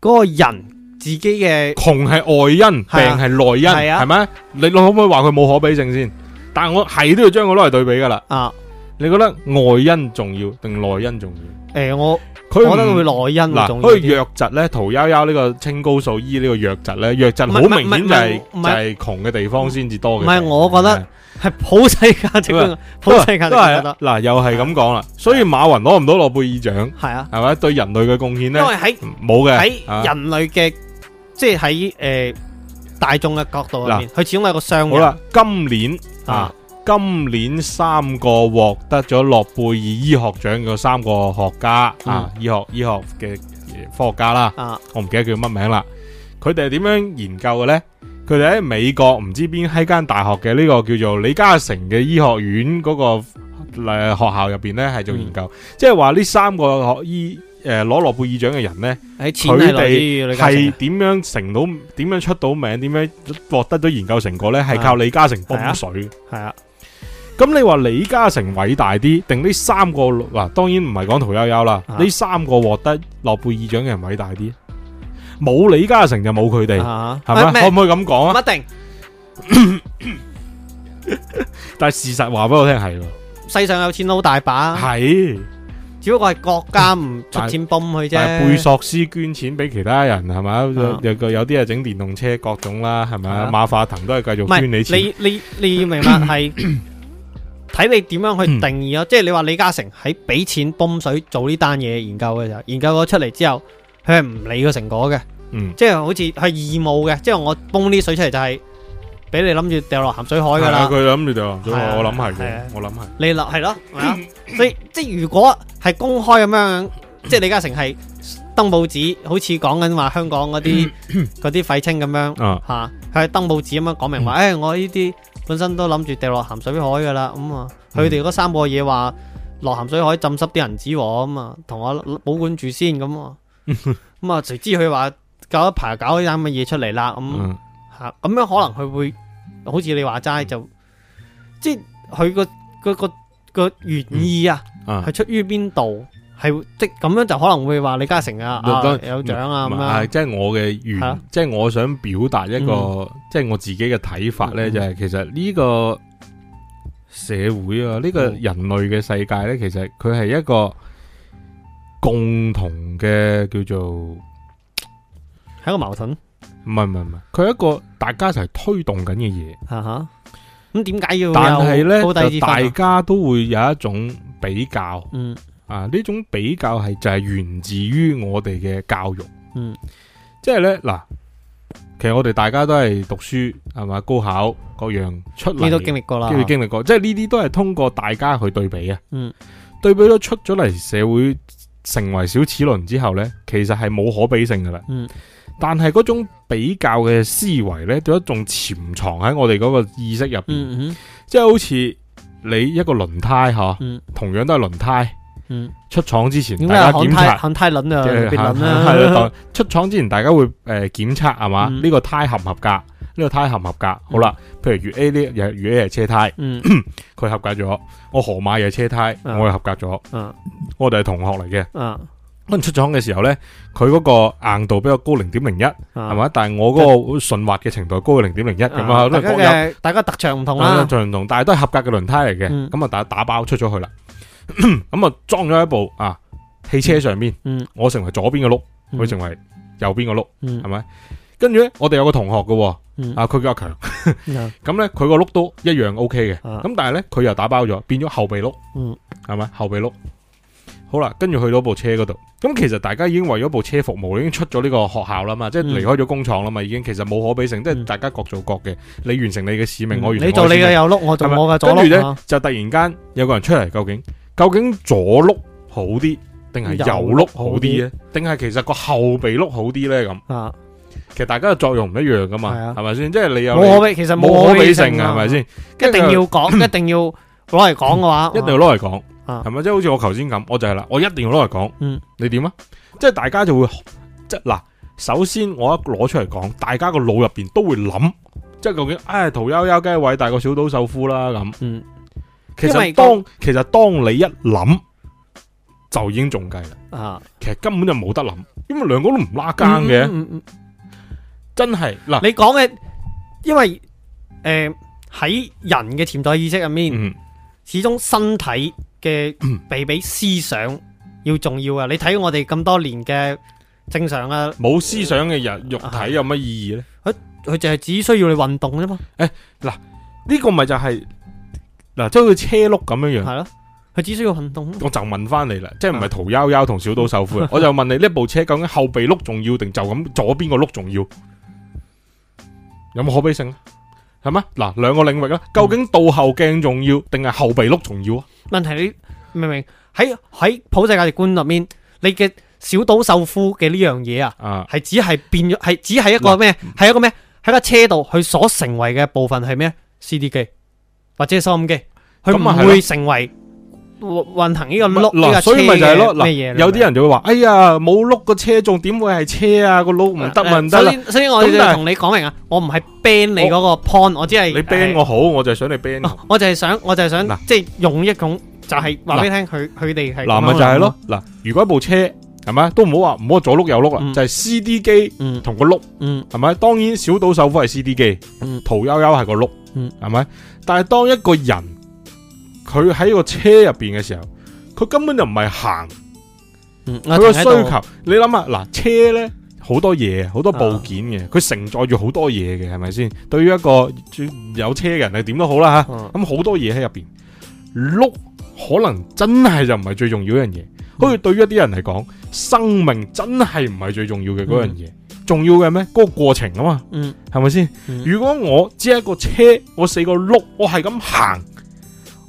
Speaker 2: 嗰個人自己嘅
Speaker 1: 窮係外因，
Speaker 2: 係
Speaker 1: 病
Speaker 2: 啊
Speaker 1: 係內因，
Speaker 2: 係啊
Speaker 1: 係咪？你可唔可以話佢冇可比性先？但係我係都要將佢攞嚟對比噶啦。
Speaker 2: 啊
Speaker 1: 你覺得外因重要定內因重要？
Speaker 2: 诶，我
Speaker 1: 佢
Speaker 2: 我覺得
Speaker 1: 唔
Speaker 2: 會內因會
Speaker 1: 嗱，
Speaker 2: 重要
Speaker 1: 好似
Speaker 2: 啲。
Speaker 1: 疟疾咧，屠呦呦呢個清高素醫呢個疟疾咧，疟疾好
Speaker 2: 唔係唔係
Speaker 1: 明顯就係
Speaker 2: 唔
Speaker 1: 就
Speaker 2: 係唔
Speaker 1: 係窮嘅地方先至多嘅病。
Speaker 2: 唔係我覺得系普世價值觀，普
Speaker 1: 都
Speaker 2: 世
Speaker 1: 係
Speaker 2: 價值
Speaker 1: 都
Speaker 2: 觀
Speaker 1: 係
Speaker 2: 覺得
Speaker 1: 嗱，又係咁講啦。所以馬雲攞唔到諾貝爾獎，
Speaker 2: 係啊，
Speaker 1: 係咪對人類嘅貢獻
Speaker 2: 因
Speaker 1: 咧
Speaker 2: 為喺
Speaker 1: 冇嘅？
Speaker 2: 喺
Speaker 1: 啊
Speaker 2: 人類嘅，即係喺诶大眾嘅角度入面，佢始終係個商
Speaker 1: 好
Speaker 2: 人
Speaker 1: 啦，今年啊
Speaker 2: 啊，，
Speaker 1: 今年三個獲得咗諾貝爾醫學獎嘅三個學家啊，醫學醫學嘅科學家啦，
Speaker 2: 啊
Speaker 1: 我唔記得叫乜名啦。佢哋係點樣研究嘅呢？佢哋喺美國唔知邊喺間大學嘅呢個叫做李嘉誠嘅醫學院嗰、個誒、呃、學校入邊呢，係做研究，即係話呢三個學醫誒呃攞諾貝爾獎嘅人呢，
Speaker 2: 喺錢係來自於李嘉誠
Speaker 1: 係點樣成到點樣出到名，點樣獲得到研究成果呢？係靠李嘉誠泵水嘅。
Speaker 2: 啊係啊，
Speaker 1: 咁你話李嘉誠偉大啲，定呢三個嗱？當然唔係講屠呦呦啦，
Speaker 2: 啊
Speaker 1: 呢三個獲得諾貝爾獎嘅人偉大啲，冇李嘉誠就冇佢哋，
Speaker 2: 啊
Speaker 1: 係咪？可
Speaker 2: 咩
Speaker 1: 唔可以咁講
Speaker 2: 唔
Speaker 1: 啊？
Speaker 2: 一定，
Speaker 1: 但係事實話俾我聽係喎，
Speaker 2: 世上有錢佬大把，
Speaker 1: 係，
Speaker 2: 只不過係國家唔出錢泵佢啫。
Speaker 1: 嗯但係貝索斯捐錢俾其他人係咪？有
Speaker 2: 啊
Speaker 1: 有個有啲係整電動車各種啦，係咪？
Speaker 2: 係啊
Speaker 1: 馬化騰都係繼
Speaker 2: 唔
Speaker 1: 續捐你錢，
Speaker 2: 係你你你要明 白係睇你點樣去定
Speaker 1: 嗯
Speaker 2: 義咯。即係你話李嘉誠喺俾錢泵水做呢單嘢研究嘅時候，研究咗出嚟之後，佢係唔理個成果嘅，
Speaker 1: 嗯，
Speaker 2: 即係好似係義務嘅，即係我泵啲水出嚟就係俾你諗住掉落鹹水海㗎
Speaker 1: 係啊
Speaker 2: 啦。
Speaker 1: 佢諗住就話
Speaker 2: 係啊
Speaker 1: 我諗係
Speaker 2: 係
Speaker 1: 嘅
Speaker 2: 啊，
Speaker 1: 我諗係。
Speaker 2: 你落係咯，係啊所以即係如果係公開咁樣，即係李嘉誠係登報紙，好似講緊話香港嗰啲 嗰啲廢青咁樣。
Speaker 1: 啊，
Speaker 2: 吓，佢喺登報紙咁樣講明話，誒、我呢啲本身都諗住掉落鹹水海噶啦，咁、啊，
Speaker 1: 嗯
Speaker 2: 佢哋嗰三個嘢話落鹹水海浸濕啲銀紙喎，咁啊，同我保管住先咁啊，咁啊，誰知佢話搞一排搞呢單咁嘅嘢出嚟啦，咁
Speaker 1: 嗯，
Speaker 2: 嚇咁樣可能佢會好似你話齋就，即係佢個個個個原意啊，
Speaker 1: 啊
Speaker 2: 係。出於邊度？係即係咁樣就可能會話李嘉誠啊，啊
Speaker 1: 當
Speaker 2: 有獎啊咁
Speaker 1: 係
Speaker 2: 樣，
Speaker 1: 即係我嘅原，
Speaker 2: 係啊
Speaker 1: 即係我想表達一個，即係我自己嘅睇法呢，
Speaker 2: 嗯
Speaker 1: 就係其實呢個社會啊，呢個
Speaker 2: 嗯
Speaker 1: 人類嘅世界呢，其實佢係一個共同嘅叫做唔
Speaker 2: 係一個矛盾。
Speaker 1: 係唔係唔係，佢係一個大家一齊推動緊嘅嘢，
Speaker 2: 啊哈，咁點解要
Speaker 1: 但係
Speaker 2: 有
Speaker 1: 呢，
Speaker 2: 高
Speaker 1: 就
Speaker 2: 低之分
Speaker 1: 大
Speaker 2: 啊？
Speaker 1: 家都會有一種比較。
Speaker 2: 嗯
Speaker 1: 啊，呢種比較係就係源自於我哋嘅教育，
Speaker 2: 嗯，
Speaker 1: 即係呢，嗱，其實我哋大家都係讀書係嘛，高考各樣出嚟，
Speaker 2: 呢都經歷過啦
Speaker 1: 都，要經歷過，即係呢啲都係通過大家去對比啊，
Speaker 2: 嗯，
Speaker 1: 對比咗出咗嚟社會成為小齒輪之後呢，其實係冇可比性噶啦，
Speaker 2: 嗯，
Speaker 1: 但係嗰種比較嘅思維呢，都一仲潛藏喺我哋嗰個意識入邊，
Speaker 2: 嗯嗯
Speaker 1: 即係好似你一個輪胎吓，
Speaker 2: 嗯
Speaker 1: 同樣都係輪胎
Speaker 2: 嗯，
Speaker 1: 出廠之前
Speaker 2: 點
Speaker 1: 大家
Speaker 2: 解行
Speaker 1: 檢
Speaker 2: 太
Speaker 1: 查。
Speaker 2: 行太撚啊？
Speaker 1: 係
Speaker 2: 別 撚
Speaker 1: 係啦
Speaker 2: 啦，
Speaker 1: 當出廠之前大家會誒檢測係嘛？
Speaker 2: 嗯
Speaker 1: 呢個胎合唔合格？呢個胎合唔合格？好啦，譬如粵 A 呢，又粵 A 係車胎，
Speaker 2: 嗯
Speaker 1: 佢合格咗。我河馬又係車胎，
Speaker 2: 嗯
Speaker 1: 我又合格咗。
Speaker 2: 啊
Speaker 1: 我哋係同學嚟嘅。
Speaker 2: 啊
Speaker 1: 可能出廠嘅時候呢，佢嗰個硬度比較高零點零一，係
Speaker 2: 係？
Speaker 1: 嘛？但係我嗰個順滑嘅程度高零點零一咁啊，可
Speaker 2: 大
Speaker 1: 能
Speaker 2: 家
Speaker 1: 各有
Speaker 2: 嘅大家特長唔同
Speaker 1: 兩
Speaker 2: 啦，
Speaker 1: 種唔同，但係都係合格嘅輪胎嚟嘅。
Speaker 2: 嗯
Speaker 1: 咁啊，打打包出咗去啦。 咁啊，裝咗一部啊汽車上面，
Speaker 2: 嗯，
Speaker 1: 我成為左邊嘅轆，佢
Speaker 2: 嗯
Speaker 1: 成為右邊嘅轆。
Speaker 2: 嗯
Speaker 1: 係咪？跟住咧，我哋有個同學嘅喎，
Speaker 2: 嗯
Speaker 1: 啊，佢叫阿強，
Speaker 2: 嗯
Speaker 1: 咁咧佢個碌都一樣 O K 嘅，
Speaker 2: 啊
Speaker 1: 咁但係咧佢又打包咗，變咗後備碌，
Speaker 2: 嗯
Speaker 1: 係咪後備碌？好啦，跟住去到部車嗰度，咁其實大家已經為咗部車服務，已經出咗呢個學校啦嘛，即係
Speaker 2: 嗯
Speaker 1: 離開咗工廠啦嘛，已經其實冇可比性，即係
Speaker 2: 嗯
Speaker 1: 大家各做各嘅，你完成你嘅使命，我完成
Speaker 2: 你做
Speaker 1: 我
Speaker 2: 你
Speaker 1: 使
Speaker 2: 嘅
Speaker 1: 命
Speaker 2: 右碌，我做
Speaker 1: 係咪
Speaker 2: 我嘅左
Speaker 1: 跟住
Speaker 2: 碌
Speaker 1: 咧
Speaker 2: 啊，
Speaker 1: 就突然間有個人出嚟，究竟究竟左碌好啲定係
Speaker 2: 嗯右
Speaker 1: 右
Speaker 2: 碌
Speaker 1: 碌
Speaker 2: 好
Speaker 1: 好
Speaker 2: 啲
Speaker 1: 啲咧？定係其實個後備碌好啲咧？咁
Speaker 2: 啊，
Speaker 1: 其實大家嘅作用唔一樣噶嘛
Speaker 2: 係啊，
Speaker 1: 係咪先？即係你有你
Speaker 2: 冇可比，其實
Speaker 1: 冇可比
Speaker 2: 比
Speaker 1: 性
Speaker 2: 性
Speaker 1: 啊，係咪？先？
Speaker 2: 一定要 講，一定要攞嚟講嘅話，
Speaker 1: 一定要攞嚟講，
Speaker 2: 啊
Speaker 1: 係咪？即係好似我頭先咁，我就係啦，我一定要攞嚟講。
Speaker 2: 嗯
Speaker 1: 你點啊？即係大家就會即係嗱，首先我一攞出嚟講，大家個腦入邊都會諗，即係究竟唉，屠呦呦梗係偉大過小島秀夫啦咁。
Speaker 2: 嗯，
Speaker 1: 其
Speaker 2: 因為
Speaker 1: 實
Speaker 2: 個
Speaker 1: 當其實當你一諗，就已經中計啦。
Speaker 2: 啊，
Speaker 1: 其實根本就冇得諗，因為兩個都唔拉更嘅，啊
Speaker 2: 嗯嗯嗯
Speaker 1: 真係嗱，
Speaker 2: 你講嘅，因為誒喺人嘅潛在意識入面。
Speaker 1: 嗯
Speaker 2: 始終身體嘅
Speaker 1: 嗯
Speaker 2: 比比思想要重要啊！你睇我哋咁多年嘅正常啊，
Speaker 1: 冇思想嘅人，肉
Speaker 2: 啊
Speaker 1: 體有乜意義呢？
Speaker 2: 佢就係只需要你運動啫嘛，
Speaker 1: 呢、個咪就係、嗱，即係好似車轆咁樣樣。
Speaker 2: 係咯，佢只需要運動咯。
Speaker 1: 我就問翻你啦，即係唔係屠呦呦同小島秀夫 啊？我就問你呢部車究竟後備碌重要定就咁左邊個碌重要？有冇可比性啊？係咪？嗱，兩個領域啦，
Speaker 2: 嗯
Speaker 1: 究竟倒後鏡重要定係後備碌重要啊？
Speaker 2: 問題你明唔明？喺喺普世價值觀入面，你嘅小島秀夫嘅呢樣嘢啊，
Speaker 1: 啊，
Speaker 2: 係只係變咗，係只係一個咩？
Speaker 1: 嗯
Speaker 2: 係一個咩？喺架車度佢所成為嘅部分係咩？CD 機或者收音機，佢
Speaker 1: 咁啊係
Speaker 2: 唔
Speaker 1: 咯
Speaker 2: 會成為運行呢個碌呢
Speaker 1: 嗱，
Speaker 2: 架
Speaker 1: 所以咪就
Speaker 2: 係
Speaker 1: 係咯，
Speaker 2: 咩嘢
Speaker 1: 嗱，
Speaker 2: 啦
Speaker 1: 有啲人就會話：哎呀，冇碌個車仲點會係車啊？個碌唔得咪唔得
Speaker 2: 所
Speaker 1: 啦！
Speaker 2: 以所以我
Speaker 1: 咁但
Speaker 2: 哋
Speaker 1: 係
Speaker 2: 同你講明啊，我唔係 ban 你嗰個 point，我只係
Speaker 1: 你 ban 我好，我就係想你 ban
Speaker 2: 哦，我就係想，我就係
Speaker 1: 嗱
Speaker 2: 想即係用一種就係話俾你聽，佢佢哋係咁樣
Speaker 1: 嗱，咪就係咯，嗱，如果一部車係咪都唔好話唔好話左碌右碌啦，
Speaker 2: 嗯
Speaker 1: 就係 CD 機
Speaker 2: 諗啊，
Speaker 1: 同個碌。
Speaker 2: 嗯
Speaker 1: 系咪？當然小島秀夫係 CD 機，
Speaker 2: 嗯
Speaker 1: 屠呦呦係個碌，
Speaker 2: 嗯
Speaker 1: 係咪？但係當一個人佢喺個車入邊嘅時候，佢根本就唔係行，
Speaker 2: 嗯嗯，
Speaker 1: 佢
Speaker 2: 佢
Speaker 1: 個需求，你諗下嗱，車呢好多嘢，好多
Speaker 2: 啊
Speaker 1: 部件嘅，佢承載住好多嘢嘅，係咪先？對於一個有車嘅人係點都好啦吓，
Speaker 2: 求，
Speaker 1: 咁好多嘢喺入邊，碌可能真係就唔係最重要一樣嘢。
Speaker 2: 嗯
Speaker 1: 好似對於一啲人嚟講，生命真係唔係最重要嘅嗰樣嘢，重要嘅咩？嗰、個過程啊嘛。
Speaker 2: 嗯
Speaker 1: 系咪先？
Speaker 2: 嗯
Speaker 1: 如果我只係一個車，我四個轆，我係咁行，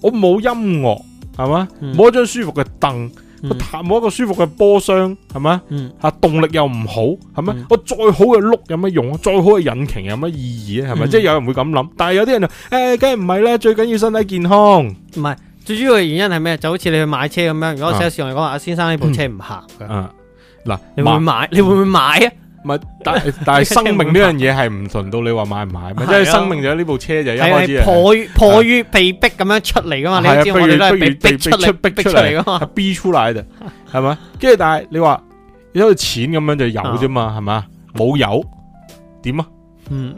Speaker 1: 我冇音樂，係嘛？
Speaker 2: 嗯
Speaker 1: 冇一張舒服嘅凳，
Speaker 2: 嗯
Speaker 1: 個塔冇一個舒服嘅波箱，係嘛？
Speaker 2: 嗯
Speaker 1: 啊，動力又唔好，係咪
Speaker 2: 嗯？
Speaker 1: 我再好嘅轆有乜用啊？再好嘅引擎有乜意義咧？係咪？
Speaker 2: 嗯
Speaker 1: 即係有人會咁諗，但係有啲人就誒，梗係唔係啦，最緊要身體健康。
Speaker 2: 唔係最主要嘅原因係咩？就好似你去買車咁樣，如果
Speaker 1: 啊
Speaker 2: sales 同你講話，阿先生呢部車唔行嘅，
Speaker 1: 啊，嗱，
Speaker 2: 你會唔
Speaker 1: 買
Speaker 2: 會買？你會唔會買啊？
Speaker 1: 咪但係但係 生命呢樣嘢係唔純到你話買唔買，咪即係
Speaker 2: 係啊
Speaker 1: 生命就係呢部車就係一
Speaker 2: 係
Speaker 1: 開始啊
Speaker 2: 係迫於迫於被逼咁樣出嚟噶嘛？
Speaker 1: 係啊
Speaker 2: 你都知我哋都
Speaker 1: 迫
Speaker 2: 係
Speaker 1: 於
Speaker 2: 被
Speaker 1: 被
Speaker 2: 逼出
Speaker 1: 被出
Speaker 2: 嚟
Speaker 1: 逼
Speaker 2: 逼
Speaker 1: 出
Speaker 2: 出嚟噶嘛？
Speaker 1: 係逼出嚟嘅，係咪？跟住但係你話你好似錢咁樣就有啫
Speaker 2: 啊
Speaker 1: 嘛，係咪？冇油點啊？
Speaker 2: 嗯，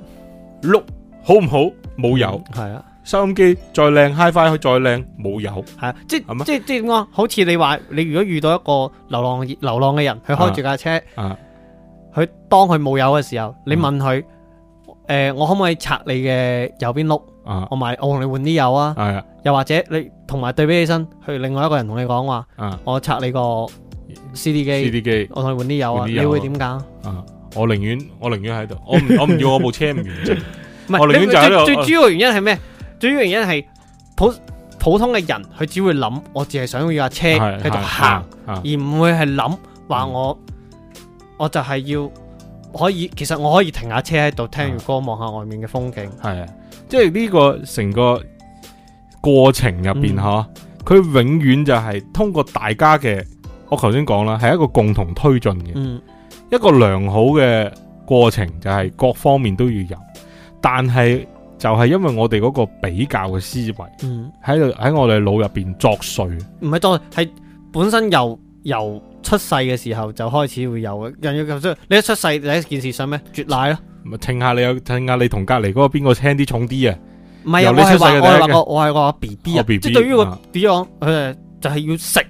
Speaker 1: 碌好唔好？冇油，
Speaker 2: 係啊。
Speaker 1: 收音機再靚，HiFi 再靚，冇油。
Speaker 2: 系啊，即
Speaker 1: 係咩
Speaker 2: 即即點講？好似你話，你如果遇到一個流浪流浪嘅人，佢開住架車，佢、
Speaker 1: 啊
Speaker 2: 當佢冇油嘅時候，你
Speaker 1: 嗯
Speaker 2: 問佢，诶、我可唔可以拆你嘅右邊碌？
Speaker 1: 啊，
Speaker 2: 我買，我同你換啲油啊！
Speaker 1: 係啊，
Speaker 2: 又或者你同埋對比起身，去另外一個人同你講話，
Speaker 1: 啊
Speaker 2: 我拆你個 CD 機，
Speaker 1: ，CD 機
Speaker 2: 我同你換啲油啊！
Speaker 1: 換啲
Speaker 2: 你
Speaker 1: 油啊
Speaker 2: 會點搞？
Speaker 1: 啊，我寧願我寧願喺度， 我唔我唔要我部車唔完整。
Speaker 2: 唔係
Speaker 1: 我寧願
Speaker 2: 你
Speaker 1: 就喺度
Speaker 2: 最
Speaker 1: 我
Speaker 2: 最主要嘅原因係咩？最主要嘅原因係普普通嘅人，佢只會諗，我只係想要架車
Speaker 1: 係嗯
Speaker 2: 繼續行。
Speaker 1: 啊
Speaker 2: 而唔會係諗話我，我就係要可以，其實我可以停下車喺度聽
Speaker 1: 嗯
Speaker 2: 住歌，望下外面嘅風景。
Speaker 1: 係啊，即係呢個成個過程入邊
Speaker 2: 嗯
Speaker 1: 嗬，佢永遠就係通過大家嘅，我頭先講啦，係一個共同推進嘅。
Speaker 2: 嗯
Speaker 1: 一個良好嘅過程就係各方面都要有，但係就係因為我哋嗰個比較嘅思維
Speaker 2: 嗯，
Speaker 1: 喺度喺我哋腦入邊作祟，
Speaker 2: 唔係當係本身由由出世嘅時候就開始會有嘅。人要咁即係你一出世第一件事想咩？啜奶咯。
Speaker 1: 咪稱啊下你有稱下你同隔離嗰個邊個輕啲重啲啊？
Speaker 2: 唔係
Speaker 1: 由
Speaker 2: 啊，
Speaker 1: 你
Speaker 2: 我係
Speaker 1: 出世
Speaker 2: 話
Speaker 1: 嘅
Speaker 2: 我
Speaker 1: 第一
Speaker 2: 係話
Speaker 1: 嘅
Speaker 2: 個我係個 B B 啊
Speaker 1: 哦，，BB
Speaker 2: 即係對於個
Speaker 1: 啊
Speaker 2: B 講誒就係要食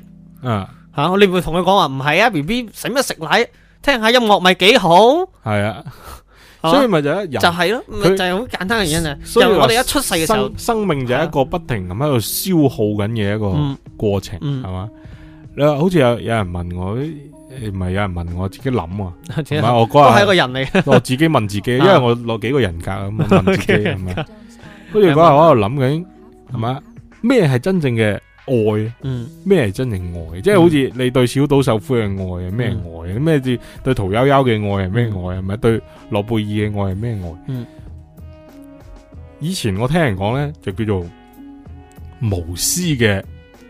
Speaker 1: 啊，
Speaker 2: 嚇，你會同佢講話唔係啊，B B 使乜食奶？聽下音樂咪幾好，
Speaker 1: 係啊，
Speaker 2: 係嘛
Speaker 1: 所以咪就係一
Speaker 2: 就
Speaker 1: 人
Speaker 2: 係咯，咪
Speaker 1: 佢
Speaker 2: 就係好簡單嘅原因啊。
Speaker 1: 所以
Speaker 2: 由
Speaker 1: 話
Speaker 2: 我哋一出世嘅時候
Speaker 1: 生，生命就係一個不停咁喺度消耗緊嘅一個。
Speaker 2: 嗯
Speaker 1: 過程
Speaker 2: 嗯
Speaker 1: 係嘛？你話好似有有人問我，誒唔係有人問我自己諗啊，
Speaker 2: 或
Speaker 1: 唔
Speaker 2: 者
Speaker 1: 係我
Speaker 2: 都
Speaker 1: 嗰
Speaker 2: 係一
Speaker 1: 日
Speaker 2: 個人嚟 嘅。
Speaker 1: 我自己問自己，因
Speaker 2: 啊
Speaker 1: 為我攞幾個人格咁 我問自己
Speaker 2: OK，
Speaker 1: 係咪？跟住嗰日我喺度諗緊係咪咩係真正嘅愛
Speaker 2: 嗯
Speaker 1: 咩係真係愛，即係好似你對小島秀夫嘅愛係咩愛，
Speaker 2: 嗯
Speaker 1: 咩對對屠呦呦嘅愛係咩愛，係咪對諾貝爾嘅愛係咩愛？
Speaker 2: 嗯
Speaker 1: 以前我聽人講咧，就叫做無私嘅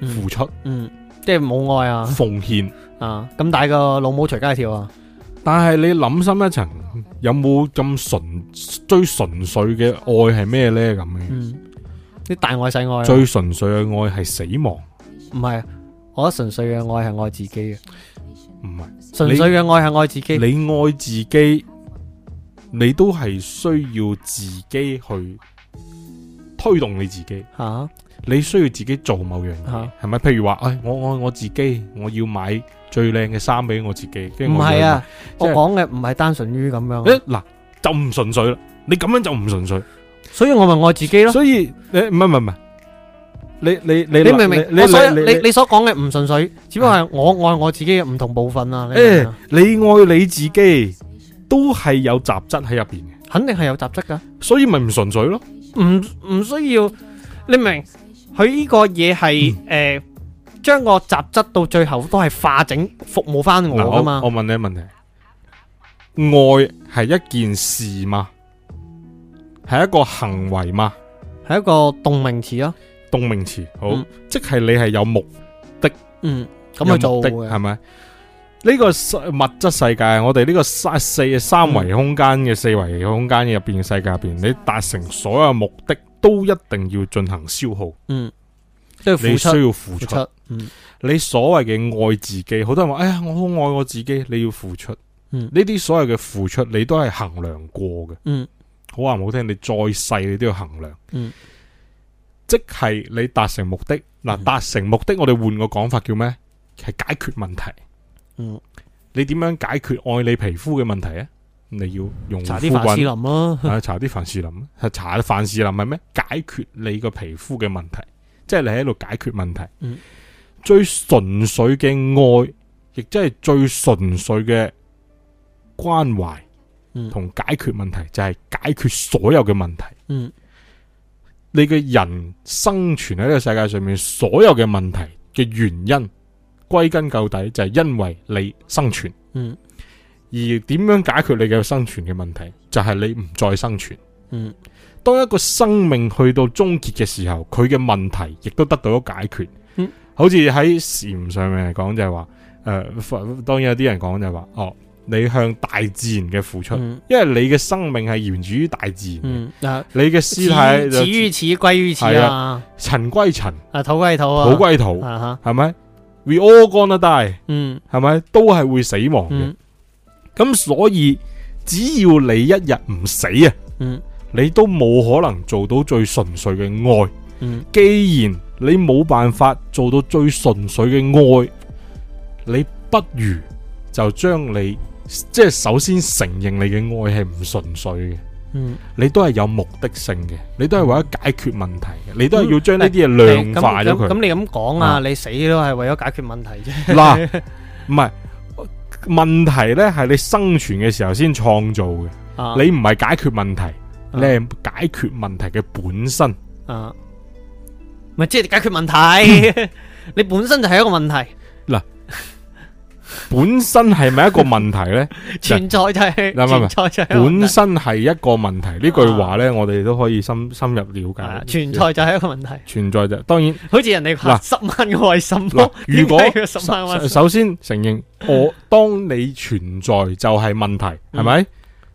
Speaker 1: 付
Speaker 2: 嗯
Speaker 1: 出、
Speaker 2: 嗯，即系冇爱啊
Speaker 1: 奉獻。
Speaker 2: 啊！咁大个老母随街跳啊！
Speaker 1: 但係你諗深一層，有冇咁純最純粹嘅愛係咩咧？咁樣
Speaker 2: 嗯，啲大爱細愛啊，
Speaker 1: 最純粹嘅愛係死亡，
Speaker 2: 唔係，我覺得純粹嘅愛係愛自己嘅，
Speaker 1: 唔係。
Speaker 2: 純粹嘅愛係愛自己。
Speaker 1: 你愛自己，你都係需要自己去推動你自己，
Speaker 2: 吓
Speaker 1: 你需要自己做某樣嘢
Speaker 2: 啊，
Speaker 1: 係咪？譬如話，唉，我愛我自己，我要買最靚嘅衫俾我自己，跟住
Speaker 2: 唔
Speaker 1: 我
Speaker 2: 係啊，
Speaker 1: 即
Speaker 2: 我
Speaker 1: 係
Speaker 2: 講嘅唔係單純於咁
Speaker 1: 就去買，
Speaker 2: 樣，
Speaker 1: 誒嗱就唔純粹啦，你咁樣就唔純粹，
Speaker 2: 所以我咪愛自己咯。
Speaker 1: 所以誒唔係唔係唔係，你你你
Speaker 2: 你明唔明？我所以
Speaker 1: 你
Speaker 2: 你你所講嘅唔純粹，只不過係我愛我自己嘅唔同部分啊。你明唔明
Speaker 1: 誒
Speaker 2: 啊
Speaker 1: 你愛你自己，都係有雜質喺入邊嘅，
Speaker 2: 肯定係有雜質㗎。
Speaker 1: 所以咪唔純粹咯。
Speaker 2: 唔唔需要，你明？佢呢個嘢係诶，将个雜質到最後都係化整服務翻
Speaker 1: 嗱，
Speaker 2: 我
Speaker 1: 我
Speaker 2: 噶嘛
Speaker 1: 我？问你一個問題，愛係一件事嘛？係一個行為嘛？
Speaker 2: 係一個動名詞咯。
Speaker 1: 動名詞好，
Speaker 2: 嗯
Speaker 1: 即係你係有目
Speaker 2: 嗯，咁去
Speaker 1: 有
Speaker 2: 做
Speaker 1: 目的
Speaker 2: 嘅
Speaker 1: 係。咪？呢個世物質世界，我哋呢個三四三維空間嘅四維空間嘅入邊嘅世界入邊，你達成所有目的都一定要進行消耗，
Speaker 2: 嗯，都要付
Speaker 1: 你
Speaker 2: 出，
Speaker 1: 需要付
Speaker 2: 付
Speaker 1: 出。
Speaker 2: 出，嗯
Speaker 1: 你所謂嘅愛自己，好多人話：哎呀，我好愛我自己，你要付出。
Speaker 2: 嗯
Speaker 1: 呢啲所謂嘅付出，你都係衡量過嘅。
Speaker 2: 嗯
Speaker 1: 好話唔好聽，你再細你都要衡量。
Speaker 2: 嗯
Speaker 1: 即係你達成目的，嗱
Speaker 2: 嗯
Speaker 1: 達成目的，我哋換個講法叫咩？係解決問題。
Speaker 2: 嗯，
Speaker 1: 你點樣解決愛你皮膚嘅問題啊？你要用
Speaker 2: 查啲啊凡士
Speaker 1: 林，
Speaker 2: 林咯，
Speaker 1: 係啊查啲凡士 林，係查凡士林係咩？解決你個皮膚嘅問題，即係你喺度解決問題。
Speaker 2: 嗯
Speaker 1: 最純粹嘅愛，亦即係最純粹嘅關懷
Speaker 2: 嗯
Speaker 1: 同解決問題，就係解決所有嘅問題。
Speaker 2: 嗯
Speaker 1: 你嘅人生存喺呢個世界上面，所有嘅問題嘅原因，歸根究底就係因為你生存。
Speaker 2: 嗯
Speaker 1: 而點樣解決你嘅生存嘅問題，就係你唔再生存。
Speaker 2: 嗯
Speaker 1: 當一個生命去到終結嘅時候，佢嘅問題亦都得到咗解決。
Speaker 2: 嗯
Speaker 1: 好似喺禪上面嚟講就係話，诶、當然有啲人講就係話，哦，你向大自然嘅付出，
Speaker 2: 嗯
Speaker 1: 因為你嘅生命係源自於大自然嘅，
Speaker 2: 嗯，嗱，
Speaker 1: 你嘅
Speaker 2: 至
Speaker 1: 尸體
Speaker 2: 至
Speaker 1: 就
Speaker 2: 於此歸於此
Speaker 1: 係
Speaker 2: 啊，
Speaker 1: 塵歸塵，
Speaker 2: 啊土歸土啊，
Speaker 1: 土歸土，
Speaker 2: 啊哈，
Speaker 1: 係咪？We all gonna die，
Speaker 2: 嗯
Speaker 1: 係咪？都係會死亡嘅。
Speaker 2: 嗯
Speaker 1: 咁、所以只要你一日唔死啊，
Speaker 2: 嗯
Speaker 1: 你都冇可能做到最純粹嘅愛。
Speaker 2: 嗯
Speaker 1: 既然你冇辦法做到最純粹嘅愛，你不如就將你即係首先承認你嘅愛係唔純粹嘅，
Speaker 2: 嗯，
Speaker 1: 你都係有目的性嘅，你都係為咗解決問題嘅，你都係要將呢啲嘢量化咗
Speaker 2: 咁 咁
Speaker 1: 佢。
Speaker 2: 你咁講
Speaker 1: 啊
Speaker 2: 啊，你死都係為咗解決問題啫，
Speaker 1: 嗱，唔係問題呢係你生存嘅時候先創造嘅，
Speaker 2: 啊
Speaker 1: 你唔係解決問題，你係解決問題嘅本身。
Speaker 2: 啊，咪即係解決問 題，你本身就係一個問題
Speaker 1: 本身係咪一個問題呢？
Speaker 2: 存在就係
Speaker 1: 嗱唔係唔係
Speaker 2: 存在就係一個問題
Speaker 1: 本身係一個問題，呢句話呢，我哋都可以深深入了
Speaker 2: 啊
Speaker 1: 解。
Speaker 2: 存在就係一個問題。
Speaker 1: 存在就當然
Speaker 2: 好似人哋話十萬個為什
Speaker 1: 嗱
Speaker 2: 麼？，
Speaker 1: 如果
Speaker 2: 點解要十萬
Speaker 1: 首
Speaker 2: 為什
Speaker 1: 首先承 認我當你存在就係問題，
Speaker 2: 嗯
Speaker 1: 係咪？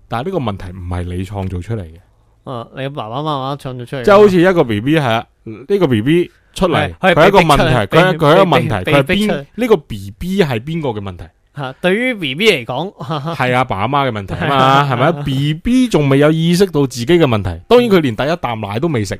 Speaker 1: 但係呢個問題唔係你創造出嚟嘅，
Speaker 2: 麼？啊，你爸爸媽媽唱咗出嚟㗎嘛，
Speaker 1: 即係好似一個 B B 係呢個 B B 出嚟，佢
Speaker 2: 係嗯佢係
Speaker 1: 係一個問題，
Speaker 2: 被逼
Speaker 1: 佢係
Speaker 2: 出嚟
Speaker 1: 佢係一個問題，
Speaker 2: 被
Speaker 1: 佢係
Speaker 2: 被逼出
Speaker 1: 邊
Speaker 2: 嚟
Speaker 1: 呢個 B B 係邊個嘅問題？
Speaker 2: 嚇。對於啊 B B 嚟講，
Speaker 1: 係阿爸阿媽嘅問題啊 嘛，係咪？B B 仲未有意識到自己嘅問題，當然佢連第一啖奶都未食，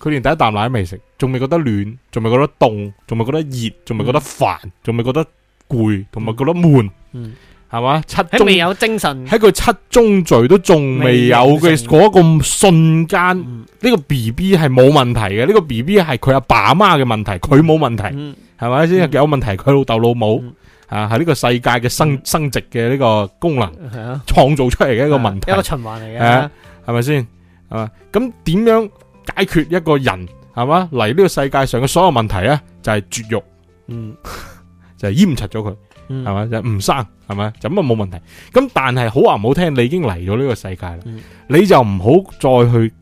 Speaker 1: 佢連第一啖奶都未食，仲未覺得暖，仲未覺得凍，仲未覺得熱，仲未覺得煩，仲未覺得攰，同埋覺得悶，
Speaker 2: 嗯，
Speaker 1: 係嘛？七
Speaker 2: 喺
Speaker 1: 宗
Speaker 2: 未有精神，
Speaker 1: 喺佢七宗罪都仲未有嘅
Speaker 2: 未有
Speaker 1: 嗰個瞬間，
Speaker 2: 嗯
Speaker 1: 呢個 B B 係冇問題嘅，呢個 B B 係佢阿爸阿媽嘅問題，佢冇問題。
Speaker 2: 嗯
Speaker 1: 係咪先
Speaker 2: 嗯
Speaker 1: 有問題？佢老豆老母
Speaker 2: 嗯
Speaker 1: 啊，係呢個世界嘅生
Speaker 2: 嗯
Speaker 1: 生殖嘅呢個功能
Speaker 2: 係啊，
Speaker 1: 創造出嚟嘅一
Speaker 2: 一
Speaker 1: 個問題
Speaker 2: 一個，循環嚟
Speaker 1: 係啊
Speaker 2: 嘅。
Speaker 1: 係咪先？係嘛？咁點樣解決一個人係嘛？嚟呢個世界上嘅所有問題咧，就係絕育，
Speaker 2: 嗯，
Speaker 1: 就係阉殺咗佢，
Speaker 2: 嗯
Speaker 1: 係嘛？就唔生，係咪？就咁啊冇問題。咁但係好話唔好聽，你已經嚟到呢個世界啦
Speaker 2: 嗯，
Speaker 1: 你就唔好再去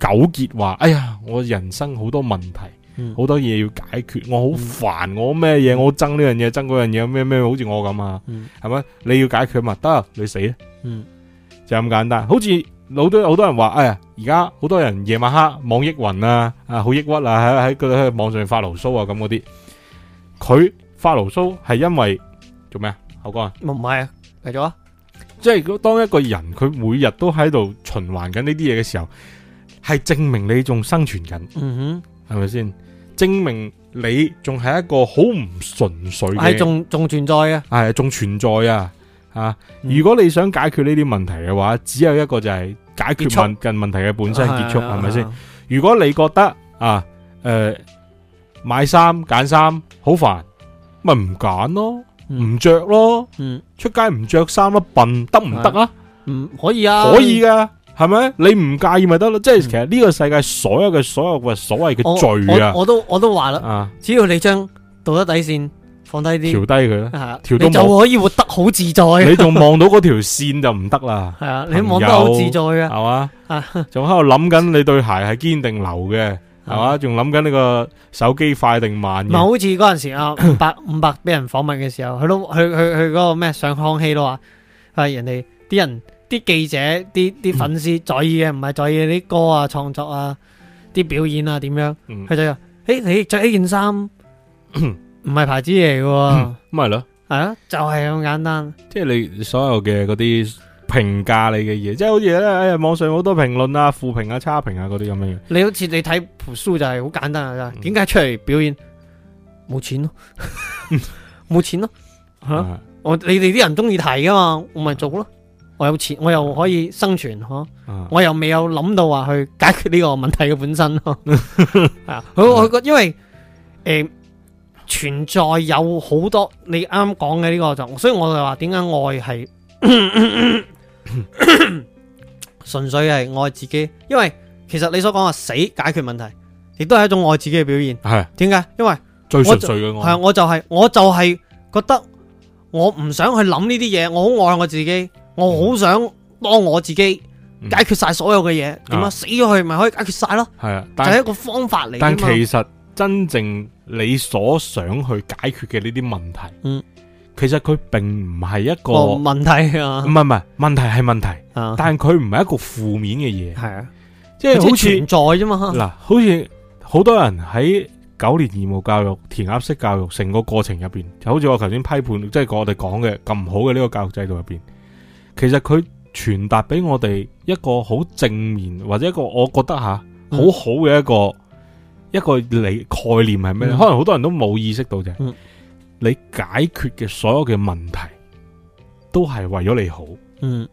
Speaker 1: 糾結話，哎呀，我人生好多問題。
Speaker 2: 嗯
Speaker 1: 好多嘢要解決，我好煩，我咩嘢，我憎呢樣嘢，憎嗰樣嘢，咩咩，好似我咁啊
Speaker 2: 嗯，
Speaker 1: 係咪？你要解決嘛，得你死啊啦，
Speaker 2: 嗯
Speaker 1: 就咁簡單。好似好多好多人話，哎呀，而家好多人夜晚黑網易雲啊，啊好抑鬱啊，喺喺佢喺網上發牢騷啊咁嗰啲，佢發牢騷係因為做咩啊？口乾啊，
Speaker 2: 唔係啊，繼續啊，
Speaker 1: 即係當一個人佢每日都喺度循環緊呢啲嘢嘅時候，係證明你仲生存緊。
Speaker 2: 嗯
Speaker 1: 系咪先？證明你仲係一個好唔純粹
Speaker 2: 哼，
Speaker 1: 嘅
Speaker 2: 係，仲仲存在嘅，
Speaker 1: 係仲存在啊！啊，
Speaker 2: 嗯
Speaker 1: 如果你想解決呢啲問題嘅話，只有一個就係解決
Speaker 2: 結束
Speaker 1: 問近問題嘅本身結束，係咪先？
Speaker 2: 啊？
Speaker 1: 如果你覺得啊，诶、買衫揀衫好煩，咪唔揀咯，
Speaker 2: 嗯
Speaker 1: 唔着咯，
Speaker 2: 嗯，
Speaker 1: 出街唔着衫咯，笨得唔得啊？
Speaker 2: 唔可以啊，
Speaker 1: 可以噶。係咪？你唔介意咪得咯？即係
Speaker 2: 嗯
Speaker 1: 其實呢個世界所有嘅所有嘅所謂
Speaker 2: 我
Speaker 1: 嘅罪啊，
Speaker 2: 我我都我都話啦，
Speaker 1: 啊，
Speaker 2: 只要你將道德底線放低
Speaker 1: 調
Speaker 2: 啲，
Speaker 1: 低佢 啦。
Speaker 2: 係啊
Speaker 1: 調到
Speaker 2: 你就
Speaker 1: 冇
Speaker 2: 可以活得好自在嘅。
Speaker 1: 你仲望到嗰條線就唔得 啦，
Speaker 2: 係啊，你望得好自在
Speaker 1: 係
Speaker 2: 嘅，
Speaker 1: 嘛
Speaker 2: 啊？
Speaker 1: 仲喺度諗緊你對鞋係堅定流嘅，係嘛？仲諗緊呢個手機快定慢
Speaker 2: 唔係
Speaker 1: 嘅，
Speaker 2: 好似啊嗰陣時啊， 五百五百俾人訪問嘅時候，佢都佢佢佢嗰個咩上康熙都話，係人哋啲人啲記者啲啲粉絲在意嘅唔係在意啲歌啊創作啊啲表演啊點樣，
Speaker 1: 嗯
Speaker 2: 佢就話：，誒你着呢件 衫唔係牌子嚟嘅喎，
Speaker 1: 咁咪咯？
Speaker 2: 係啊，就係咁簡單，
Speaker 1: 即係你所有嘅嗰啲評價你嘅嘢，即係好似咧，哎呀，網上好多評論啊、負評啊、差評啊嗰啲咁樣嘢，
Speaker 2: 你好似你睇蒲書就係好簡單啊，
Speaker 1: 嗯
Speaker 2: 點解出嚟表演冇 錢咯，冇錢咯，嚇。
Speaker 1: 啊
Speaker 2: 我你哋啲人中意睇噶嘛，我咪做咯。我有錢，我又可以生存嗬，
Speaker 1: 啊
Speaker 2: 我又未有諗到話去解決呢個問題嘅本身咯。係啊，我我覺因為诶、呃存在有好多你啱講嘅呢個就，所以我就話點解愛係純粹係愛自己，因為其實你所講話死解決問題，亦都係一種愛自己嘅表現。
Speaker 1: 係
Speaker 2: 點解？因為
Speaker 1: 最純粹嘅
Speaker 2: 系啊，
Speaker 1: 我，
Speaker 2: 我就系、我就系觉得我唔想去谂呢啲嘢，我好爱我自己，我好想帮我自己
Speaker 1: 嗯
Speaker 2: 解决晒所有嘅嘢，点啊
Speaker 1: 啊
Speaker 2: 死咗佢咪可以解决晒咯，
Speaker 1: 係啊，
Speaker 2: 就系
Speaker 1: 但
Speaker 2: 一个方法嚟㗎
Speaker 1: 但
Speaker 2: 嘛。
Speaker 1: 其實真正你所想去解決嘅呢啲問題，
Speaker 2: 嗯
Speaker 1: 其實佢並唔係一個，
Speaker 2: 个
Speaker 1: 唔
Speaker 2: 问题啊
Speaker 1: 係，唔係問題係問題。
Speaker 2: 啊
Speaker 1: 但佢唔係一個負面嘅嘢，
Speaker 2: 系啊，
Speaker 1: 即係好
Speaker 2: 存
Speaker 1: 似
Speaker 2: 在啫嘛，
Speaker 1: 嗱，好似好多人喺九年義務教育、填鴨式教育成個過程入邊，就好似我頭先批判，即係我哋講嘅咁唔好嘅呢個教育制度入邊，其實佢傳達俾我哋一個好正面或者一個我覺得吓好好
Speaker 2: 嗯
Speaker 1: 嘅一個、一個理概念係咩咧？
Speaker 2: 嗯
Speaker 1: 可能好多人都冇意識到就係、
Speaker 2: 嗯
Speaker 1: 你解決嘅所有嘅問題都係為咗你好。
Speaker 2: 嗯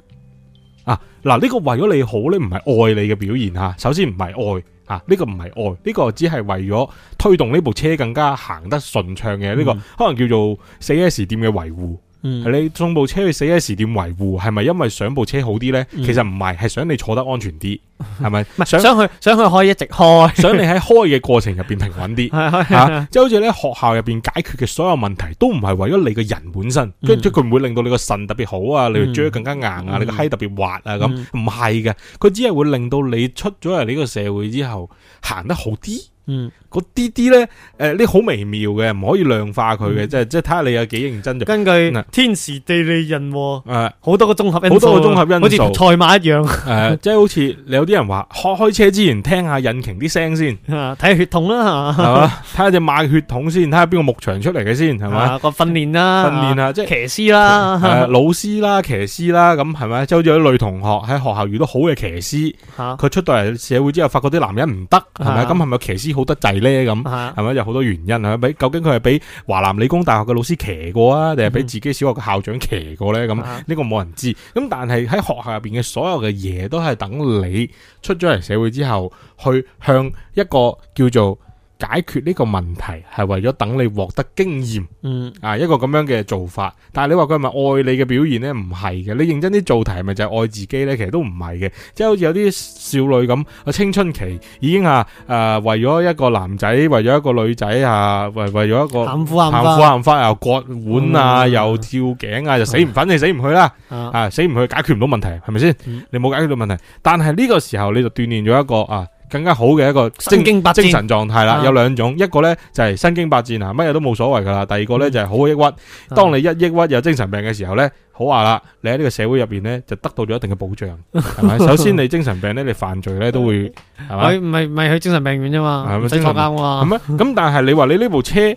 Speaker 1: 啊，嗱，呢個為咗你好咧，唔係愛你嘅表現吓。首先唔係愛吓，呢、個唔係愛，呢、個只係為咗推動呢部車更加行得順暢嘅呢個，
Speaker 2: 嗯
Speaker 1: 可能叫做四 S 店嘅維護。
Speaker 2: 嗯
Speaker 1: 你送部車去四 S 店維護，係咪因為想部車好啲呢？
Speaker 2: 嗯
Speaker 1: 其實唔係，係想你坐得安全 啲，係咪？
Speaker 2: 唔系
Speaker 1: 想
Speaker 2: 想去想去可以一直开，
Speaker 1: 想你喺開嘅過程入邊平穩啲。
Speaker 2: 系
Speaker 1: 吓、即係好似咧學校入邊解決嘅所有問題，都唔係為咗你個人本身，
Speaker 2: 嗯
Speaker 1: 跟住佢唔會令到你個腎特別好啊，你個
Speaker 2: 嗯
Speaker 1: 嘴更加硬啊，
Speaker 2: 嗯
Speaker 1: 你個閪特別滑啊咁，
Speaker 2: 嗯
Speaker 1: 唔係嘅，佢只係會令到你出咗嚟呢個社會之後行得好啲。
Speaker 2: 嗯，
Speaker 1: 嗰啲啲咧，誒呢好微妙嘅，唔可以量化佢嘅，
Speaker 2: 嗯
Speaker 1: 即係即係睇下你有幾認真就誒
Speaker 2: 根據
Speaker 1: 嗱
Speaker 2: 天時地利人和
Speaker 1: 誒
Speaker 2: 好多個綜合因
Speaker 1: 好
Speaker 2: 素
Speaker 1: 多個
Speaker 2: 啊，
Speaker 1: 綜合因素
Speaker 2: 好似同賽馬一樣，，
Speaker 1: 呃即係好似你有啲人話開開車之前聽下引擎啲聲 先，
Speaker 2: 啊睇下血統啦，啊
Speaker 1: 係嘛？睇下只馬血統先，睇下邊個牧場出嚟嘅先，係咪？
Speaker 2: 啊個訓練啦，
Speaker 1: 訓練啊，即係。啊
Speaker 2: 骑师啦，
Speaker 1: 誒、老師啦、騎師啦，咁係咪？即係好似有啲女同學喺學校遇到好嘅騎師，
Speaker 2: 吓
Speaker 1: 佢出到嚟社會之後，發覺啲男人唔得，係咪？
Speaker 2: 啊
Speaker 1: 咁係咪騎師好得滯呢？咁
Speaker 2: 吓
Speaker 1: 係咪有好多原因啊係咪？俾究竟佢係俾華南理工大學嘅老師騎過啊，定係俾
Speaker 2: 嗯
Speaker 1: 自己小學嘅校長騎過呢？咁
Speaker 2: 啊
Speaker 1: 呢個冇人知。咁但係喺學校入邊嘅所有嘅嘢，都係等你出咗嚟社會之後，去向一個叫做解決呢個問題係為咗等你獲得經驗
Speaker 2: 嗯
Speaker 1: 啊，一個咁樣嘅做法。但係你話佢係咪愛你嘅表現呢？唔係嘅，你認真啲做題咪就係愛自己呢？其實都唔係嘅，即係好似有啲少女咁，啊青春期已經啊誒、呃、為咗一個男仔，為咗一個女仔啊，為為咗一個
Speaker 2: 喊苦啊
Speaker 1: 喊
Speaker 2: 喊
Speaker 1: 苦啊
Speaker 2: 花
Speaker 1: 喊花又割腕啊，
Speaker 2: 嗯
Speaker 1: 又跳頸啊，就死唔反正死唔去啦。
Speaker 2: 啊，
Speaker 1: 啊，死唔去解決唔到問題，係咪先
Speaker 2: 嗯？
Speaker 1: 你冇解決到問題，但係呢個時候你就鍛炼咗一個啊更加好嘅一個
Speaker 2: 身經百
Speaker 1: 精
Speaker 2: 戰，
Speaker 1: 神狀態啦。
Speaker 2: 啊
Speaker 1: 有兩種，一個呢就係身經百戰啊，乜嘢都冇所謂噶啦；第二個呢
Speaker 2: 嗯
Speaker 1: 就係好抑鬱。當你一抑鬱有精神病嘅時候呢，好話啦，你喺呢個社會入邊呢就得到咗一定嘅保障，係咪？首先你精神病呢，你犯罪呢都會係咪？
Speaker 2: 佢唔係唔係去精神病院啫嘛，
Speaker 1: 係咪
Speaker 2: 唔使坐監哎啊
Speaker 1: 咁
Speaker 2: 嘛，
Speaker 1: 咧，咁但係你話你呢部車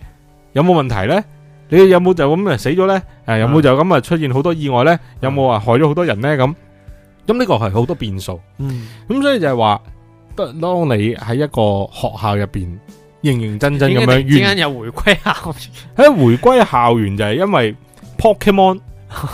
Speaker 1: 有冇問題呢？你有冇就咁啊死咗呢？誒有冇就咁啊出現好多意外呢？有冇啊害咗好多人呢？咁咁呢個係好多變數，
Speaker 2: 嗯
Speaker 1: 咁所以就係話，當你喺一個學校入邊認認真真咁樣
Speaker 2: 點解突然之
Speaker 1: 完
Speaker 2: 間又回歸啊校
Speaker 1: 喺回歸校園就係因為 Pokemon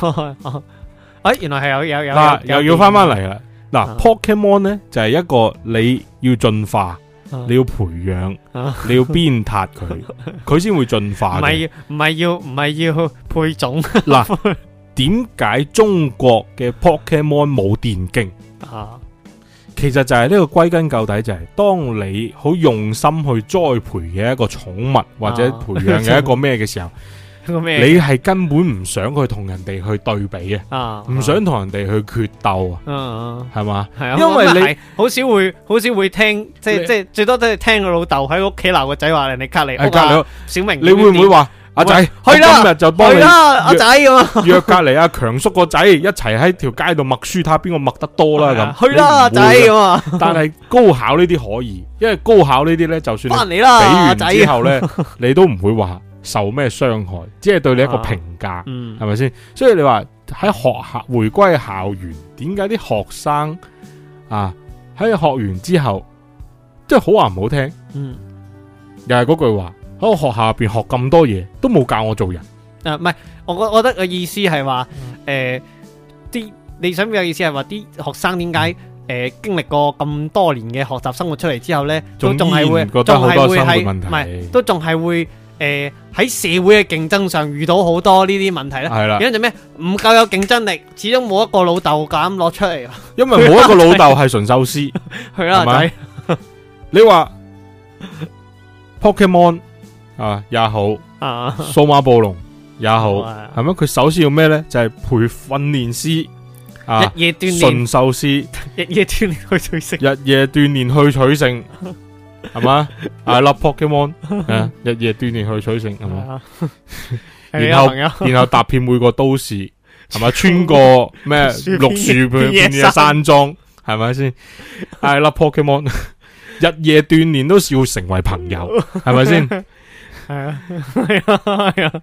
Speaker 2: 園？ 哎，原來係有有有
Speaker 1: 嗱
Speaker 2: 有
Speaker 1: 又要翻翻嚟啦。
Speaker 2: 啊
Speaker 1: 嗱，Pokemon 呢就係一個你要進化，
Speaker 2: 啊
Speaker 1: 你要培養，
Speaker 2: 啊
Speaker 1: 你要鞭撻 佢，佢先會進
Speaker 2: 唔
Speaker 1: 化嘅。
Speaker 2: 係唔係要唔係要配種
Speaker 1: 嗱，點解中國嘅 Pokemon 冇電競？
Speaker 2: 啊？
Speaker 1: 其實就係呢個歸根究底就係、當你好用心去栽培嘅一個寵物或者
Speaker 2: 啊
Speaker 1: 培養嘅一個咩嘅時 候，
Speaker 2: 個咩？
Speaker 1: 你係根本唔想去同人哋去對比嘅，
Speaker 2: 啊，
Speaker 1: 唔想同人哋去決鬥啊，
Speaker 2: 嗯嗯。
Speaker 1: 係嘛？
Speaker 2: 系啊，
Speaker 1: 因為
Speaker 2: 咁
Speaker 1: 你
Speaker 2: 係好少會好少會聽，即
Speaker 1: 你
Speaker 2: 係即係最多都係聽個老豆喺屋企鬧個仔話人哋隔離
Speaker 1: 誒
Speaker 2: 屋
Speaker 1: 隔
Speaker 2: 啊，
Speaker 1: 離屋
Speaker 2: 小明
Speaker 1: 你會唔會話阿仔？
Speaker 2: 嗯去啦
Speaker 1: 我今日就幫
Speaker 2: 去
Speaker 1: 你
Speaker 2: 啦阿仔咁啊？
Speaker 1: 約隔離阿強叔個仔一齊喺條街度默書，睇下邊個默得多啦咁。
Speaker 2: 啊去啦阿
Speaker 1: 你唔
Speaker 2: 仔
Speaker 1: 會嘅
Speaker 2: 咁啊，
Speaker 1: 但係高考呢啲可以，因為高考呢啲呢，就算你
Speaker 2: 翻嚟啦
Speaker 1: 俾
Speaker 2: 阿
Speaker 1: 完
Speaker 2: 仔啊
Speaker 1: 之後 呢，你都唔會話受咩傷害，只係對你一個評價，
Speaker 2: 嗯
Speaker 1: 係咪先？所以你話喺學校回歸校園，點解啲學生啊喺學完之後，即係好話唔好聽，
Speaker 2: 嗯
Speaker 1: 又係嗰句話喺我學校入邊學咁多嘢，都冇教我做人。
Speaker 2: 啊，唔係我覺我覺得個意思係話
Speaker 1: 嗯
Speaker 2: 誒啲你想表嘅意思係話啲學生點解？
Speaker 1: 嗯
Speaker 2: 誒經歷過咁多年嘅學習生活出嚟之後咧，都仲係會，
Speaker 1: 仲依然覺得
Speaker 2: 仲
Speaker 1: 好
Speaker 2: 係
Speaker 1: 多
Speaker 2: 會
Speaker 1: 生活
Speaker 2: 喺，
Speaker 1: 問題
Speaker 2: 唔係都仲係會誒喺社會嘅競爭上遇到好多呢啲問題咧。
Speaker 1: 係啦，
Speaker 2: 原因就咩？唔夠有競爭力，始終冇一個老豆咁攞出嚟。
Speaker 1: 因為冇一個老豆係純壽司。
Speaker 2: 去啦，
Speaker 1: 係咪
Speaker 2: 仔。
Speaker 1: 你 話 Pokemon 啊也好，
Speaker 2: 啊，
Speaker 1: 數碼暴龍也好。
Speaker 2: 啊
Speaker 1: 系咪？佢首先要咩咧？就係培訓練師啊，
Speaker 2: 日夜鍛煉，
Speaker 1: 驯獸師，
Speaker 2: 日夜鍛煉去最識。
Speaker 1: 日夜鍛煉去取勝，係嘛？I love Pokemon，啊日夜鍛煉去取勝，係嘛？
Speaker 2: 啊
Speaker 1: 嗯 然後
Speaker 2: 係啊
Speaker 1: 然後踏遍每個都 市，係咪？穿過咩
Speaker 2: 樹
Speaker 1: 綠樹
Speaker 2: 遍
Speaker 1: 遍
Speaker 2: 野
Speaker 1: 野山莊，係咪 先？I love Pokemon，日夜鍛煉都要成為朋 友，係咪先？
Speaker 2: 朋友，係啊，係啊，係 啊。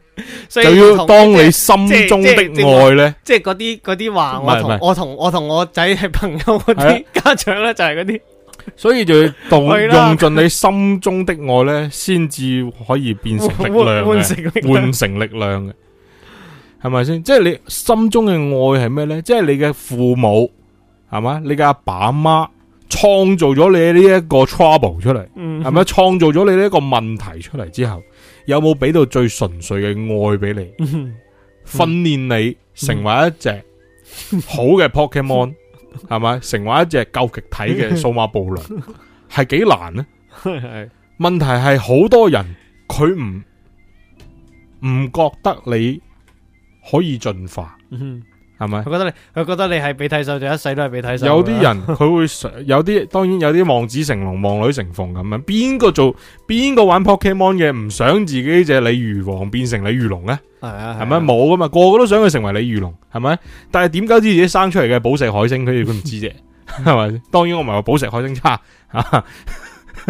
Speaker 2: 所以
Speaker 1: 就要
Speaker 2: 同
Speaker 1: 當
Speaker 2: 即
Speaker 1: 你
Speaker 2: 係
Speaker 1: 心中的
Speaker 2: 即係即係
Speaker 1: 愛咧，
Speaker 2: 即係嗰啲嗰啲話，
Speaker 1: 唔
Speaker 2: 我
Speaker 1: 係唔
Speaker 2: 同
Speaker 1: 係
Speaker 2: 我同我同我仔係朋友嗰
Speaker 1: 係啊
Speaker 2: 啲家長咧，就係嗰啲
Speaker 1: 所以就要動
Speaker 2: 係啦
Speaker 1: 用盡你心中的愛咧，先至可以變成力量
Speaker 2: 換換
Speaker 1: 嘅，
Speaker 2: 成力量
Speaker 1: 換成力量嘅，係咪先？即係你心中嘅愛係咩咧？即係你嘅父母係嘛？你嘅阿爸阿媽創造咗你呢一個 trouble 出嚟，
Speaker 2: 嗯
Speaker 1: 係咪？創造咗你呢一個問題出嚟之後，有冇俾到最純粹嘅愛俾你？
Speaker 2: 嗯
Speaker 1: 訓練你成為一隻
Speaker 2: 嗯
Speaker 1: 好嘅 Pokemon，係咪？成為一隻究極體嘅 數碼暴龍，係幾難呢？
Speaker 2: 係
Speaker 1: 問題係好多人佢唔唔覺得你可以進化，
Speaker 2: 嗯
Speaker 1: 係咪
Speaker 2: 佢？覺得你佢覺得你係俾睇手，就一世都係俾睇手㗎啦。
Speaker 1: 有啲人佢會想，有啲當然有啲望子成龍、望女成鳳咁樣。邊個做邊個玩 Pokemon 嘅唔想自己隻鯉魚王變成鯉魚龍呢？
Speaker 2: 係啊，
Speaker 1: 係咪冇噶嘛？個個都想佢成為鯉魚龍，係咪？但係點解知自己生出嚟嘅寶石海星，佢佢唔知啫，係咪？當然我唔係話寶石海星差，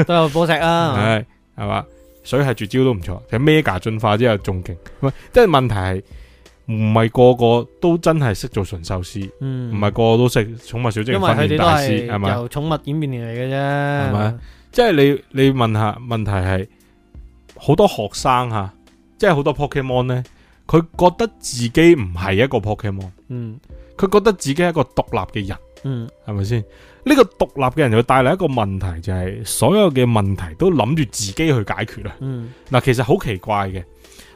Speaker 2: 都有寶石啊。
Speaker 1: 系系嘛，水系絕招都唔錯。其實 mega 進化之後仲勁，唔係即係問題係唔係個個都真係識做純壽司，
Speaker 2: 嗯，
Speaker 1: 唔係個個都識寵物小精
Speaker 2: 因
Speaker 1: 靈
Speaker 2: 為
Speaker 1: 訓
Speaker 2: 佢
Speaker 1: 練
Speaker 2: 哋都
Speaker 1: 大師
Speaker 2: 係
Speaker 1: 係咪？
Speaker 2: 由寵物演變嚟嘅啫，係
Speaker 1: 咪？即係你你問下問題係好多學生吓，即係好多 Pokemon 咧，佢覺得自己唔係一個 Pokemon，
Speaker 2: 嗯
Speaker 1: 佢覺得自己係一個獨立嘅人，
Speaker 2: 嗯
Speaker 1: 係咪先？呢、呢個獨立嘅人就會帶嚟一個問題，就係、所有嘅問題都諗住自己去解決啦。
Speaker 2: 嗯
Speaker 1: 嗱，其實好奇怪嘅，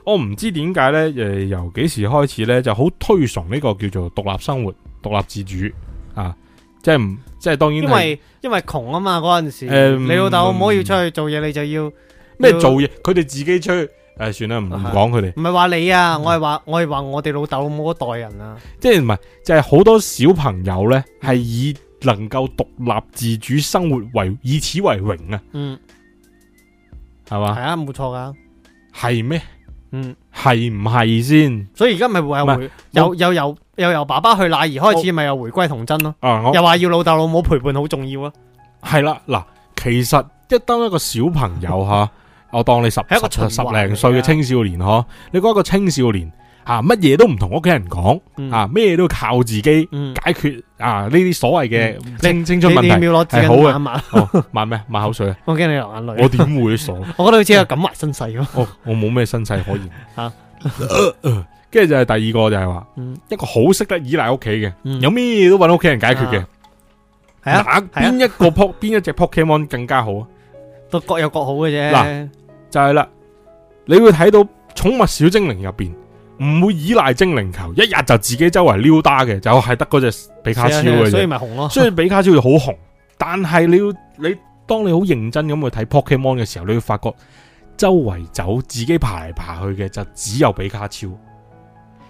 Speaker 1: 我唔知點解呢，誒、由幾時開始呢，就好推崇呢個叫做獨立生活、獨立自主啊，即係唔即係當然
Speaker 2: 因
Speaker 1: 係
Speaker 2: 為因為窮啊嘛嗰陣時，
Speaker 1: 誒
Speaker 2: 你老豆唔可以出去做嘢，你就要唔
Speaker 1: 咩做嘢，佢哋自己出去。誒、算啦，唔唔講佢哋，
Speaker 2: 係話你啊，我係話我係話我哋老豆老母嗰代人啊，
Speaker 1: 即係唔係，就係、好多小朋友呢，係以能夠獨立自主生活為以此為榮啊，
Speaker 2: 嗯，
Speaker 1: 係
Speaker 2: 係
Speaker 1: 嘛？
Speaker 2: 啊，冇錯噶，
Speaker 1: 係咩？
Speaker 2: 嗯，
Speaker 1: 係唔係先？
Speaker 2: 所以而家咪會有
Speaker 1: 唔係
Speaker 2: 回又又由又由爸爸去奶兒開始，咪又回歸童真咯，
Speaker 1: 啊，我
Speaker 2: 又話要老豆老母陪伴好重要啊，
Speaker 1: 系啦，嗱，其實一當一個小朋 友吓，我當你十
Speaker 2: 係一個循
Speaker 1: 十十
Speaker 2: 環嚟
Speaker 1: 零歲嘅
Speaker 2: 㗎
Speaker 1: 青少年嗬，你講一個青少年啊，乜嘢都唔同屋企人講
Speaker 2: 嗯
Speaker 1: 啊，咩都靠自己解
Speaker 2: 嗯，
Speaker 1: 決啊，呢啲所謂嘅青青春
Speaker 2: 你
Speaker 1: 問
Speaker 2: 你要唔
Speaker 1: 題，
Speaker 2: 要攞紙
Speaker 1: 係好
Speaker 2: 巾
Speaker 1: 嘅
Speaker 2: 抹一抹？
Speaker 1: 哦，抹咩？抹口水啊！
Speaker 2: 我驚你流眼淚。
Speaker 1: 我點會傻？
Speaker 2: 我覺得好似有感懷身世咯。
Speaker 1: 我我冇咩身世可言
Speaker 2: 啊。
Speaker 1: 跟住就係第二個就係話
Speaker 2: 嗯，
Speaker 1: 一個好識得依賴屋企嘅，
Speaker 2: 嗯
Speaker 1: 有咩都揾屋企人解決嘅
Speaker 2: 啊。係啊，
Speaker 1: 嗱，邊一個 po 邊一隻 Pokemon 更加好啊？
Speaker 2: 都各有各好嘅啫。
Speaker 1: 嗱就係啦，你會睇到《寵物小精靈》入边唔會依賴精靈球，一日就自己周圍溜達嘅，就係得嗰隻比卡超嘅
Speaker 2: 啊所以
Speaker 1: 啫。
Speaker 2: 咪紅咯。
Speaker 1: 雖然比卡超就好紅，但係你要你當你好認真咁去睇 Pokemon 嘅時候，你會發覺周圍走自己爬嚟爬去嘅就只有比卡超，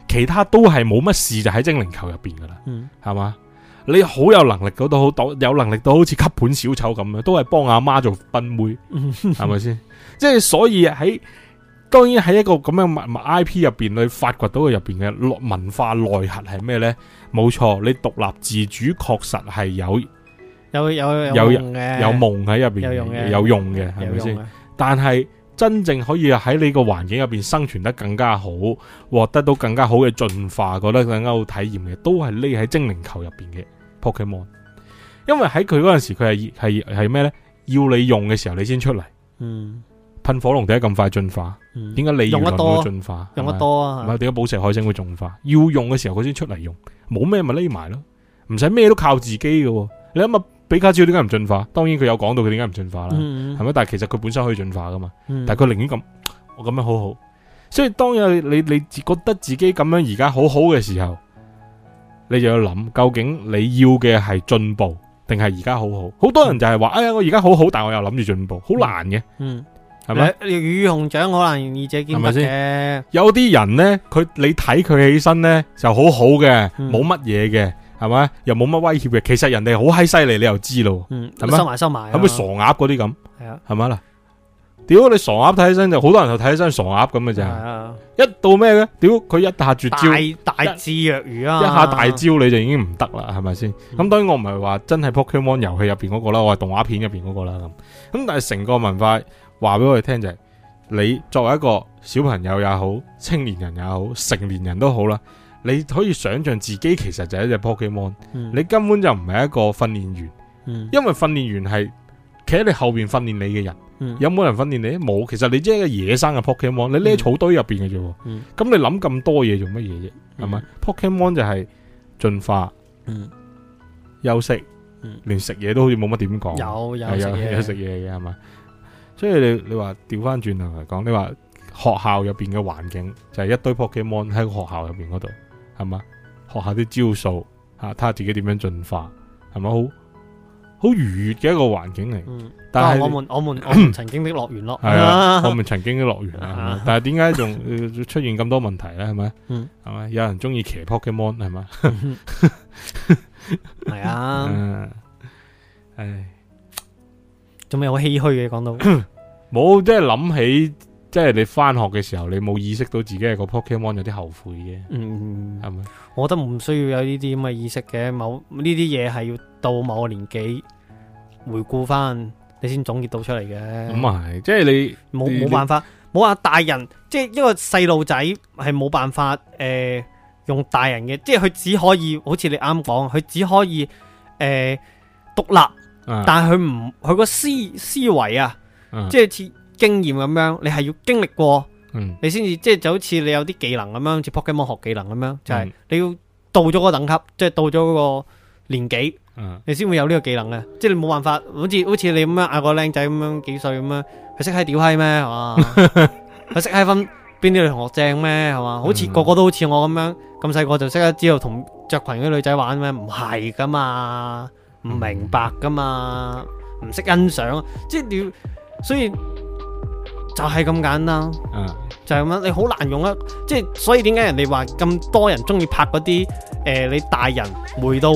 Speaker 1: 其他都係冇乜事就喺精靈球入边噶啦，
Speaker 2: 嗯，
Speaker 1: 係嘛？你好有能力嗰度，好到有能力到好似吸盤小丑咁啊樣，都係幫阿媽做賓妹。系咪先？即系所以喺當然喺一個咁樣物物 I P 入边，你發掘到佢入边嘅內文化內核係咩呢？冇錯，你獨立自主確實係有
Speaker 2: 有有
Speaker 1: 有
Speaker 2: 用嘅，
Speaker 1: 有夢喺入边，
Speaker 2: 有用嘅
Speaker 1: 有用嘅，係
Speaker 2: 有
Speaker 1: 咪
Speaker 2: 用
Speaker 1: 先？
Speaker 2: 嘅。
Speaker 1: 但係真正可以喺你個環境入边生存得更加好，獲得到更加好嘅進化，覺得更加好體驗嘅，都係匿喺精靈球入边嘅 Pokemon。因為喺佢嗰阵时，佢係係系咩呢？要你用嘅時候，你先出嚟。
Speaker 2: 嗯
Speaker 1: 噴火龍點解咁快進化？
Speaker 2: 嗯，
Speaker 1: 點解你要
Speaker 2: 用得多
Speaker 1: 輪到進化？
Speaker 2: 用得多啊
Speaker 1: 係咪，唔？係點解寶石海星會進化？要用嘅時候佢先出嚟用，冇咩咪匿埋咯，唔使咩都靠自己嘅喎。你諗下，比卡超點解唔進化？當然佢有講到佢點解唔進化啦，係
Speaker 2: 嗯
Speaker 1: 咪、但係其實佢本身可以進化噶嘛，
Speaker 2: 嗯，
Speaker 1: 但係佢寧願咁，我咁樣好好。所以當有你你自覺得自己咁樣而家好好嘅時候，你就要諗究竟你要嘅係進步定係而家好好？好多人就係話：哎呀，我而家好好，但我又諗住進步，好難嘅，
Speaker 2: 嗯
Speaker 1: 係咪？？
Speaker 2: 你魚與熊掌可能二者兼
Speaker 1: 係咪
Speaker 2: 得嘅。
Speaker 1: 有啲人呢，佢你睇佢起身呢就好好嘅，
Speaker 2: 嗯
Speaker 1: 冇乜嘢嘅，係咪？又冇乜威脅嘅。其實人哋好閪犀利，你又知咯，
Speaker 2: 嗯，
Speaker 1: 係咪
Speaker 2: 收埋收埋啊。
Speaker 1: 係咪傻鴨嗰啲咁？
Speaker 2: 係啊？
Speaker 1: 係咪啦？屌你傻鴨睇起身就好多人就睇起身傻鴨咁嘅
Speaker 2: 係
Speaker 1: 咋，
Speaker 2: 啊，
Speaker 1: 一到咩嘅？屌佢一下絕招，一
Speaker 2: 大大智若愚啊！
Speaker 1: 下大招你就已經唔得啦，係咪先？咁當然我唔係話真係 Pokemon 遊戲入邊嗰個啦，我係動畫片入邊嗰個啦咁。咁但係成個文化話俾我哋聽就係、你作為一個小朋友也好、青年人也好、成年人都好啦，你可以想象自己其實就係一隻 Pokemon，
Speaker 2: 嗯，
Speaker 1: 你根本就唔係一個訓練員，
Speaker 2: 嗯
Speaker 1: 因為訓練員係企喺你後邊訓練你嘅人。
Speaker 2: 嗯
Speaker 1: 有冇人訓練你？冇，其實你只係一個野生嘅 Pokemon，你匿喺草堆入邊嘅啫喎。咁、
Speaker 2: 嗯
Speaker 1: 你諗咁多嘢做乜嘢啫？係咪、p o k e m o n 就係進化。
Speaker 2: 嗯
Speaker 1: 休息，
Speaker 2: 嗯
Speaker 1: 連食嘢都好似冇乜點講，
Speaker 2: 有有
Speaker 1: 哦係
Speaker 2: 食
Speaker 1: 有有食
Speaker 2: 嘢，
Speaker 1: 嘢嘅係嘛？所以你你話調翻轉頭嚟講，你話學校入邊嘅環境就係、一堆 Pokemon 喺個學校入邊嗰度，係嘛？學校啲招數嚇，睇下自己點樣進化，係咪好好愉悅嘅一個環境嚟？
Speaker 2: 嗯，
Speaker 1: 但係
Speaker 2: 但係我們我 們我們曾經的樂園咯，
Speaker 1: 係 啊，我
Speaker 2: 啊
Speaker 1: 咪曾經嘅樂園啊，係咪
Speaker 2: 啊
Speaker 1: 但係點解仲 呃出現咁多問題咧？係咪？
Speaker 2: 嗯
Speaker 1: 係咪？有人中意騎 Pokemon 係咪？
Speaker 2: 係啊，
Speaker 1: 嗯，唉。
Speaker 2: 做咩好唏噓 嘅講到？嗯
Speaker 1: 冇，即系谂起，即系你翻学嘅时候，你冇意识到自己系个 Pokemon，有啲后悔嘅，
Speaker 2: 嗯
Speaker 1: 系，咪？
Speaker 2: 我覺得唔需要有呢啲咁嘅意識嘅，某呢啲嘢係要到某個年紀回顧翻，你先總結到出嚟嘅。
Speaker 1: 咁系，即系你
Speaker 2: 冇
Speaker 1: 你
Speaker 2: 冇辦法，冇話大人，即係一個細路仔係冇辦法诶、呃用大人嘅，即係佢只可以好似你啱講，佢只可以诶独、獨立，
Speaker 1: 啊，
Speaker 2: 但係佢唔佢個思思維啊，
Speaker 1: 啊
Speaker 2: 即係似經驗咁樣，你係要經歷過。
Speaker 1: 嗯
Speaker 2: 你先至即係就好似你有啲技能咁樣，好似 Pokemon 學技能咁樣，就係、
Speaker 1: 嗯
Speaker 2: 你要到咗個等級，即係到咗嗰個年紀，
Speaker 1: 嗯
Speaker 2: 你先會有呢個技能嘅，即係你冇辦法，好似好似你咁樣嗌個僆仔咁樣幾歲咁樣，佢識閪屌閪咩係嘛？佢識閪分邊啲女同學正咩係嘛？好似
Speaker 1: 嗯
Speaker 2: 個個都好似我咁樣咁細個就識得知道同着裙嗰啲女仔玩咩？唔係噶嘛，唔明白噶嘛，唔識欣賞，即係你要，所以就係咁簡單。
Speaker 1: 嗯
Speaker 2: 就係咁樣，你好難用啊！即係所以點解人哋話咁多人中意拍嗰啲誒，你大人 回到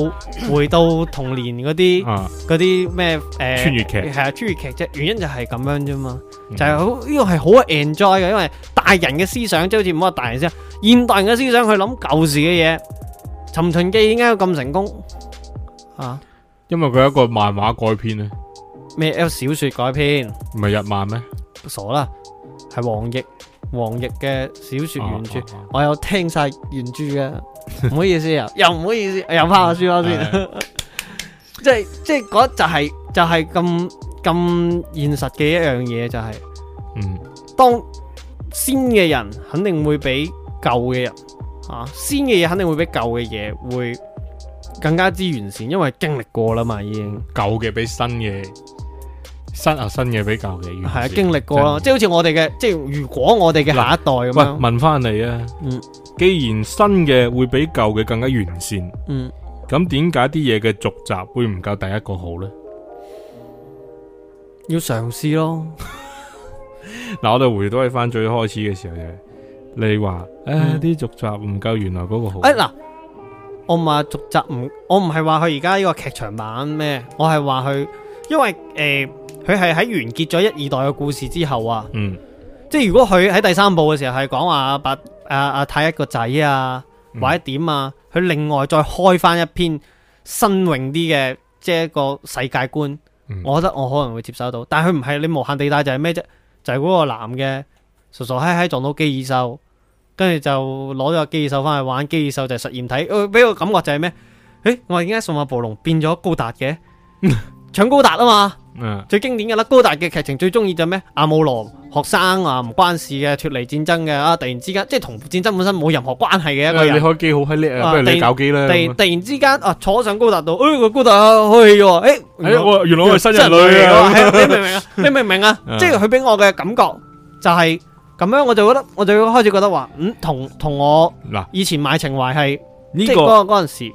Speaker 2: 回到童年嗰啲
Speaker 1: 啊，
Speaker 2: 嗰啲咩誒
Speaker 1: 穿越劇
Speaker 2: 係啊穿越劇啫，原因就係咁樣啫嘛，
Speaker 1: 嗯
Speaker 2: 就係好呢個係好 enjoy 嘅，因為大人嘅思想即係好似唔好話大人先，現代人嘅思想去諗舊時嘅嘢，《尋秦記》點解要咁成功啊？
Speaker 1: 因為佢有一個漫畫改編咧，
Speaker 2: 咩有小説改編？
Speaker 1: 唔係日漫咩？
Speaker 2: 傻啦，係黃奕黃奕嘅小説原著。
Speaker 1: 啊啊
Speaker 2: 我有聽晒原著嘅， 唔好意思啊，又唔好意思，又拋下書
Speaker 1: 哦
Speaker 2: 包先。 即係即係嗰就係、就係咁咁現實嘅一樣嘢，就係、
Speaker 1: 嗯
Speaker 2: 當先嘅人肯定會比舊嘅人啊，先嘅嘢肯定會比舊嘅嘢會更加之完善，因為經歷過啦嘛，已經
Speaker 1: 舊嘅比新嘅新啊新嘅比舊嘅完
Speaker 2: 係啊
Speaker 1: 善
Speaker 2: 經歷過啦，即係好似我哋嘅，即係如果我哋嘅下一代咁
Speaker 1: 喂，
Speaker 2: 樣，
Speaker 1: 問翻你啊，
Speaker 2: 嗯
Speaker 1: 既然新嘅會比舊嘅更加完善，
Speaker 2: 嗯，
Speaker 1: 咁點解啲嘢嘅續集會唔夠第一個好呢？
Speaker 2: 要嘗試咯，
Speaker 1: 嗱，我哋回到去翻最開始嘅時候就係，你話誒
Speaker 2: 嗯
Speaker 1: 啲續集唔夠原來嗰個好，
Speaker 2: 诶哎嗱、我唔係話續集唔，我唔係話佢而家呢個劇場版咩，我係話佢，因為诶佢係喺完結咗一二代嘅故事之後啊，
Speaker 1: 嗯，
Speaker 2: 即系如果佢喺第三部嘅時候係講話阿白阿阿太一個仔啊，
Speaker 1: 嗯
Speaker 2: 或者點啊，佢另外再開翻一篇新穎啲嘅，即係一個世界觀，
Speaker 1: 嗯
Speaker 2: 我覺得我可能會接受到，但係佢唔係你無限地帶就係咩啫？就係嗰個男嘅傻傻閪閪撞到機爾獸，跟住就攞咗個機爾獸翻去玩，機爾獸就係實驗體，呃俾、個感覺就係咩？誒，我而家數碼暴龍變咗高達嘅，搶高達啊嘛！
Speaker 1: 嗯
Speaker 2: 最經典嘅啦，高達嘅劇情最中意就咩？阿姆羅學生啊，唔關事嘅，脱離戰爭嘅啊，突然之間即係同戰爭本身冇任何關係嘅一個
Speaker 1: 誒你
Speaker 2: 人，
Speaker 1: 開機好閪叻啊，
Speaker 2: 啊
Speaker 1: 不如你
Speaker 2: 地
Speaker 1: 搞機啦
Speaker 2: 突
Speaker 1: 咁
Speaker 2: 然
Speaker 1: 啊，
Speaker 2: 突然之間啊坐上高達度，誒、個高達去喎，誒、哎
Speaker 1: 誒哎我原來我係新人類
Speaker 2: 啊！
Speaker 1: 啊，
Speaker 2: 係 啊你明唔明啊？你明唔明啊
Speaker 1: 嗯？
Speaker 2: 即係佢俾我嘅感覺就係咁樣，我就覺得我就開始覺得話，嗯，同同我
Speaker 1: 嗱
Speaker 2: 以前買情懷係
Speaker 1: 呢
Speaker 2: 即係
Speaker 1: 個。
Speaker 2: 嗰個嗰陣時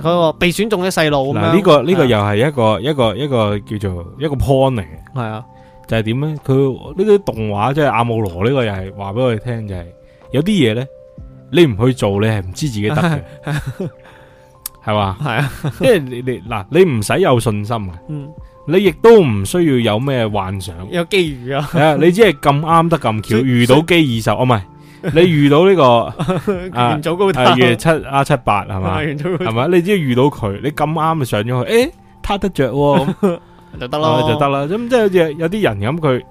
Speaker 2: 嗰個被選中嘅細路咁
Speaker 1: 嗱，
Speaker 2: 樣。啊
Speaker 1: 呢個呢個
Speaker 2: 係
Speaker 1: 又係一個一個一個叫做一個 point 嚟嘅，
Speaker 2: 啊係啊，
Speaker 1: 就係點咧？佢呢啲動畫即係阿姆羅呢個又係話俾我哋聽，就係有啲嘢咧，你唔去做，你係唔知自己得 嘅，係嘛？
Speaker 2: 係啊，
Speaker 1: 因為你你嗱，你唔使有信心嘅，
Speaker 2: 嗯，
Speaker 1: 你亦都唔需要有咩幻 想，
Speaker 2: 有機遇啊，
Speaker 1: 係啊，你只係咁啱得咁巧
Speaker 2: 所以
Speaker 1: 遇到機二十，哦唔係，你遇到 呢個啊
Speaker 2: 元祖高達
Speaker 1: 誒。月 七啊七八係嘛？
Speaker 2: 元祖高達
Speaker 1: 係嘛？你只要遇到佢，你咁啱就上咗去，誒，他得着喎。
Speaker 2: 就得
Speaker 1: 啊
Speaker 2: 咯，
Speaker 1: 就得啦。咁即係好似有啲人咁，佢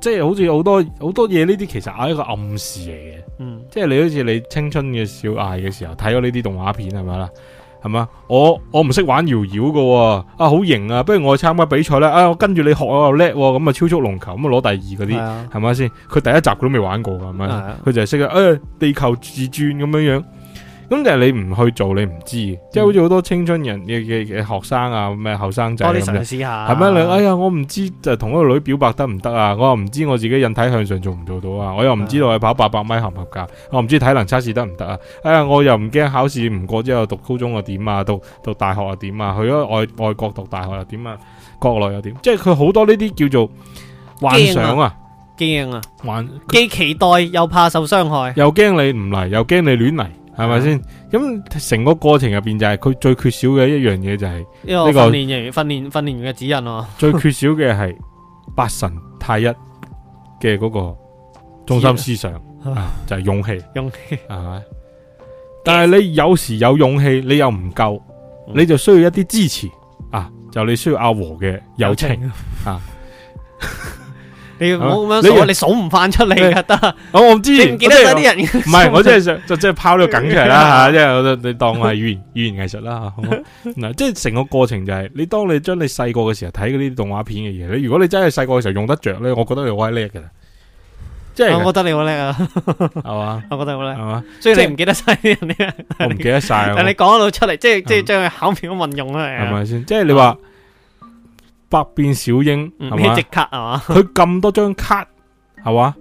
Speaker 1: 即係好似好多好多嘢呢啲，其實係一個暗示嚟嘅。
Speaker 2: 嗯，
Speaker 1: 即係你好似你青春嘅小艾嘅時候睇咗呢啲動畫片係咪啦？係嘛？我我唔識玩搖搖嘅喎，啊好型啊！不如我去參加比賽啦！啊，我跟住你學我又叻喎，咁啊超速龍球咁啊攞第二嗰
Speaker 2: 係
Speaker 1: 啲
Speaker 2: 啊，
Speaker 1: 係咪先？佢第一集佢都未玩過㗎，係咪？
Speaker 2: 係啊
Speaker 1: 佢就係識得誒地球自轉咁樣樣。咁但係你唔去做，你唔知嘅即係好似好多青春人嘅嘅嘅學生啊，咩後生仔
Speaker 2: 多
Speaker 1: 咁
Speaker 2: 啲
Speaker 1: 樣
Speaker 2: 嘗。試下，
Speaker 1: 係咩？你哎呀，我唔知就同嗰個女表白得唔得啊？我又唔知我自己引體向上做唔做到啊？我又唔知道我跑八百米合唔合格？我唔知體能測試得唔得啊？哎呀，我又唔驚考試唔過之後讀高中又點啊？讀讀大學又點啊？去咗外外國讀大學又點啊？國內又點？即係佢好多呢啲叫做幻想啊，
Speaker 2: 驚啊，
Speaker 1: 幻
Speaker 2: 既期待又怕受傷害，
Speaker 1: 又驚你唔嚟，又驚你亂嚟，係咪
Speaker 2: 啊
Speaker 1: 先？咁成個過程入邊就係佢最缺少嘅一樣嘢就係、
Speaker 2: 呢
Speaker 1: 呢
Speaker 2: 個
Speaker 1: 個
Speaker 2: 訓練員訓練訓練員嘅指引啊，
Speaker 1: 最缺少嘅係八神太一嘅嗰個中心思想，啊就係勇氣，
Speaker 2: 勇
Speaker 1: 氣係咪？但係你有時有勇氣，你又唔夠，
Speaker 2: 嗯
Speaker 1: 你就需要一啲支持啊！就你需要阿和嘅友情。， 啊
Speaker 2: 你唔好咁
Speaker 1: 你
Speaker 2: 樣數，你數唔翻出嚟㗎得，
Speaker 1: 哦，我唔知，
Speaker 2: 你唔記得
Speaker 1: 我真
Speaker 2: 晒
Speaker 1: 係
Speaker 2: 啲啊人，
Speaker 1: 唔係，我真係想就即係拋呢個梗出嚟 啦嚇，即係我你當我係語言 語言藝術啦嚇好唔好嗱，即係成個過程就係、你當你將你細個嘅時候睇嗰啲動畫片嘅嘢，你如果你真係細個嘅時候用得着咧，我覺得你好閪叻嘅啦，即係
Speaker 2: 我覺得你好叻啊，
Speaker 1: 係 嘛
Speaker 2: 我覺得
Speaker 1: 係
Speaker 2: 好叻。
Speaker 1: 嘛，
Speaker 2: 雖
Speaker 1: 即係
Speaker 2: 然你唔記得晒啲人咧，
Speaker 1: 我唔記得晒啊
Speaker 2: 但係你啊講到出嚟，即係即係
Speaker 1: 嗯
Speaker 2: 將佢巧妙咁運用啦。
Speaker 1: 係咪先？即係你話百變小櫻
Speaker 2: 嗯
Speaker 1: 係
Speaker 2: 呢
Speaker 1: 嘛
Speaker 2: 只？卡係嘛？
Speaker 1: 佢咁多張卡係嘛？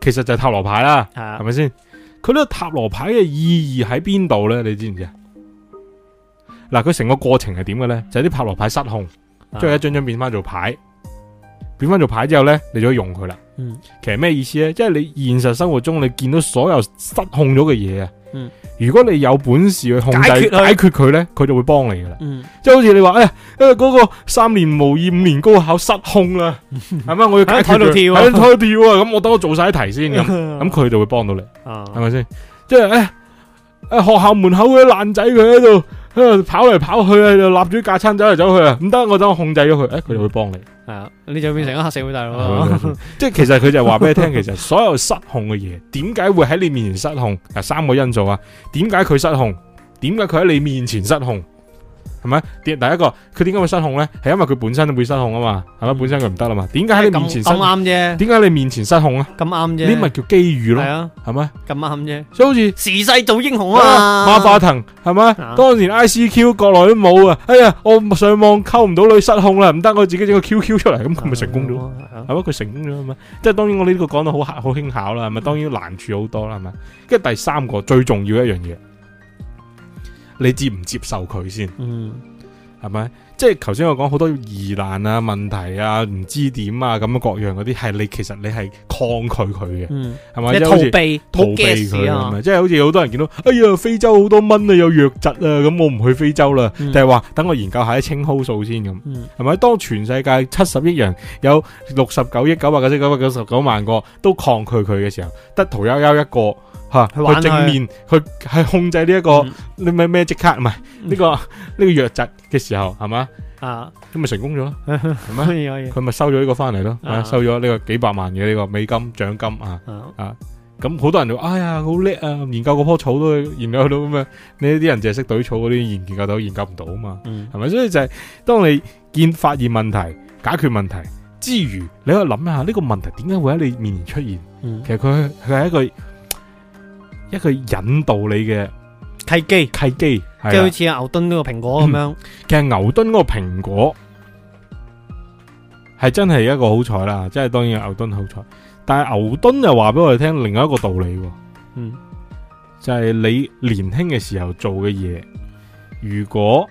Speaker 1: 其實就係塔羅牌啦，
Speaker 2: 係
Speaker 1: 係
Speaker 2: 啊，
Speaker 1: 咪先？佢呢個塔羅牌嘅意義喺邊度咧？你知唔知啊？嗱，佢成個過程係點嘅咧？就係啲塔羅牌失控，
Speaker 2: 啊
Speaker 1: 將佢一張張變翻做牌，變翻做牌之後咧，你就可以用佢啦。
Speaker 2: 嗯
Speaker 1: 其實咩意思咧？即係你現實生活中你見到所有失控咗嘅嘢啊，
Speaker 2: 嗯
Speaker 1: 如果你有本事去控制
Speaker 2: 解決佢
Speaker 1: 解決佢咧，佢就會幫你噶啦。
Speaker 2: 嗯
Speaker 1: 即係好似你話，哎誒、因為嗰個三年模擬五年高考失控 啦，係咪？我要解決
Speaker 2: 喺度
Speaker 1: 佢
Speaker 2: 跳啊
Speaker 1: 喺度跳啊！咁我等我做晒啲題先咁，咁
Speaker 2: 咁
Speaker 1: 佢就會幫到你，
Speaker 2: 哦
Speaker 1: 係
Speaker 2: 佢
Speaker 1: 咪先？即哎係誒誒學校門口嗰啲爛仔，佢喺度喺度跑嚟跑去啊，喺度立住啲架撐走嚟走去啊，唔得，我等我控制咗佢，誒佢就會幫你。
Speaker 2: 係啊，你就變成一個黑社會大佬
Speaker 1: 係
Speaker 2: 啦
Speaker 1: 咪。先 即係其實佢就係話俾你聽，其實所有失控嘅嘢，點解會喺你面前失控？嗱，三個因素啊，點解佢失控？點解佢喺你面前失控？係咪？第第一個，佢點解會失控呢？係因為佢本身會失控啊嘛，係咪？本身佢唔得啦嘛，點解喺你面前
Speaker 2: 咁
Speaker 1: 失
Speaker 2: 咁
Speaker 1: 控？
Speaker 2: 啱啫，
Speaker 1: 點解喺你面前失控啊？
Speaker 2: 咁啱啫。
Speaker 1: 呢咪叫機遇
Speaker 2: 係
Speaker 1: 咯，
Speaker 2: 啊，
Speaker 1: 係咪？
Speaker 2: 咁啱啫。
Speaker 1: 所以好似
Speaker 2: 時勢造英雄啊嘛，
Speaker 1: 馬化騰係咪？
Speaker 2: 啊
Speaker 1: 當年 ICQ 國內都冇啊！哎呀，我上網溝唔到女失控啦，唔得，我自己整個 QQ 出嚟，咁佢咪成功咗？
Speaker 2: 係啊
Speaker 1: 係咪佢成功咗啊嘛？即係當然我呢個講到好客好輕巧啦，係
Speaker 2: 嗯
Speaker 1: 咪？當然難處好多啦，係咪？跟住第三個最重要一樣嘢，你接唔接受佢先，
Speaker 2: 嗯
Speaker 1: 係咪？即係頭先我講好多疑難啊、問題啊、唔知點啊咁樣各樣嗰啲，係你其實你係抗拒佢嘅，
Speaker 2: 嗯，
Speaker 1: 係
Speaker 2: 即
Speaker 1: 咪？
Speaker 2: 係
Speaker 1: 即係
Speaker 2: 逃
Speaker 1: 好似
Speaker 2: 避
Speaker 1: 逃
Speaker 2: 冇
Speaker 1: 避
Speaker 2: gas
Speaker 1: 佢
Speaker 2: 啊
Speaker 1: 係
Speaker 2: 嘛。
Speaker 1: 咪？即係好似好多人見到，哎呀，非洲好多蚊啊，有瘧疾啊，咁我唔去非洲啦，
Speaker 2: 嗯
Speaker 1: 定係話等我研究下啲青蒿素先咁。
Speaker 2: 嗯
Speaker 1: 係咪？當全世界七十億人有六十九億九百九十九百九十九萬個都抗拒佢嘅時候，得屠呦呦一個吓
Speaker 2: 去玩
Speaker 1: 去正面去去控制呢、一個
Speaker 2: 嗯
Speaker 1: 呢咩咩即刻唔係呢個呢、個瘧疾嘅時候係嘛？
Speaker 2: 啊，
Speaker 1: 咁咪成功咗 咯，係咪？
Speaker 2: 可以可以
Speaker 1: 佢咪收咗呢個翻嚟咯，
Speaker 2: 啊
Speaker 1: 收咗呢個幾百萬嘅呢個美金獎金啊！
Speaker 2: 啊，
Speaker 1: 咁好多人就話哎呀好叻啊，研究嗰棵草都研究到咁啊！你呢啲人淨係識懟草嗰啲研研究到研究唔到啊嘛〜
Speaker 2: 嗯
Speaker 1: 係咪？所以就係當你見發現問題、解決問題之餘，你去諗一下呢個問題點解會喺你面前出現？
Speaker 2: 嗯
Speaker 1: 其實佢佢係一個一個引導你嘅
Speaker 2: 契機，
Speaker 1: 契機。
Speaker 2: 即係
Speaker 1: 係啊
Speaker 2: 好
Speaker 1: 啦
Speaker 2: 似牛頓呢個蘋果咁樣，
Speaker 1: 其實牛頓嗰個蘋果係真係一個好彩啦，即係當然牛頓好彩，但係牛頓又話俾我哋聽另外一個道理喎。
Speaker 2: 嗯
Speaker 1: 就係你年輕嘅時候做嘅嘢，如果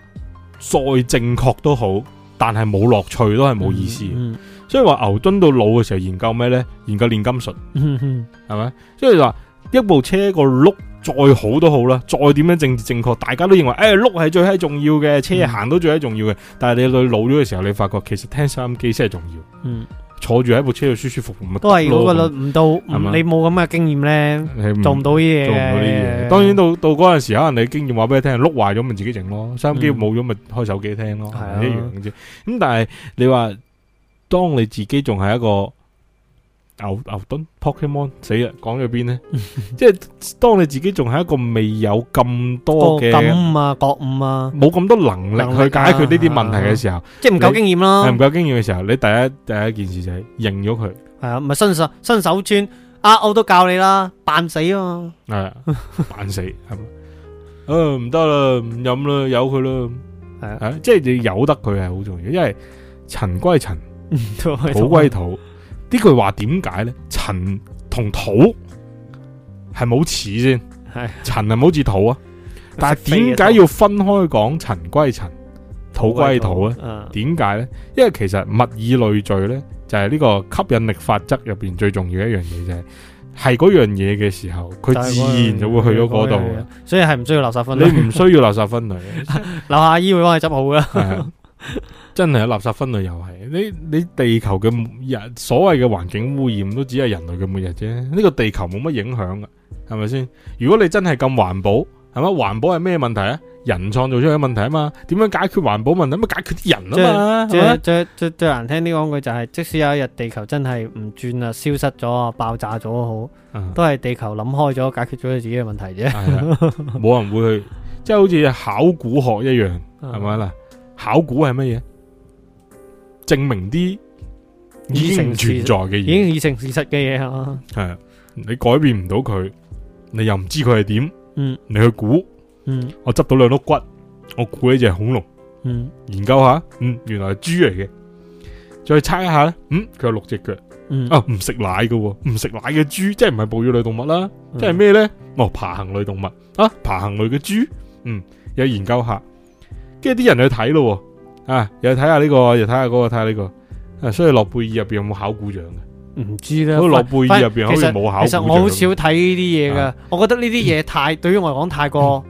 Speaker 1: 再正確都好，但係冇樂趣都係冇意思嘅。
Speaker 2: 嗯
Speaker 1: 所以話牛頓到老嘅時候研究咩呢？研究煉金術
Speaker 2: 嗯嗯
Speaker 1: 係咪？所以話一部車個轆再好都好啦，再點樣政治正確，大家都認為誒轆係最閪重要嘅，車
Speaker 2: 嗯
Speaker 1: 行都最閪重要嘅。但係你老咗嘅時候，你發覺其實聽收音機先係重要，
Speaker 2: 嗯，
Speaker 1: 坐住喺部車度舒舒服服咪
Speaker 2: 都係
Speaker 1: 得
Speaker 2: 嗰
Speaker 1: 咯
Speaker 2: 個率唔到，唔
Speaker 1: 係嘛
Speaker 2: 你冇咁嘅經驗咧，
Speaker 1: 你唔
Speaker 2: 做唔到呢啲
Speaker 1: 做
Speaker 2: 嘢嘅。
Speaker 1: 唔到呢啲嘢。當然到到嗰陣時，可能你經驗話俾你聽，碌壞咗咪自己整咯，收音機
Speaker 2: 嗯
Speaker 1: 冇咗咪開手機聽咯，
Speaker 2: 係
Speaker 1: 係
Speaker 2: 啊
Speaker 1: 咪一樣嘅啫。咁但係你話，當你自己仲係一個牛牛頓 Pokemon 死啦，講咗 邊呢？即係當你自己仲係一個未有咁多
Speaker 2: 個
Speaker 1: 嘅。
Speaker 2: 感悟啊，覺悟啊，
Speaker 1: 冇咁多能力
Speaker 2: 能力
Speaker 1: 去解決呢啲
Speaker 2: 啊
Speaker 1: 問題嘅時候，
Speaker 2: 即係唔夠經驗
Speaker 1: 係
Speaker 2: 啦
Speaker 1: 唔。夠經驗嘅時候，你第一第一件事就係認咗佢，
Speaker 2: 係啊，咪新手新手村啊，我都教你啦，扮死啊嘛。
Speaker 1: 係啊扮死係咪？啊唔得啦，唔飲啦，由佢啦。
Speaker 2: 係啊，
Speaker 1: 啊，即係你由得佢係好重要，因為塵歸塵，
Speaker 2: 都係
Speaker 1: 土啊歸土。呢句話點解呢？塵同土係冇似先，
Speaker 2: 係
Speaker 1: 塵係冇似土 啊。但係點解要分開講塵歸塵，土歸土呢？
Speaker 2: 啊？
Speaker 1: 點解呢？因為其實物以類聚呢，就係、呢個吸引力法則入邊最重要一樣嘢就係、係嗰樣嘢嘅時候，佢自然就會去咗嗰度嘅。，
Speaker 2: 所以係唔需要垃圾分
Speaker 1: 你
Speaker 2: 類。
Speaker 1: 唔需要垃圾分類嘅，啊
Speaker 2: 樓下醫會幫你執好 㗎。
Speaker 1: 係啊， 真係垃圾分類又係你你地球嘅人所謂嘅環境污染都只係人類嘅末日啫，呢、個地球冇乜影響噶，係咪先？如果你真係咁環保，係咪環保係咩問題啊？人創造出嘅問題啊嘛，點樣解決環保問題？咪解決啲人啊嘛，
Speaker 2: 即
Speaker 1: 係咪
Speaker 2: 係最最最難聽啲講句就係，即使有一日地球真係唔轉啦，消失咗啊，爆炸咗好，
Speaker 1: 嗯
Speaker 2: 都係地球諗開咗，解決咗佢自己嘅問題啫，
Speaker 1: 係啊冇人會去，即係好似考古學一啊樣，係咪啦？考古係乜嘢？證明啲已經唔存在嘅
Speaker 2: 已
Speaker 1: 嘢，
Speaker 2: 經已成事實嘅嘢啊，
Speaker 1: 系啊，你改變唔到佢，你又唔知佢係點，
Speaker 2: 嗯
Speaker 1: 你去估，
Speaker 2: 嗯
Speaker 1: 我執到兩碌骨，我估呢只係恐龍，
Speaker 2: 嗯
Speaker 1: 研究下，嗯，原來係豬嚟嘅，再猜一下咧，嗯，佢有六隻腳，
Speaker 2: 嗯，
Speaker 1: 啊，唔食奶嘅喎，唔食奶嘅豬，即係唔係哺乳類動物啦，
Speaker 2: 嗯
Speaker 1: 即係？咩咧？哦，爬行類動物啊，爬行類嘅豬，嗯，有研究下，跟住啲人去睇咯喎，啊，又睇下呢個，又睇下嗰個，睇下呢個，啊，所以諾貝爾入邊有冇考古獎嘅？
Speaker 2: 唔知啦，
Speaker 1: 好似諾貝爾入邊好
Speaker 2: 其
Speaker 1: 似
Speaker 2: 實
Speaker 1: 冇考古獎咁。啊
Speaker 2: 其實我好少睇呢啲嘢噶，我覺得呢啲嘢太對於我嚟講 太過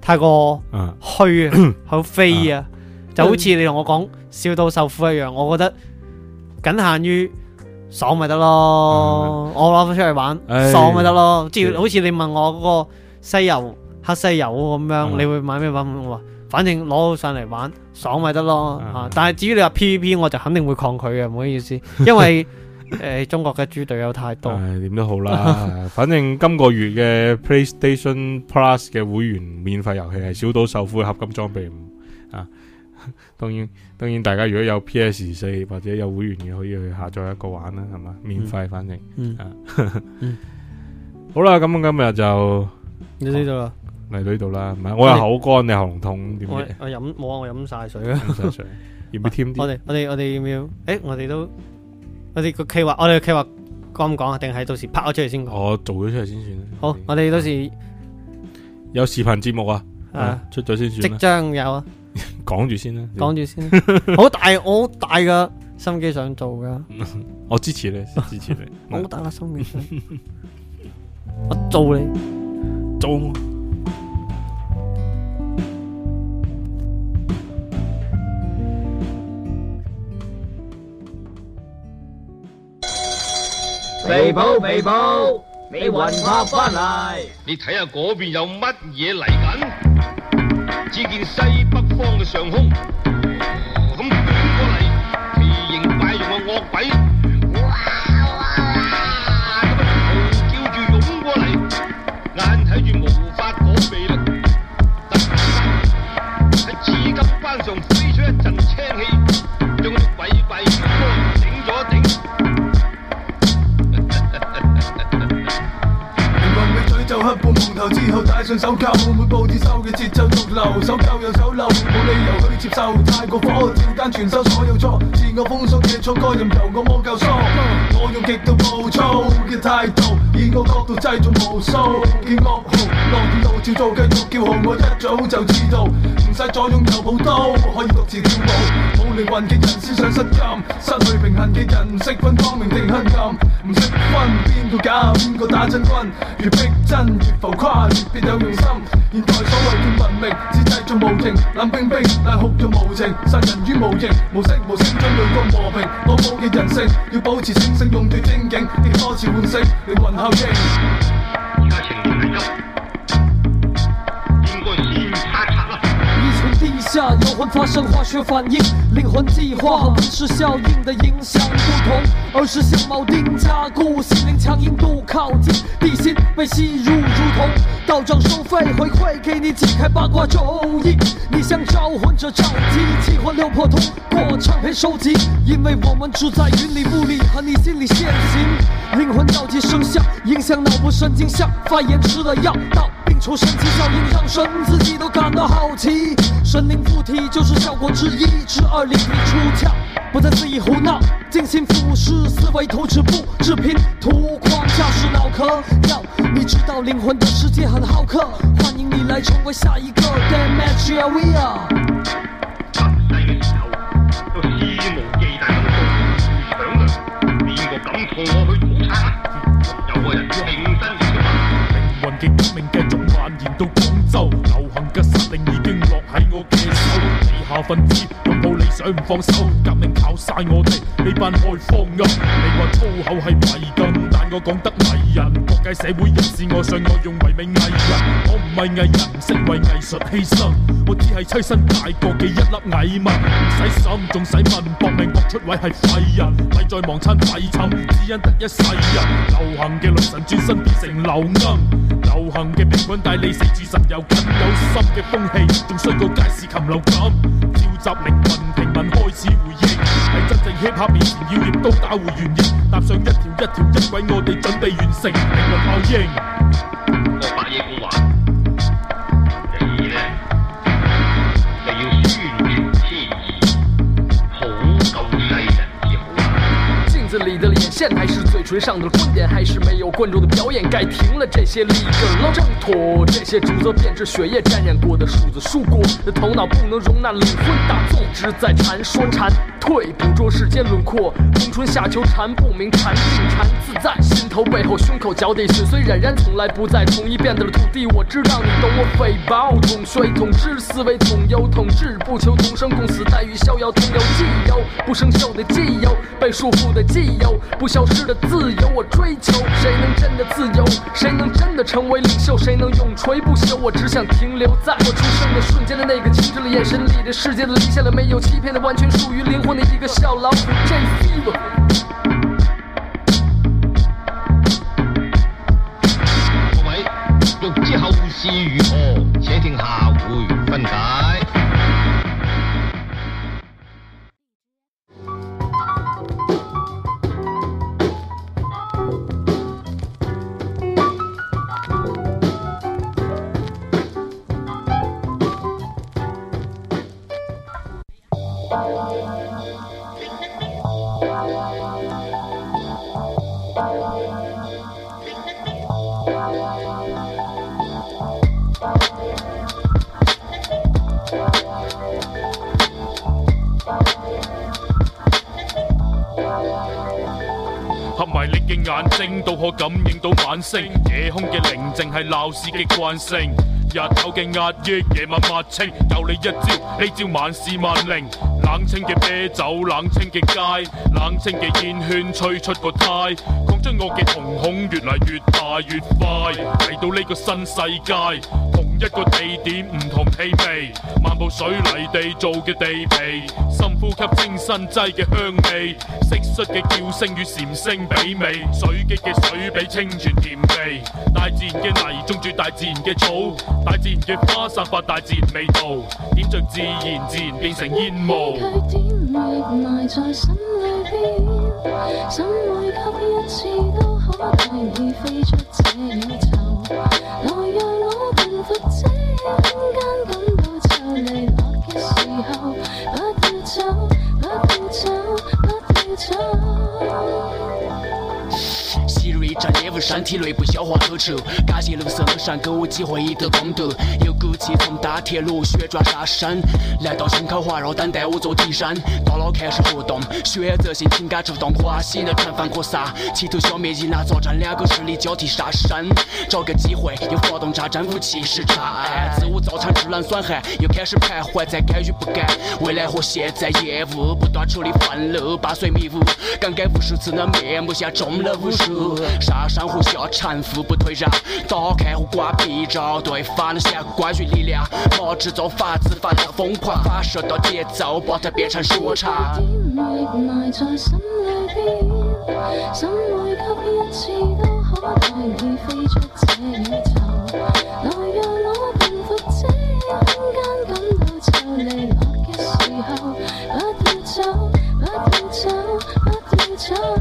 Speaker 2: 太過
Speaker 1: 啊，
Speaker 2: 虛 啊，好飛啊，就好似你同我講笑到受苦一樣，我覺得僅限於爽咪得咯，我攞翻出嚟
Speaker 1: 唉
Speaker 2: 玩，爽咪得咯。嗯即係
Speaker 1: 嗯
Speaker 2: 好似你問我嗰個西遊黑西遊咁樣，
Speaker 1: 嗯
Speaker 2: 你會買咩版本？我話反正攞上嚟玩，爽咪得咯
Speaker 1: 嗯
Speaker 2: 啊！但係至於你話 PVP，我就肯定會抗拒嘅，唔好意 思，因為誒中國嘅豬隊友太多。
Speaker 1: 唉，點都好 啦。反正今個月嘅 PlayStation Plus 嘅會員免費遊戲係《小島秀夫嘅合金裝備五》啊。 當然，當然大家如果有 PS 四或者有會員嘅，可以去下載一個玩啦，係嘛？免費，反正
Speaker 2: 嗯，
Speaker 1: 好啦。咁今日就
Speaker 2: 你知道啦，
Speaker 1: 嚟到呢度啦。唔係，我又口乾，你喉嚨痛，點
Speaker 2: 我
Speaker 1: 嘢？
Speaker 2: 我飲冇啊，我飲晒水啦。
Speaker 1: 唔使水要唔要添
Speaker 2: 我
Speaker 1: 啲？
Speaker 2: 哋我哋我哋要唔要？诶，我哋都我哋個計劃，我哋嘅計劃講唔講啊？定係到時拍咗出嚟先講？
Speaker 1: 我做咗出嚟先算啦。
Speaker 2: 好，我哋到時
Speaker 1: 有視頻節目啊，
Speaker 2: 啊
Speaker 1: 啊出咗先
Speaker 2: 即
Speaker 1: 算啦。
Speaker 2: 將有啊，
Speaker 1: 講住先啦，
Speaker 2: 講住 先啦。好大我好大嘅心機想做噶，
Speaker 1: 我支持你，支持你。
Speaker 2: 我好大嘅心機想，我做你。
Speaker 1: 做我。
Speaker 3: 肥宝肥宝，你混拍翻嚟。
Speaker 4: 你睇下嗰邊有乜嘢嚟緊？只見西北方嘅上空，咁卷過嚟，奇形怪狀嘅惡鬼，哇哇哇咁啊，叫住湧過嚟，眼睇住無法躲避啦。突然喺紫金關上飛出一陣青氣，將啲鬼怪光頂咗一頂。
Speaker 5: 靈魂被詛咒黑布蒙頭之後，戴上手扣，每步接收嘅節奏逐流，手扣又手漏，冇理由去接受。太過火，照單全收所有錯，自我封鎖嘅錯歌任由我魔教唆。我用極度暴躁嘅態度，以我角度製造無數嘅噩耗。落雨路照做，繼續叫號，我一早就知道，唔使左擁右抱都可以獨自跳舞。冇靈魂嘅人思想失禁，失去平衡嘅人唔識分光明定黑暗，唔識分邊個假邊個打真軍，越逼真越浮誇，越別有用心。現代所謂嘅文明，只製造無形，冷冰冰但酷到無情，殺人於無形，無聲無聲將淚光和平。落寞嘅人性，要保持清醒，用對精警，亦多次喚醒靈魂效應。
Speaker 4: 而家情況危急，應該先查查啦。
Speaker 6: 一层地下有魂发生化学反应，灵魂计划和温室效应的影响不同，而是像铆钉加固，心灵强硬度靠近地心被吸入，如同道长收费回馈给你解开八卦咒印。你想召唤者召集，奇幻六破通过唱片收集，因为我们住在云里雾里和你心里现形，灵魂召集声效影响脑部神经像发炎吃了药到。病除神奇效应，让神自己都感到好奇。神灵附体就是效果之一，之二灵力出窍，不再肆意胡闹，精心腐蚀思维投掷不置拼图框架是脑壳。要你知道灵魂的世界很好客，欢迎你来成为下一个 Damage a We Are。
Speaker 4: 出世嘅時候都肆無忌憚咁做預想啦，邊個敢同我去討查啊？有個人挺身而出啊！
Speaker 7: 靈魂嘅革命繼續蔓延到廣州，流行嘅實令已經落喺我嘅手。地下分子擁抱理想唔放手，革命靠晒我哋呢班開荒牛。你話粗口係迷咁，但我講得迷人。各界社會人士我想我用唯美藝人，我唔係藝人，唔識為藝術犧牲，我只係棲身大國嘅一粒蟻民。唔使心，仲使問，搏命搏出位係廢人，咪再忘親廢寝，只因得一世人。流行嘅女神轉身變成流鶯。流行嘅平均帶你四處實有緊有心嘅風氣，仲衰過街市禽流感。召集靈魂平民開始回應，係真正 hip hop 面前要亦都打回原形，踏上一條一條一軌，我哋準備完成靈魂效應。
Speaker 4: 我白夜公話，你呢就要宣傳天意，好夠細人至好啊！
Speaker 8: 镜子里的脸线还是嘴唇上的观点，还是没有观众的表演，该停了这些立根了挣脱这些主则便是血液沾染过的数字树果，的头脑不能容纳灵魂大纵，只在禅说禅退，捕捉世间轮廓，冬春夏秋禅不明禅定禅自在，心头背后胸口脚底血虽冉冉从来不在同一遍的土地，我知道你懂我匪胞，统帅统治思维统优统治，不求同生共死，待遇逍遥同游既有不生锈的既有被束缚的既有不消失的自由，我追求谁能真的自由，谁能真的成为领袖，谁能永垂不朽，我只想停留在我出生的瞬间的那个清澈的眼神里，这世界的理想里没有欺骗的，完全属于灵魂的一个小老虎 J Fever。
Speaker 4: 各位，欲知後事如何，且聽下回分解。
Speaker 7: 合埋你嘅眼睛，都可感應到晚星。夜空嘅寧靜係鬧市嘅慣性，日頭嘅壓抑，夜晚抹清。教你一招，呢招萬事萬靈。冷清嘅啤酒，冷清嘅街，冷清嘅煙圈吹出個胎，擴張我嘅瞳孔越嚟越大越快，嚟到呢個新世界。同一個地點唔同氣味，漫步水泥地做嘅地皮，深呼吸清新劑嘅香味，蟋蟀嘅叫聲與蟬聲比美，水激嘅水比清泉甜味，大自然嘅泥種住大自然嘅草，大自然嘅花散發大自然味道，點着自然，自然變成煙霧。
Speaker 9: 區典亦埋在心裏邊，怎會給一次都可帶你飛出這宇宙？來讓我平伏這空間，感到就離落嘅時候，不要走，不要走，不要走。
Speaker 10: Siri 在夜晚身體裏被消化吸收，感謝路上的山給我機會一個公道。又鼓起從大鐵路旋轉上升，來到城口環繞等待我做替身。大腦開始活動，選擇性情感主動跨新的成分擴散，企圖消滅伊那造成兩個勢力交替殺身。找個機會又發動炸政府氣勢炸案，自我造成質量損害，又開始徘徊在該與不該，未來和現在業務不斷處理紛擾，八歲迷霧，感慨無數次那面目下中了無數。殺生和下沉腹部退讓，打開和關閉找對方的相關與力量，把製造法自發的瘋狂發射到節奏，把它變成說唱。
Speaker 9: 點亦埋在心裏邊，怎會給一次都可帶你飛出這宇宙？來讓我平伏這空間，感到就離落嘅時候，不要走，不要走，不要走。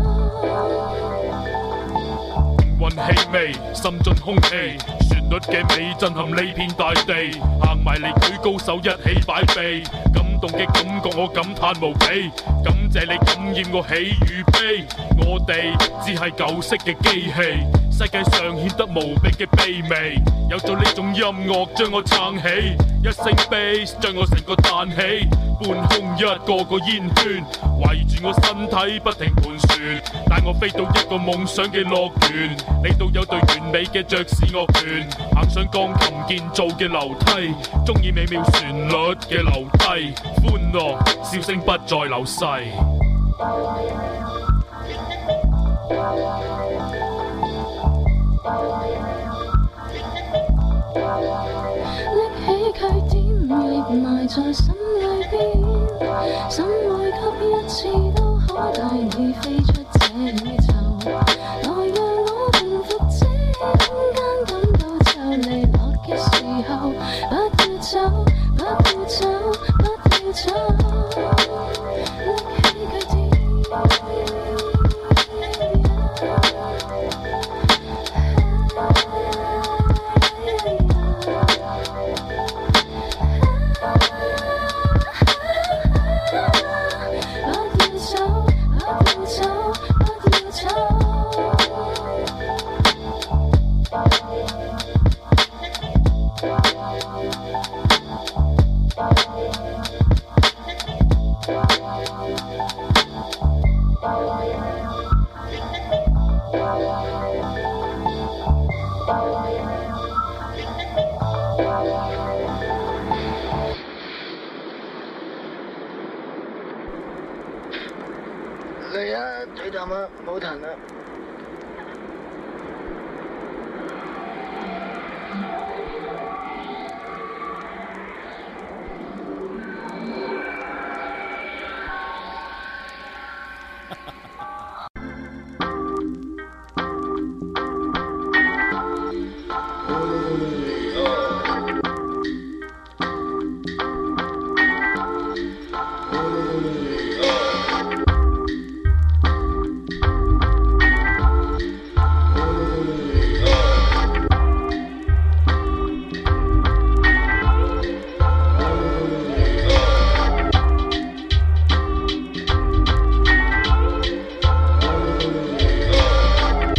Speaker 7: 雲氣味，滲進空氣，旋律嘅美震撼呢片大地。行埋嚟舉高手，一起擺臂，感動嘅感覺我感嘆無比，感謝你感染我喜與悲。我哋只係舊式嘅機器，世界上顯得無比嘅卑微。有咗呢種音樂將我撐起，一聲 bass 將我成個彈起，半空一個個煙圈圍住我身體不停盤旋，帶我飛到一個夢想嘅樂園，你到有對完美嘅爵士樂團，行上鋼琴建造嘅樓梯，中意美妙旋律嘅樓梯，歡樂笑聲不再流逝。
Speaker 9: 拎起佢典亦埋在心裏邊，怎會給一次都可帶你飛出這宇宙？來讓我平伏這空間，感到就離落嘅時候，不要走，不要走，不要走。拎起佢典。走，不要走。
Speaker 10: 嚟啊，最淡啦，冇彈啦。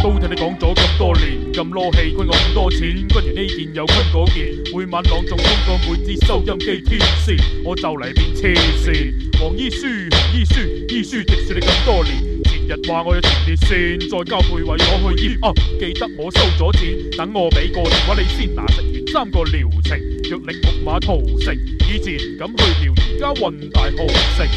Speaker 7: 都聽你講咗咁多年，咁攞氣虧我咁多錢，均完呢件又虧嗰件，每晚朗誦通過每支收音機天線，我就嚟變黐線。黃醫書，紅醫書，醫書直説你咁多年，前日話我要前列腺，再交配位攞去醫，啊記得我收咗錢，等我俾個電話你先，嗱食完三個療程，藥力木馬屠城，以前唔敢去聊，而家混大豪城。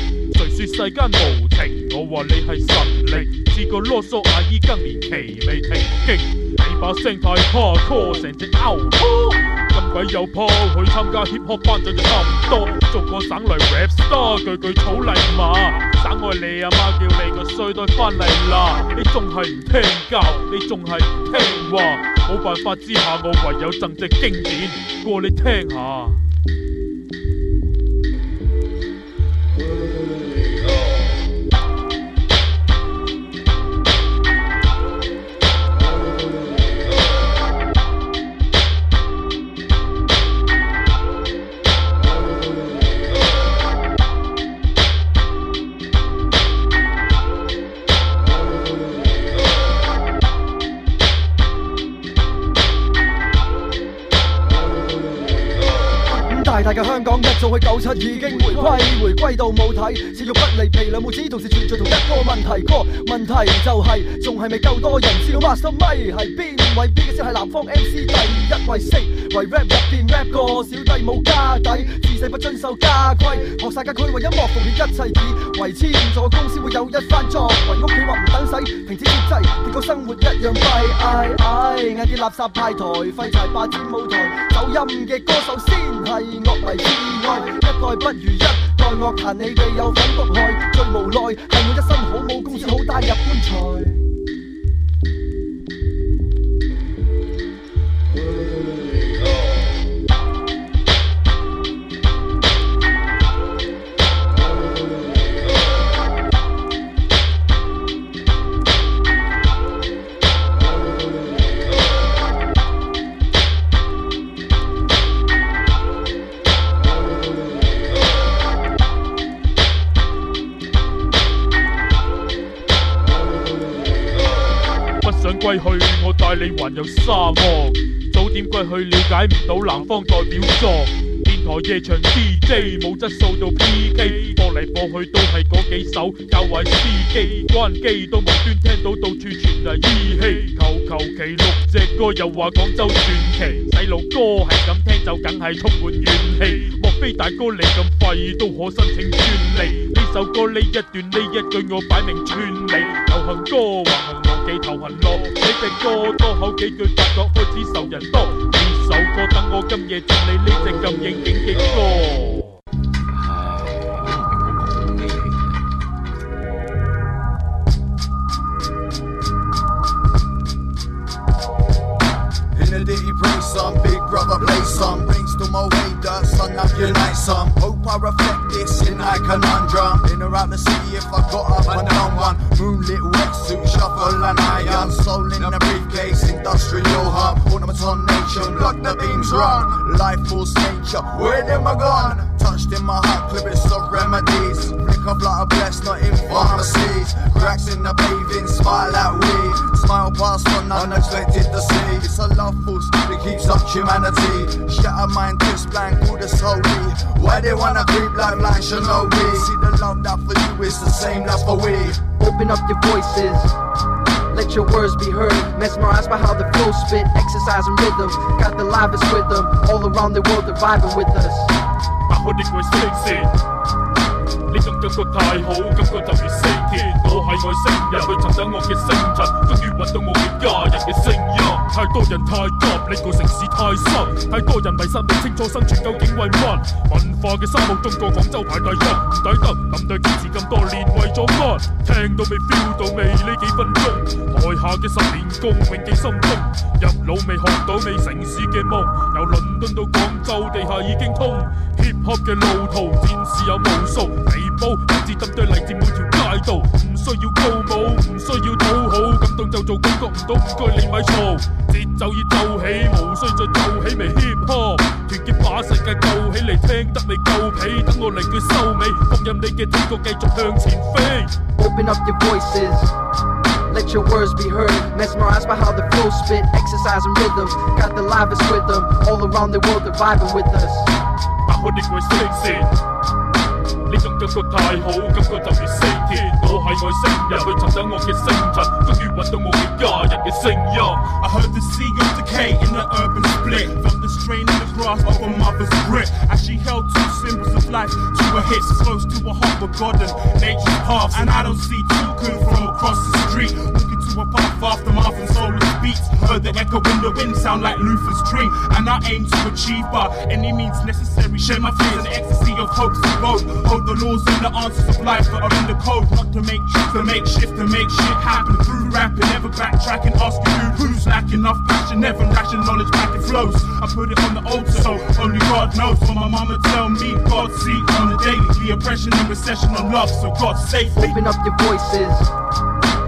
Speaker 7: 谁说世间无情？我话你系神力，似个啰嗦阿姨更年期未停经。你把声太 hardcore，成只牛拖。咁鬼有鋪，去參加 hip hop 頒獎就差唔多，做個省嚟 rap star，句句草泥馬。省愛你阿媽叫你個衰袋翻嚟啦，你仲係唔聽教，你仲係唔聽話，冇辦法之下我唯有贈隻經典過你聽下。
Speaker 4: 五大大嘅香港一早喺九七已經回歸，回歸到冇睇，食肉不離皮兩母子，同時存在同一個問題。個問題就係、仲係未夠多人知道 master 咪係邊位？邊個先係南方 MC 第一位四為 rap 入邊 rap 個小弟冇家底，自細不遵守家規，學晒家區為音樂奉獻一切以為遷咗公司會有一番作為，屋企話唔等使，停止節制，結果生活一樣弊。唉唉，嗌啲垃圾派台，廢柴霸佔舞台，走音嘅歌手先係樂為至愛，一代不如一代樂壇你哋有份毒害，最無奈係我一身好武功先好帶入棺材。
Speaker 7: 不想歸去，我帶你環遊沙漠。早點歸去，了解唔到南方代表作。電台夜場 DJ 冇質素到 PK，播嚟播去都係嗰幾首，教壞司機。關機都無端聽到，到處傳嚟依稀。求求其六隻歌，又話廣州傳奇。細路哥係咁聽就梗係充滿怨氣。莫非大哥你咁廢都可申請專利？呢首歌呢一段呢一句我擺明串你。流行歌橫行無忌頭痕落，你隻歌多口幾句發覺開始受人多。呢首歌等我今夜贈你呢隻咁應景嘅歌。
Speaker 11: In the ditty bring some, big brother play some Rings to my window, sun up unite some Hope I reflect this in I conundrum In or out the city if I got up and down one Moonlit wetsuit, shuffle and iron Soul in a briefcase, industrial hub Ornaments on nature, block the beams run Life force nature, where them I gone? Touched in my heart, clip it's of remedies Flick a up like a blast, not in pharmacies. Cracks in the paving, smile out weed. Smile past one unexpected to see. It's a love force that keeps up humanity. Shatter mind, twist blind, call this holy. Why they wanna creep like blind shinobi? See the love that for you is the same, that's for we.
Speaker 12: Open up your voices. Let your words be heard. Mesmerized by how the flow spit. Exercise and rhythm. Got the livest with them. All around the world, they're vibing with us.
Speaker 7: 打開的愛星線。呢種感覺太好，感覺就如升天。我係外星人，去尋找我嘅星塵，終於揾到我嘅家人嘅聲音。太多人太急，呢、個城市太塞，太多人迷失，未清楚生存究竟為乜。文化嘅沙漠，中國廣州排第一，唔抵得林隊堅持咁多年為咗乜？聽到未 feel 到未呢幾分鐘，台下嘅十年功永記心中，入腦未學到未城市嘅夢，由倫敦到廣州地下已經通。hip hop 嘅路途，戰士有無數，皮煲嚟自針對嚟自每條街道，唔需要高舞，唔需要討好，感動就做，感覺唔到唔該你咪嘈，節奏已奏起，無需再奏起，咪 hip hop，團結把世界救起嚟，聽得未夠皮，等我嚟句收尾，放任你嘅天國繼續向前飛。
Speaker 12: Open up your voices. Let your words be heard. Mesmerized by how the flow spit. Exercise and rhythm. Got the livest with them. All around the world, they're vibing with us.
Speaker 7: 打開的愛星線。呢種感覺太好，感覺就如升天。我係外星人，去尋找我嘅星塵，終於揾到我嘅家人嘅聲音。I heard the sea of decay in the urban split,
Speaker 13: felt the strain in the grasp of a mother's grip. As she held two symbols of life to her hips, close to her heart, but God and nature's halves. And I don't see Tuku from across the street, walking to a path after Marvin Solar's beats. Heard the echo in the wind sound like Luther's dream, and I aim to achieve by any means necessary. Share my fears and ecstasy of hopes of both. Hold the laws and the answers of life that are in the code, not to make truth, to make shift, to make shit happen. Through rapping, never backtracking, asking who, who's lacking enough passion, never ration knowledge back it flows. I put it on the altar, so only God knows. What my mama tell me, God see on the daily, the oppression and recession on love, so God save me.
Speaker 12: Open up your voices.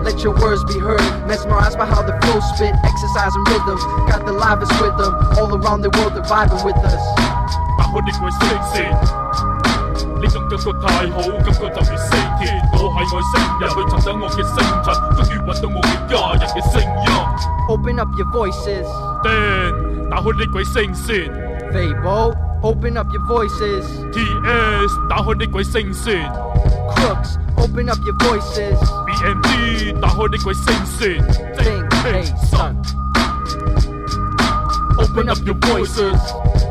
Speaker 12: Let your words be heard. Mesmerized by how the flow spit. Exercise and rhythm. Got the livest with them. All around the world, they're vibing with us.
Speaker 7: 打開的愛星線。呢種感覺太好，感覺就如升天。我係外星人，去尋找我嘅星塵，終於揾到我嘅家人嘅聲音。
Speaker 12: Open up your voices.
Speaker 7: 叮，打開呢鬼星線。
Speaker 12: Fable, open up your voices.
Speaker 7: T.S. 打開呢鬼星線。
Speaker 12: Crooks, open up your voices.
Speaker 7: B.M.G. 打開呢鬼星線。Think, hey, son. Open up your voices.